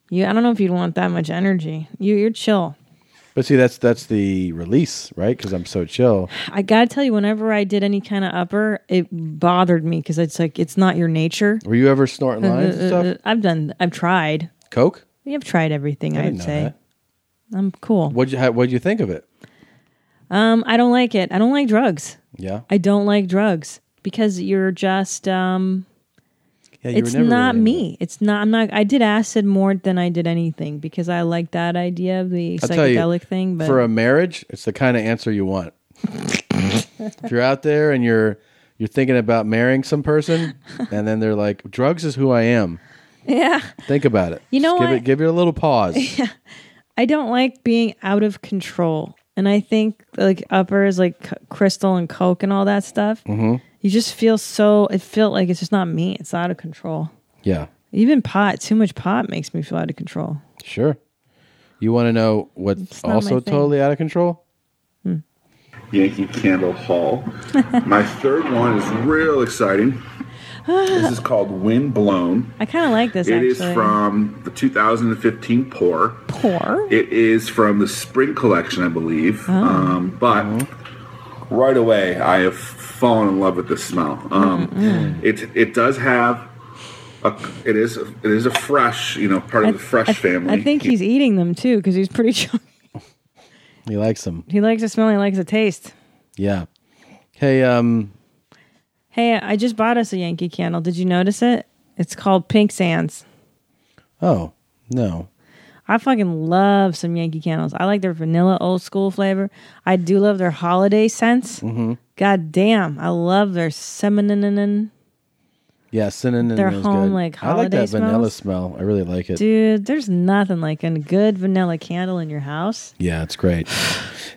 [SPEAKER 2] You, I don't know if you'd want that much energy. You, you're chill.
[SPEAKER 1] but see, that's that's the release, right? Because I'm so chill.
[SPEAKER 2] I gotta tell you, whenever I did any kind of upper, it bothered me because it's like it's not your nature.
[SPEAKER 1] Were you ever snorting
[SPEAKER 2] Uh,
[SPEAKER 1] lines and stuff?
[SPEAKER 2] I've done. I've tried.
[SPEAKER 1] Coke?
[SPEAKER 2] We have tried everything.
[SPEAKER 1] I
[SPEAKER 2] I
[SPEAKER 1] didn't
[SPEAKER 2] would
[SPEAKER 1] know
[SPEAKER 2] say.
[SPEAKER 1] that.
[SPEAKER 2] I'm cool.
[SPEAKER 1] What'd you how, What'd you think of it?
[SPEAKER 2] Um, I don't like it. I don't like drugs.
[SPEAKER 1] Yeah.
[SPEAKER 2] I don't like drugs because you're just um
[SPEAKER 1] Yeah, you were
[SPEAKER 2] it's
[SPEAKER 1] never
[SPEAKER 2] not
[SPEAKER 1] really
[SPEAKER 2] me. It's not I'm not I did acid more than I did anything because I like that idea of the
[SPEAKER 1] I'll tell you,
[SPEAKER 2] psychedelic thing, but
[SPEAKER 1] for a marriage, it's the kind of answer you want. if you're out there and you're you're thinking about marrying some person, and then they're like, "Drugs is who I am."
[SPEAKER 2] yeah,
[SPEAKER 1] Think about it.
[SPEAKER 2] You know
[SPEAKER 1] Just give
[SPEAKER 2] what?
[SPEAKER 1] it give it a little pause.
[SPEAKER 2] I don't like being out of control. and I think like uppers like C- Crystal and Coke and all that stuff.
[SPEAKER 1] Mm-hmm.
[SPEAKER 2] You just feel so. It felt like it's just not me. It's out of control.
[SPEAKER 1] Yeah.
[SPEAKER 2] Even pot, too much pot makes me feel out of control.
[SPEAKER 1] Sure. You want to know what's
[SPEAKER 2] not my
[SPEAKER 1] also
[SPEAKER 2] thing.
[SPEAKER 1] totally out of control?
[SPEAKER 20] Yankee Candle Hall. My third one is real exciting. This is called Wind Blown.
[SPEAKER 2] I kind of like this.
[SPEAKER 20] It
[SPEAKER 2] actually.
[SPEAKER 20] is from the 2015 pour.
[SPEAKER 2] poor.
[SPEAKER 20] It is from the spring collection, I
[SPEAKER 2] Oh.
[SPEAKER 20] believe. Um, but
[SPEAKER 2] Mm-hmm.
[SPEAKER 20] right away, I have fallen in love with this smell. Um,
[SPEAKER 2] Mm-hmm. Mm.
[SPEAKER 20] It it does have a it is it is a fresh you know part of the fresh
[SPEAKER 2] I,
[SPEAKER 20] family.
[SPEAKER 2] I think he's eating them too because he's pretty chunky.
[SPEAKER 1] He likes them.
[SPEAKER 2] He likes the smell. He likes the taste.
[SPEAKER 1] Yeah. Hey, um,
[SPEAKER 2] Hey, I just bought us a Yankee candle. Did you notice it? It's called Pink Sands.
[SPEAKER 1] oh, no.
[SPEAKER 2] I fucking love some Yankee candles. I like their vanilla old school flavor. I do love their holiday scents.
[SPEAKER 1] Mm-hmm.
[SPEAKER 2] God damn, I love their cinnamon.
[SPEAKER 1] Yeah, cinnamon
[SPEAKER 2] Their
[SPEAKER 1] is
[SPEAKER 2] home,
[SPEAKER 1] good.
[SPEAKER 2] like,
[SPEAKER 1] I like that
[SPEAKER 2] holiday
[SPEAKER 1] vanilla
[SPEAKER 2] smells.
[SPEAKER 1] smell. I really like it.
[SPEAKER 2] Dude, there's nothing like a good vanilla candle in your house.
[SPEAKER 1] Yeah, it's great.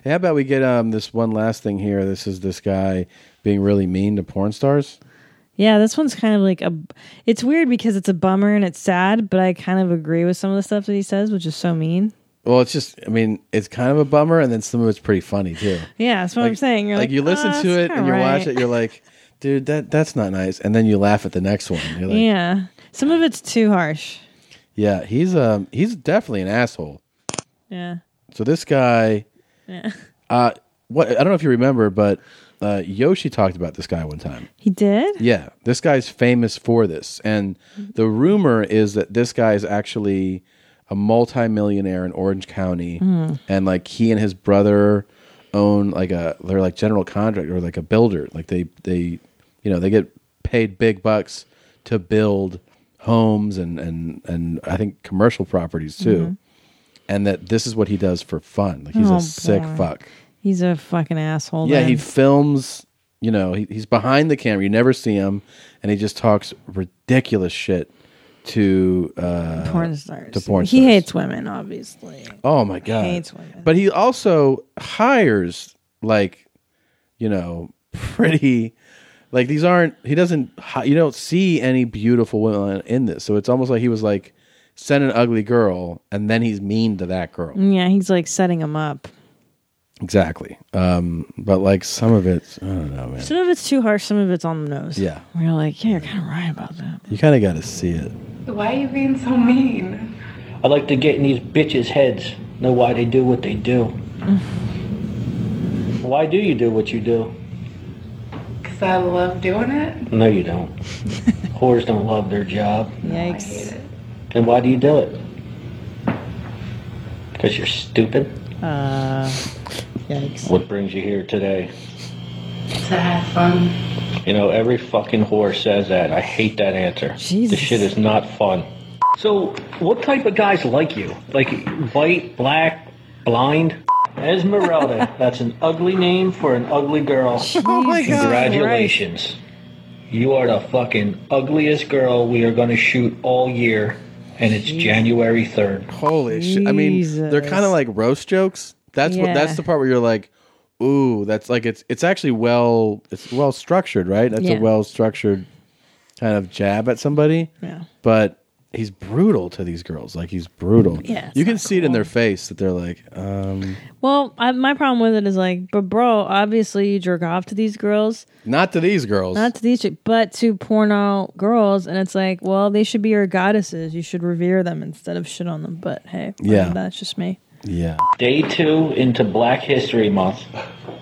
[SPEAKER 1] How about we get um this one last thing here? This is this guy being really mean to porn stars.
[SPEAKER 2] Yeah, this one's kind of like a. It's weird because it's a bummer and it's sad, but I kind of agree with some of the stuff that he says, which is so mean.
[SPEAKER 1] Well, it's just, I mean, it's kind of a bummer, and then some of it's pretty funny too.
[SPEAKER 2] Yeah, that's what I'm saying. You're
[SPEAKER 1] like,
[SPEAKER 2] like,
[SPEAKER 1] you listen
[SPEAKER 2] "Ah,
[SPEAKER 1] to
[SPEAKER 2] it's
[SPEAKER 1] it and
[SPEAKER 2] kinda
[SPEAKER 1] you watch
[SPEAKER 2] right."
[SPEAKER 1] it, you're like, dude, that that's not nice, and then you laugh at the next one. You're like, yeah.
[SPEAKER 2] yeah, some of it's too harsh.
[SPEAKER 1] he's um he's definitely an asshole.
[SPEAKER 2] Yeah,
[SPEAKER 1] So this guy,
[SPEAKER 2] yeah.
[SPEAKER 1] uh, what I don't know if you remember, but uh, Yoshi talked about this guy one time.
[SPEAKER 2] He did.
[SPEAKER 1] Yeah, this guy's famous for this, and the rumor is that this guy is actually a multimillionaire in Orange County,
[SPEAKER 2] Hmm.
[SPEAKER 1] and like he and his brother own like a they're like general contractor or like a builder. Like they they you know they get paid big bucks to build homes and and and I think commercial properties too,
[SPEAKER 2] Mhm.
[SPEAKER 1] and that this is what he does for fun. Like he's
[SPEAKER 2] Oh,
[SPEAKER 1] a sick
[SPEAKER 2] boy.
[SPEAKER 1] fuck.
[SPEAKER 2] He's a fucking asshole.
[SPEAKER 1] Yeah,
[SPEAKER 2] then.
[SPEAKER 1] he films. You know, he, he's behind the camera. You never see him, and he just talks ridiculous shit to uh,
[SPEAKER 2] porn stars.
[SPEAKER 1] To porn
[SPEAKER 2] he
[SPEAKER 1] stars.
[SPEAKER 2] hates women, obviously.
[SPEAKER 1] Oh my god,
[SPEAKER 2] hates women.
[SPEAKER 1] But he also hires like, you know, pretty. Like these aren't. He doesn't. hi- You don't see any beautiful women in this, so it's almost like he was like, send an ugly girl, and then he's mean to that girl.
[SPEAKER 2] Yeah, he's like setting him up.
[SPEAKER 1] Exactly. Um, but like some of it's, I don't know, man.
[SPEAKER 2] Some of it's too harsh. Some of it's on the nose.
[SPEAKER 1] Yeah.
[SPEAKER 2] we're like, yeah, you're kind of right about that.
[SPEAKER 1] You kind of got to see it.
[SPEAKER 3] Why are you being so mean?
[SPEAKER 24] I like to get in these bitches' heads, know why they do what they do.
[SPEAKER 2] Mm.
[SPEAKER 24] Why do you do what you do?
[SPEAKER 3] Because I love doing it.
[SPEAKER 24] No, you don't. Whores don't love their job.
[SPEAKER 3] Yikes.
[SPEAKER 24] Then why do you do it? Because you're stupid.
[SPEAKER 2] Uh, yikes.
[SPEAKER 24] What brings you here today?
[SPEAKER 3] To have fun.
[SPEAKER 24] You know, every fucking whore says that. I hate that answer. This shit is not fun. So, what type of guys like you? Like white, black, blind? Esmeralda. That's an ugly name for an ugly girl.
[SPEAKER 2] Oh my God.
[SPEAKER 24] Congratulations. You are the fucking ugliest girl we are going to shoot all year, and it's January 3rd.
[SPEAKER 1] Holy shit! I mean, they're
[SPEAKER 24] Jesus.
[SPEAKER 1] kind of like roast jokes. That's what. That's
[SPEAKER 24] Yeah.
[SPEAKER 1] the part where you're like, ooh, that's like it's it's actually well it's well structured, right? That's
[SPEAKER 2] Yeah.
[SPEAKER 1] a well structured kind of jab at somebody.
[SPEAKER 2] Yeah.
[SPEAKER 1] But he's brutal to these girls. Like he's brutal.
[SPEAKER 2] Yeah, it's
[SPEAKER 1] You can see it in their face that they're like, um,
[SPEAKER 2] Well, I, my problem with it is like, but bro, obviously you jerk off to these girls,
[SPEAKER 1] not to these girls.
[SPEAKER 2] not to these, chi- but to porno girls, and it's like, well, they should be your goddesses. You should revere them instead of shit on them. But hey,
[SPEAKER 24] Yeah.
[SPEAKER 2] that's just me.
[SPEAKER 1] Yeah.
[SPEAKER 24] Day two into Black History Month,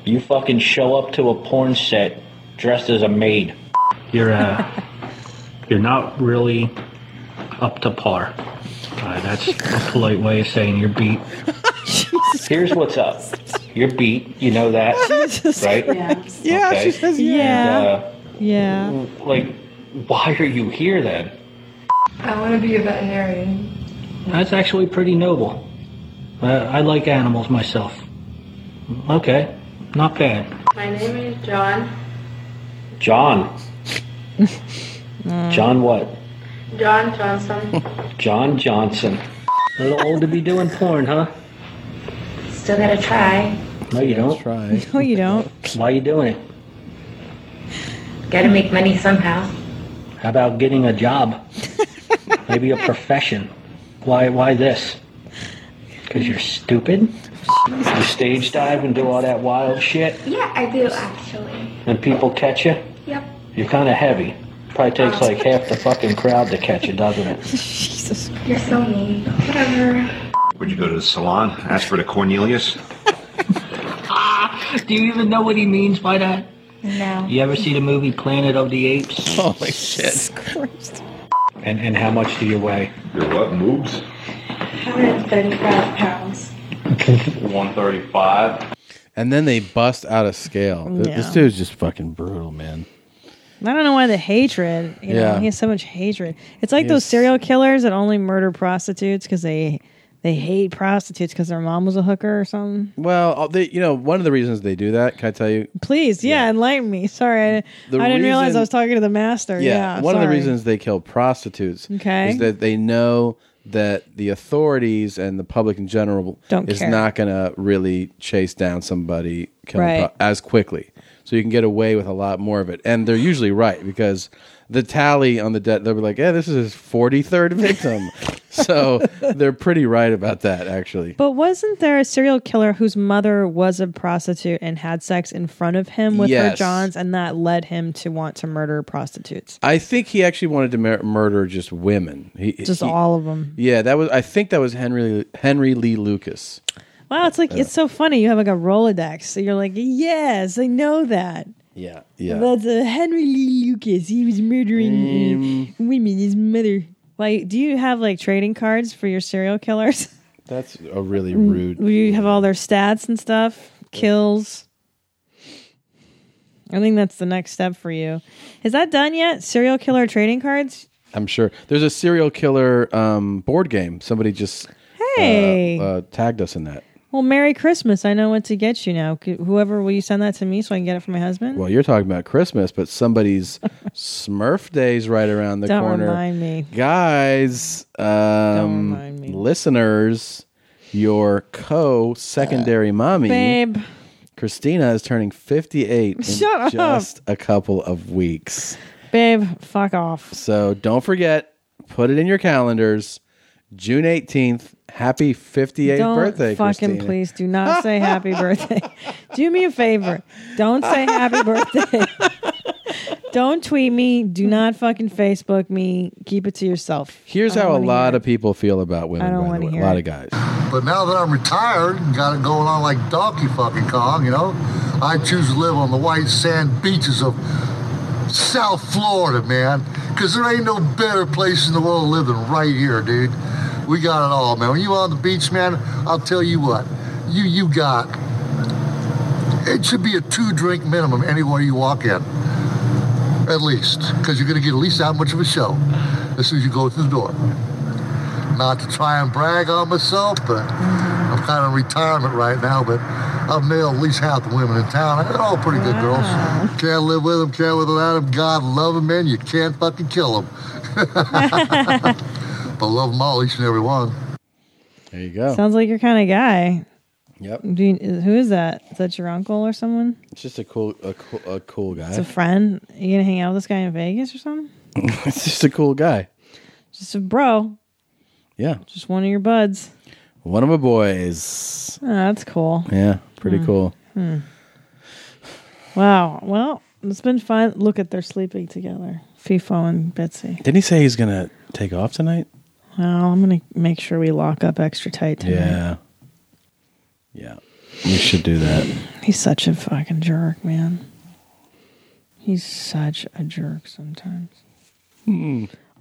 [SPEAKER 24] you fucking show up to a porn set dressed as a maid. You're uh, you're not really up to par. Uh, that's a polite way of saying you're beat. Here's what's up. You're beat. You know that, right?
[SPEAKER 2] Yeah,
[SPEAKER 24] Okay.
[SPEAKER 2] she says
[SPEAKER 24] And,
[SPEAKER 2] yeah.
[SPEAKER 24] uh,
[SPEAKER 2] Yeah.
[SPEAKER 24] like, why are you here then?
[SPEAKER 3] I want to be a veterinarian.
[SPEAKER 24] That's actually pretty noble. Uh, I like animals myself. Okay, not bad.
[SPEAKER 3] My name is John.
[SPEAKER 24] John.
[SPEAKER 2] Mm.
[SPEAKER 24] John what?
[SPEAKER 3] John Johnson.
[SPEAKER 24] John Johnson. A little old to be doing porn, huh?
[SPEAKER 3] Still gotta try.
[SPEAKER 24] No, you don't.
[SPEAKER 1] Try.
[SPEAKER 2] No, you don't.
[SPEAKER 24] Why are you doing it?
[SPEAKER 3] Gotta make money somehow.
[SPEAKER 24] How about getting a job? Maybe a profession. Why? Why this? Because you're stupid. You stage dive and do all that wild shit,
[SPEAKER 3] Yeah, I do actually.
[SPEAKER 24] and people catch you.
[SPEAKER 3] Yep.
[SPEAKER 24] You're kind of heavy. Probably takes like half the fucking crowd to catch you, doesn't it?
[SPEAKER 3] You're so mean. Whatever.
[SPEAKER 5] Would you go to the salon? Ask for the Cornelius?
[SPEAKER 24] Do you even know what he means by that?
[SPEAKER 3] No.
[SPEAKER 24] You ever see the movie Planet of the Apes?
[SPEAKER 19] Holy shit.
[SPEAKER 24] And and how much do you weigh?
[SPEAKER 5] Your what moves?
[SPEAKER 3] 135 pounds.
[SPEAKER 5] 135.
[SPEAKER 1] And then they bust out of scale. Th- This
[SPEAKER 2] Yeah.
[SPEAKER 1] dude's just fucking brutal, man.
[SPEAKER 2] I don't know why the hatred. You know,
[SPEAKER 1] Yeah.
[SPEAKER 2] he has so much hatred. It's like
[SPEAKER 1] He
[SPEAKER 2] those
[SPEAKER 1] is-
[SPEAKER 2] serial killers that only murder prostitutes because they they hate prostitutes because their mom was a hooker or something.
[SPEAKER 1] Well, uh, they, you know, one of the reasons they do that, can I tell you?
[SPEAKER 2] Please, yeah, enlighten me. Sorry, I,
[SPEAKER 1] The
[SPEAKER 2] I didn't realize
[SPEAKER 1] reason-
[SPEAKER 2] I was talking to the master. Yeah,
[SPEAKER 1] one of the
[SPEAKER 2] sorry.
[SPEAKER 1] reasons they kill prostitutes
[SPEAKER 2] Okay.
[SPEAKER 1] is that they know that the authorities and the public in general
[SPEAKER 2] Don't
[SPEAKER 1] is
[SPEAKER 2] care.
[SPEAKER 1] not going to really chase down somebody killing
[SPEAKER 2] Right.
[SPEAKER 1] pro- as quickly. So you can get away with a lot more of it. And they're usually right because the tally on the debt, they'll be like, yeah, this is his 43rd victim. so they're pretty right about that, actually.
[SPEAKER 2] But wasn't there a serial killer whose mother was a prostitute and had sex in front of him with her
[SPEAKER 1] Yes.
[SPEAKER 2] johns, and that led him to want to murder prostitutes?
[SPEAKER 1] I think he actually wanted to mur- murder just women. He,
[SPEAKER 2] Just
[SPEAKER 1] he-
[SPEAKER 2] all of them.
[SPEAKER 1] Yeah, that was. I think that was Henry Henry Lee Lucas.
[SPEAKER 2] Wow, it's like
[SPEAKER 1] Yeah.
[SPEAKER 2] it's so funny. You have like a Rolodex, so you're like, yes, I know that.
[SPEAKER 1] Yeah, yeah.
[SPEAKER 2] That's uh, Henry Lee Lucas. He was murdering
[SPEAKER 1] Um,
[SPEAKER 2] uh, women. His mother. Like, do you have like trading cards for your serial killers?
[SPEAKER 1] That's a really rude.
[SPEAKER 2] you have all their stats and stuff, kills. I think that's the next step for you. Is that done yet? Serial killer trading cards?
[SPEAKER 1] I'm sure there's a serial killer um, board game. Somebody just
[SPEAKER 2] Hey.
[SPEAKER 1] uh, uh, tagged us in that.
[SPEAKER 2] Well, Merry Christmas. I know what to get you now. C- Whoever will you send that to me so I can get it for my husband?
[SPEAKER 1] Well, you're talking about Christmas, but somebody's Smurf Day's right around the
[SPEAKER 2] Don't
[SPEAKER 1] corner.
[SPEAKER 2] remind me.
[SPEAKER 1] guys. Um, Don't remind me, listeners. Your co-secondary mommy,
[SPEAKER 2] Uh, Babe.
[SPEAKER 1] Christina, is turning 58 in
[SPEAKER 2] Shut up.
[SPEAKER 1] just a couple of weeks.
[SPEAKER 2] Babe, fuck off.
[SPEAKER 1] So don't forget, put it in your calendars. June 18th, happy 58th
[SPEAKER 2] Don't
[SPEAKER 1] birthday,
[SPEAKER 2] fucking
[SPEAKER 1] Christina.
[SPEAKER 2] please do not say happy birthday. Do me a favor. Don't say happy birthday. Don't tweet me. Do not fucking Facebook me. Keep it to yourself.
[SPEAKER 1] Here's
[SPEAKER 2] I don't
[SPEAKER 1] how a
[SPEAKER 2] wanna
[SPEAKER 1] lot of people feel about
[SPEAKER 2] I
[SPEAKER 1] women,
[SPEAKER 2] don't
[SPEAKER 1] by
[SPEAKER 2] wanna
[SPEAKER 1] the way.
[SPEAKER 2] hear
[SPEAKER 1] A lot
[SPEAKER 2] it.
[SPEAKER 1] of guys.
[SPEAKER 9] But now that I'm retired and got it going on like Donkey fucking Kong, you know, I choose to live on the white sand beaches of South Florida, man. Because there ain't no better place in the world to live than right here, dude. We got it all, man. When you on the beach, man, I'll tell you what, you you got. It should be a two drink minimum anywhere you walk in, at least, because you're gonna get at least that much of a show as soon as you go through the door not to try and brag on myself, but I'm kind of in retirement right now, but I've nailed at least half the women in town. They're all pretty good girls. Can't live with them, can't live without them. God love them, man. You can't fucking kill them. but love them all, each and every one.
[SPEAKER 1] There you go.
[SPEAKER 2] Sounds like your kind of guy.
[SPEAKER 1] Oh. Yep.
[SPEAKER 2] Do you, is- who is that? Is that your uncle or someone?
[SPEAKER 1] It's just a cool, a cool, a cool guy.
[SPEAKER 2] It's a friend. you gonna hang out with this guy in Vegas or something?
[SPEAKER 1] it's just a cool guy.
[SPEAKER 2] Just a bro.
[SPEAKER 1] Yeah,
[SPEAKER 2] Just one of your buds.
[SPEAKER 1] one of my boys.
[SPEAKER 2] Oh, that's cool.
[SPEAKER 1] Yeah, pretty
[SPEAKER 2] Hmm.
[SPEAKER 1] cool.
[SPEAKER 2] Hmm. Wow. Well, it's been fun. Look at they're sleeping together. FIFO and Betsy.
[SPEAKER 1] Didn't he say he's gonna take off tonight?
[SPEAKER 2] Well, I'm gonna make sure we lock up extra tight tonight.
[SPEAKER 1] Yeah, yeah. We should do that.
[SPEAKER 2] He's such a fucking jerk, man. He's such a jerk sometimes.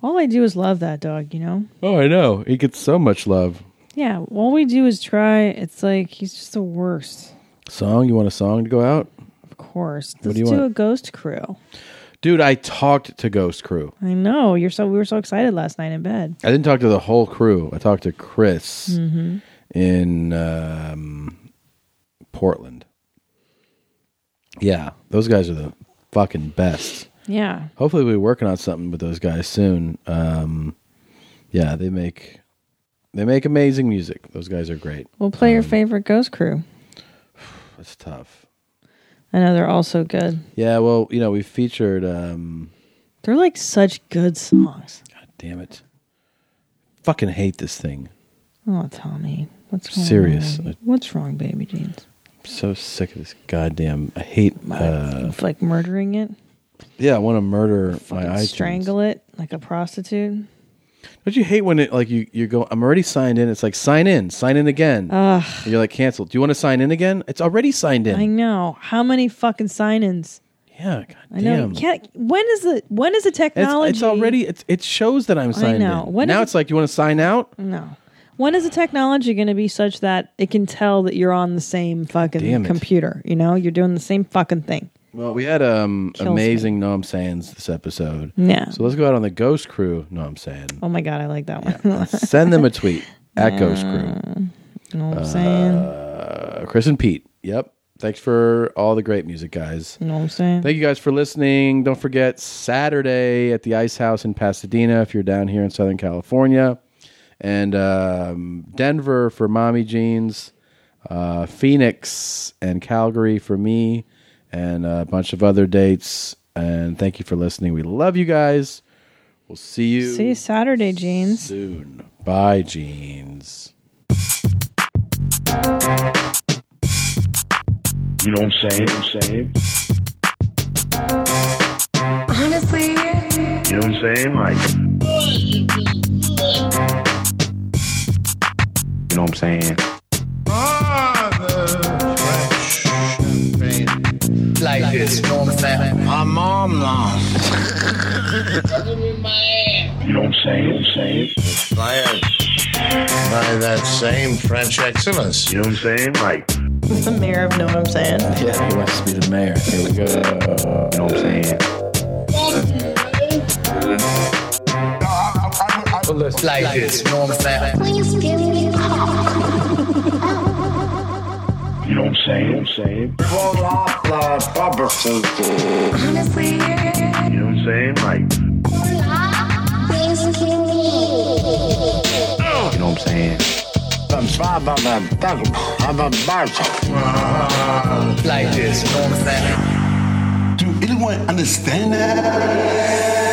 [SPEAKER 2] All I do is love that dog, you know?
[SPEAKER 1] Oh, I know. He gets so much love.
[SPEAKER 2] Yeah, all we do is try. It's like he's just the worst,
[SPEAKER 1] Song? You want a song to go out?
[SPEAKER 2] of course. Let's
[SPEAKER 1] What do you
[SPEAKER 2] do
[SPEAKER 1] want?
[SPEAKER 2] a ghost crew.
[SPEAKER 1] Dude, I talked to Ghost Crew.
[SPEAKER 2] I know. You're so we were so excited last night in bed.
[SPEAKER 1] I didn't talk to the whole crew. I talked to Chris
[SPEAKER 2] Mhm.
[SPEAKER 1] in um, Portland. Yeah, those guys are the fucking best.
[SPEAKER 2] Yeah.
[SPEAKER 1] Hopefully, we'll be working on something with those guys soon. Um, yeah, they make they make amazing music. Those guys are great.
[SPEAKER 2] We'll play your favorite ghost crew.
[SPEAKER 1] It's tough.
[SPEAKER 2] I know they're also good.
[SPEAKER 1] Yeah, well, you know, we featured. um
[SPEAKER 2] They're like such good songs.
[SPEAKER 1] Damn it! Fucking hate this thing.
[SPEAKER 2] Oh, Tommy, what's wrong
[SPEAKER 1] Serious.
[SPEAKER 2] baby? What's wrong, baby jeans?
[SPEAKER 1] I'm so sick of this goddamn. I hate. Uh,
[SPEAKER 2] It's like murdering it,
[SPEAKER 1] yeah, I want to murder my iTunes.
[SPEAKER 2] strangle it like a prostitute.
[SPEAKER 1] Don't you hate when it like you you go? I'm already signed in. It's like sign in, sign in again.
[SPEAKER 2] Ugh.
[SPEAKER 1] And you're like cancel. Do you want to sign in again? It's already signed in.
[SPEAKER 2] I know how many fucking sign-ins.
[SPEAKER 1] Yeah,
[SPEAKER 2] I know.
[SPEAKER 1] goddamn.
[SPEAKER 2] You can't. When is the when is the
[SPEAKER 1] It's,
[SPEAKER 2] technology?
[SPEAKER 1] it's already it's, it shows that I'm signed
[SPEAKER 2] know.
[SPEAKER 1] in.
[SPEAKER 2] When
[SPEAKER 1] now
[SPEAKER 2] is-
[SPEAKER 1] it's like you want to sign out.
[SPEAKER 2] No. When is the technology going to be such that it can tell that you're on the same
[SPEAKER 1] Damn
[SPEAKER 2] fucking
[SPEAKER 1] it.
[SPEAKER 2] computer? You know, you're doing the same fucking thing.
[SPEAKER 1] Well, we had um
[SPEAKER 2] Kills me.
[SPEAKER 1] amazing Noam Sands this episode.
[SPEAKER 2] Yeah.
[SPEAKER 1] So let's go out on the Ghost Crew Noam Sand.
[SPEAKER 2] Oh my god, I like that one.
[SPEAKER 1] Send them a tweet at Ghost Crew.
[SPEAKER 2] You know what I'm saying?
[SPEAKER 1] Uh, Chris and Pete. Yep. Thanks for all the great music, guys.
[SPEAKER 2] You know what I'm saying?
[SPEAKER 1] Thank you guys for listening. Don't forget Saturday at the Ice House in Pasadena if you're down here in Southern California, and um, Denver for Mommy Jeans, uh, Phoenix and Calgary for me, and a bunch of other dates. And thank you for listening. We love you guys. We'll see you.
[SPEAKER 2] See you Saturday, jeans.
[SPEAKER 1] Soon. Bye, jeans.
[SPEAKER 7] You know what I'm saying? I'm saying.
[SPEAKER 3] Honestly,
[SPEAKER 7] You know what I'm saying? Like. You know what I'm saying?
[SPEAKER 17] Like this, you know what I'm saying? My mom long.
[SPEAKER 7] You know what I'm saying? I'm saying.
[SPEAKER 17] By, by that same French excellence. You know what I'm saying? Like.
[SPEAKER 4] The mayor of Know What I'm Saying.
[SPEAKER 1] Yeah, he wants to be the mayor. Here we go. You know what I'm saying?
[SPEAKER 17] Like this, you know what I'm saying?
[SPEAKER 7] You know what I'm saying? I'm saying.
[SPEAKER 3] honestly,
[SPEAKER 7] You know what I'm saying? Like. You know what I'm saying?
[SPEAKER 17] I'm sorry about that. Thank you. I'm a bartender. Like this, you know what I'm saying?
[SPEAKER 8] Do anyone understand that?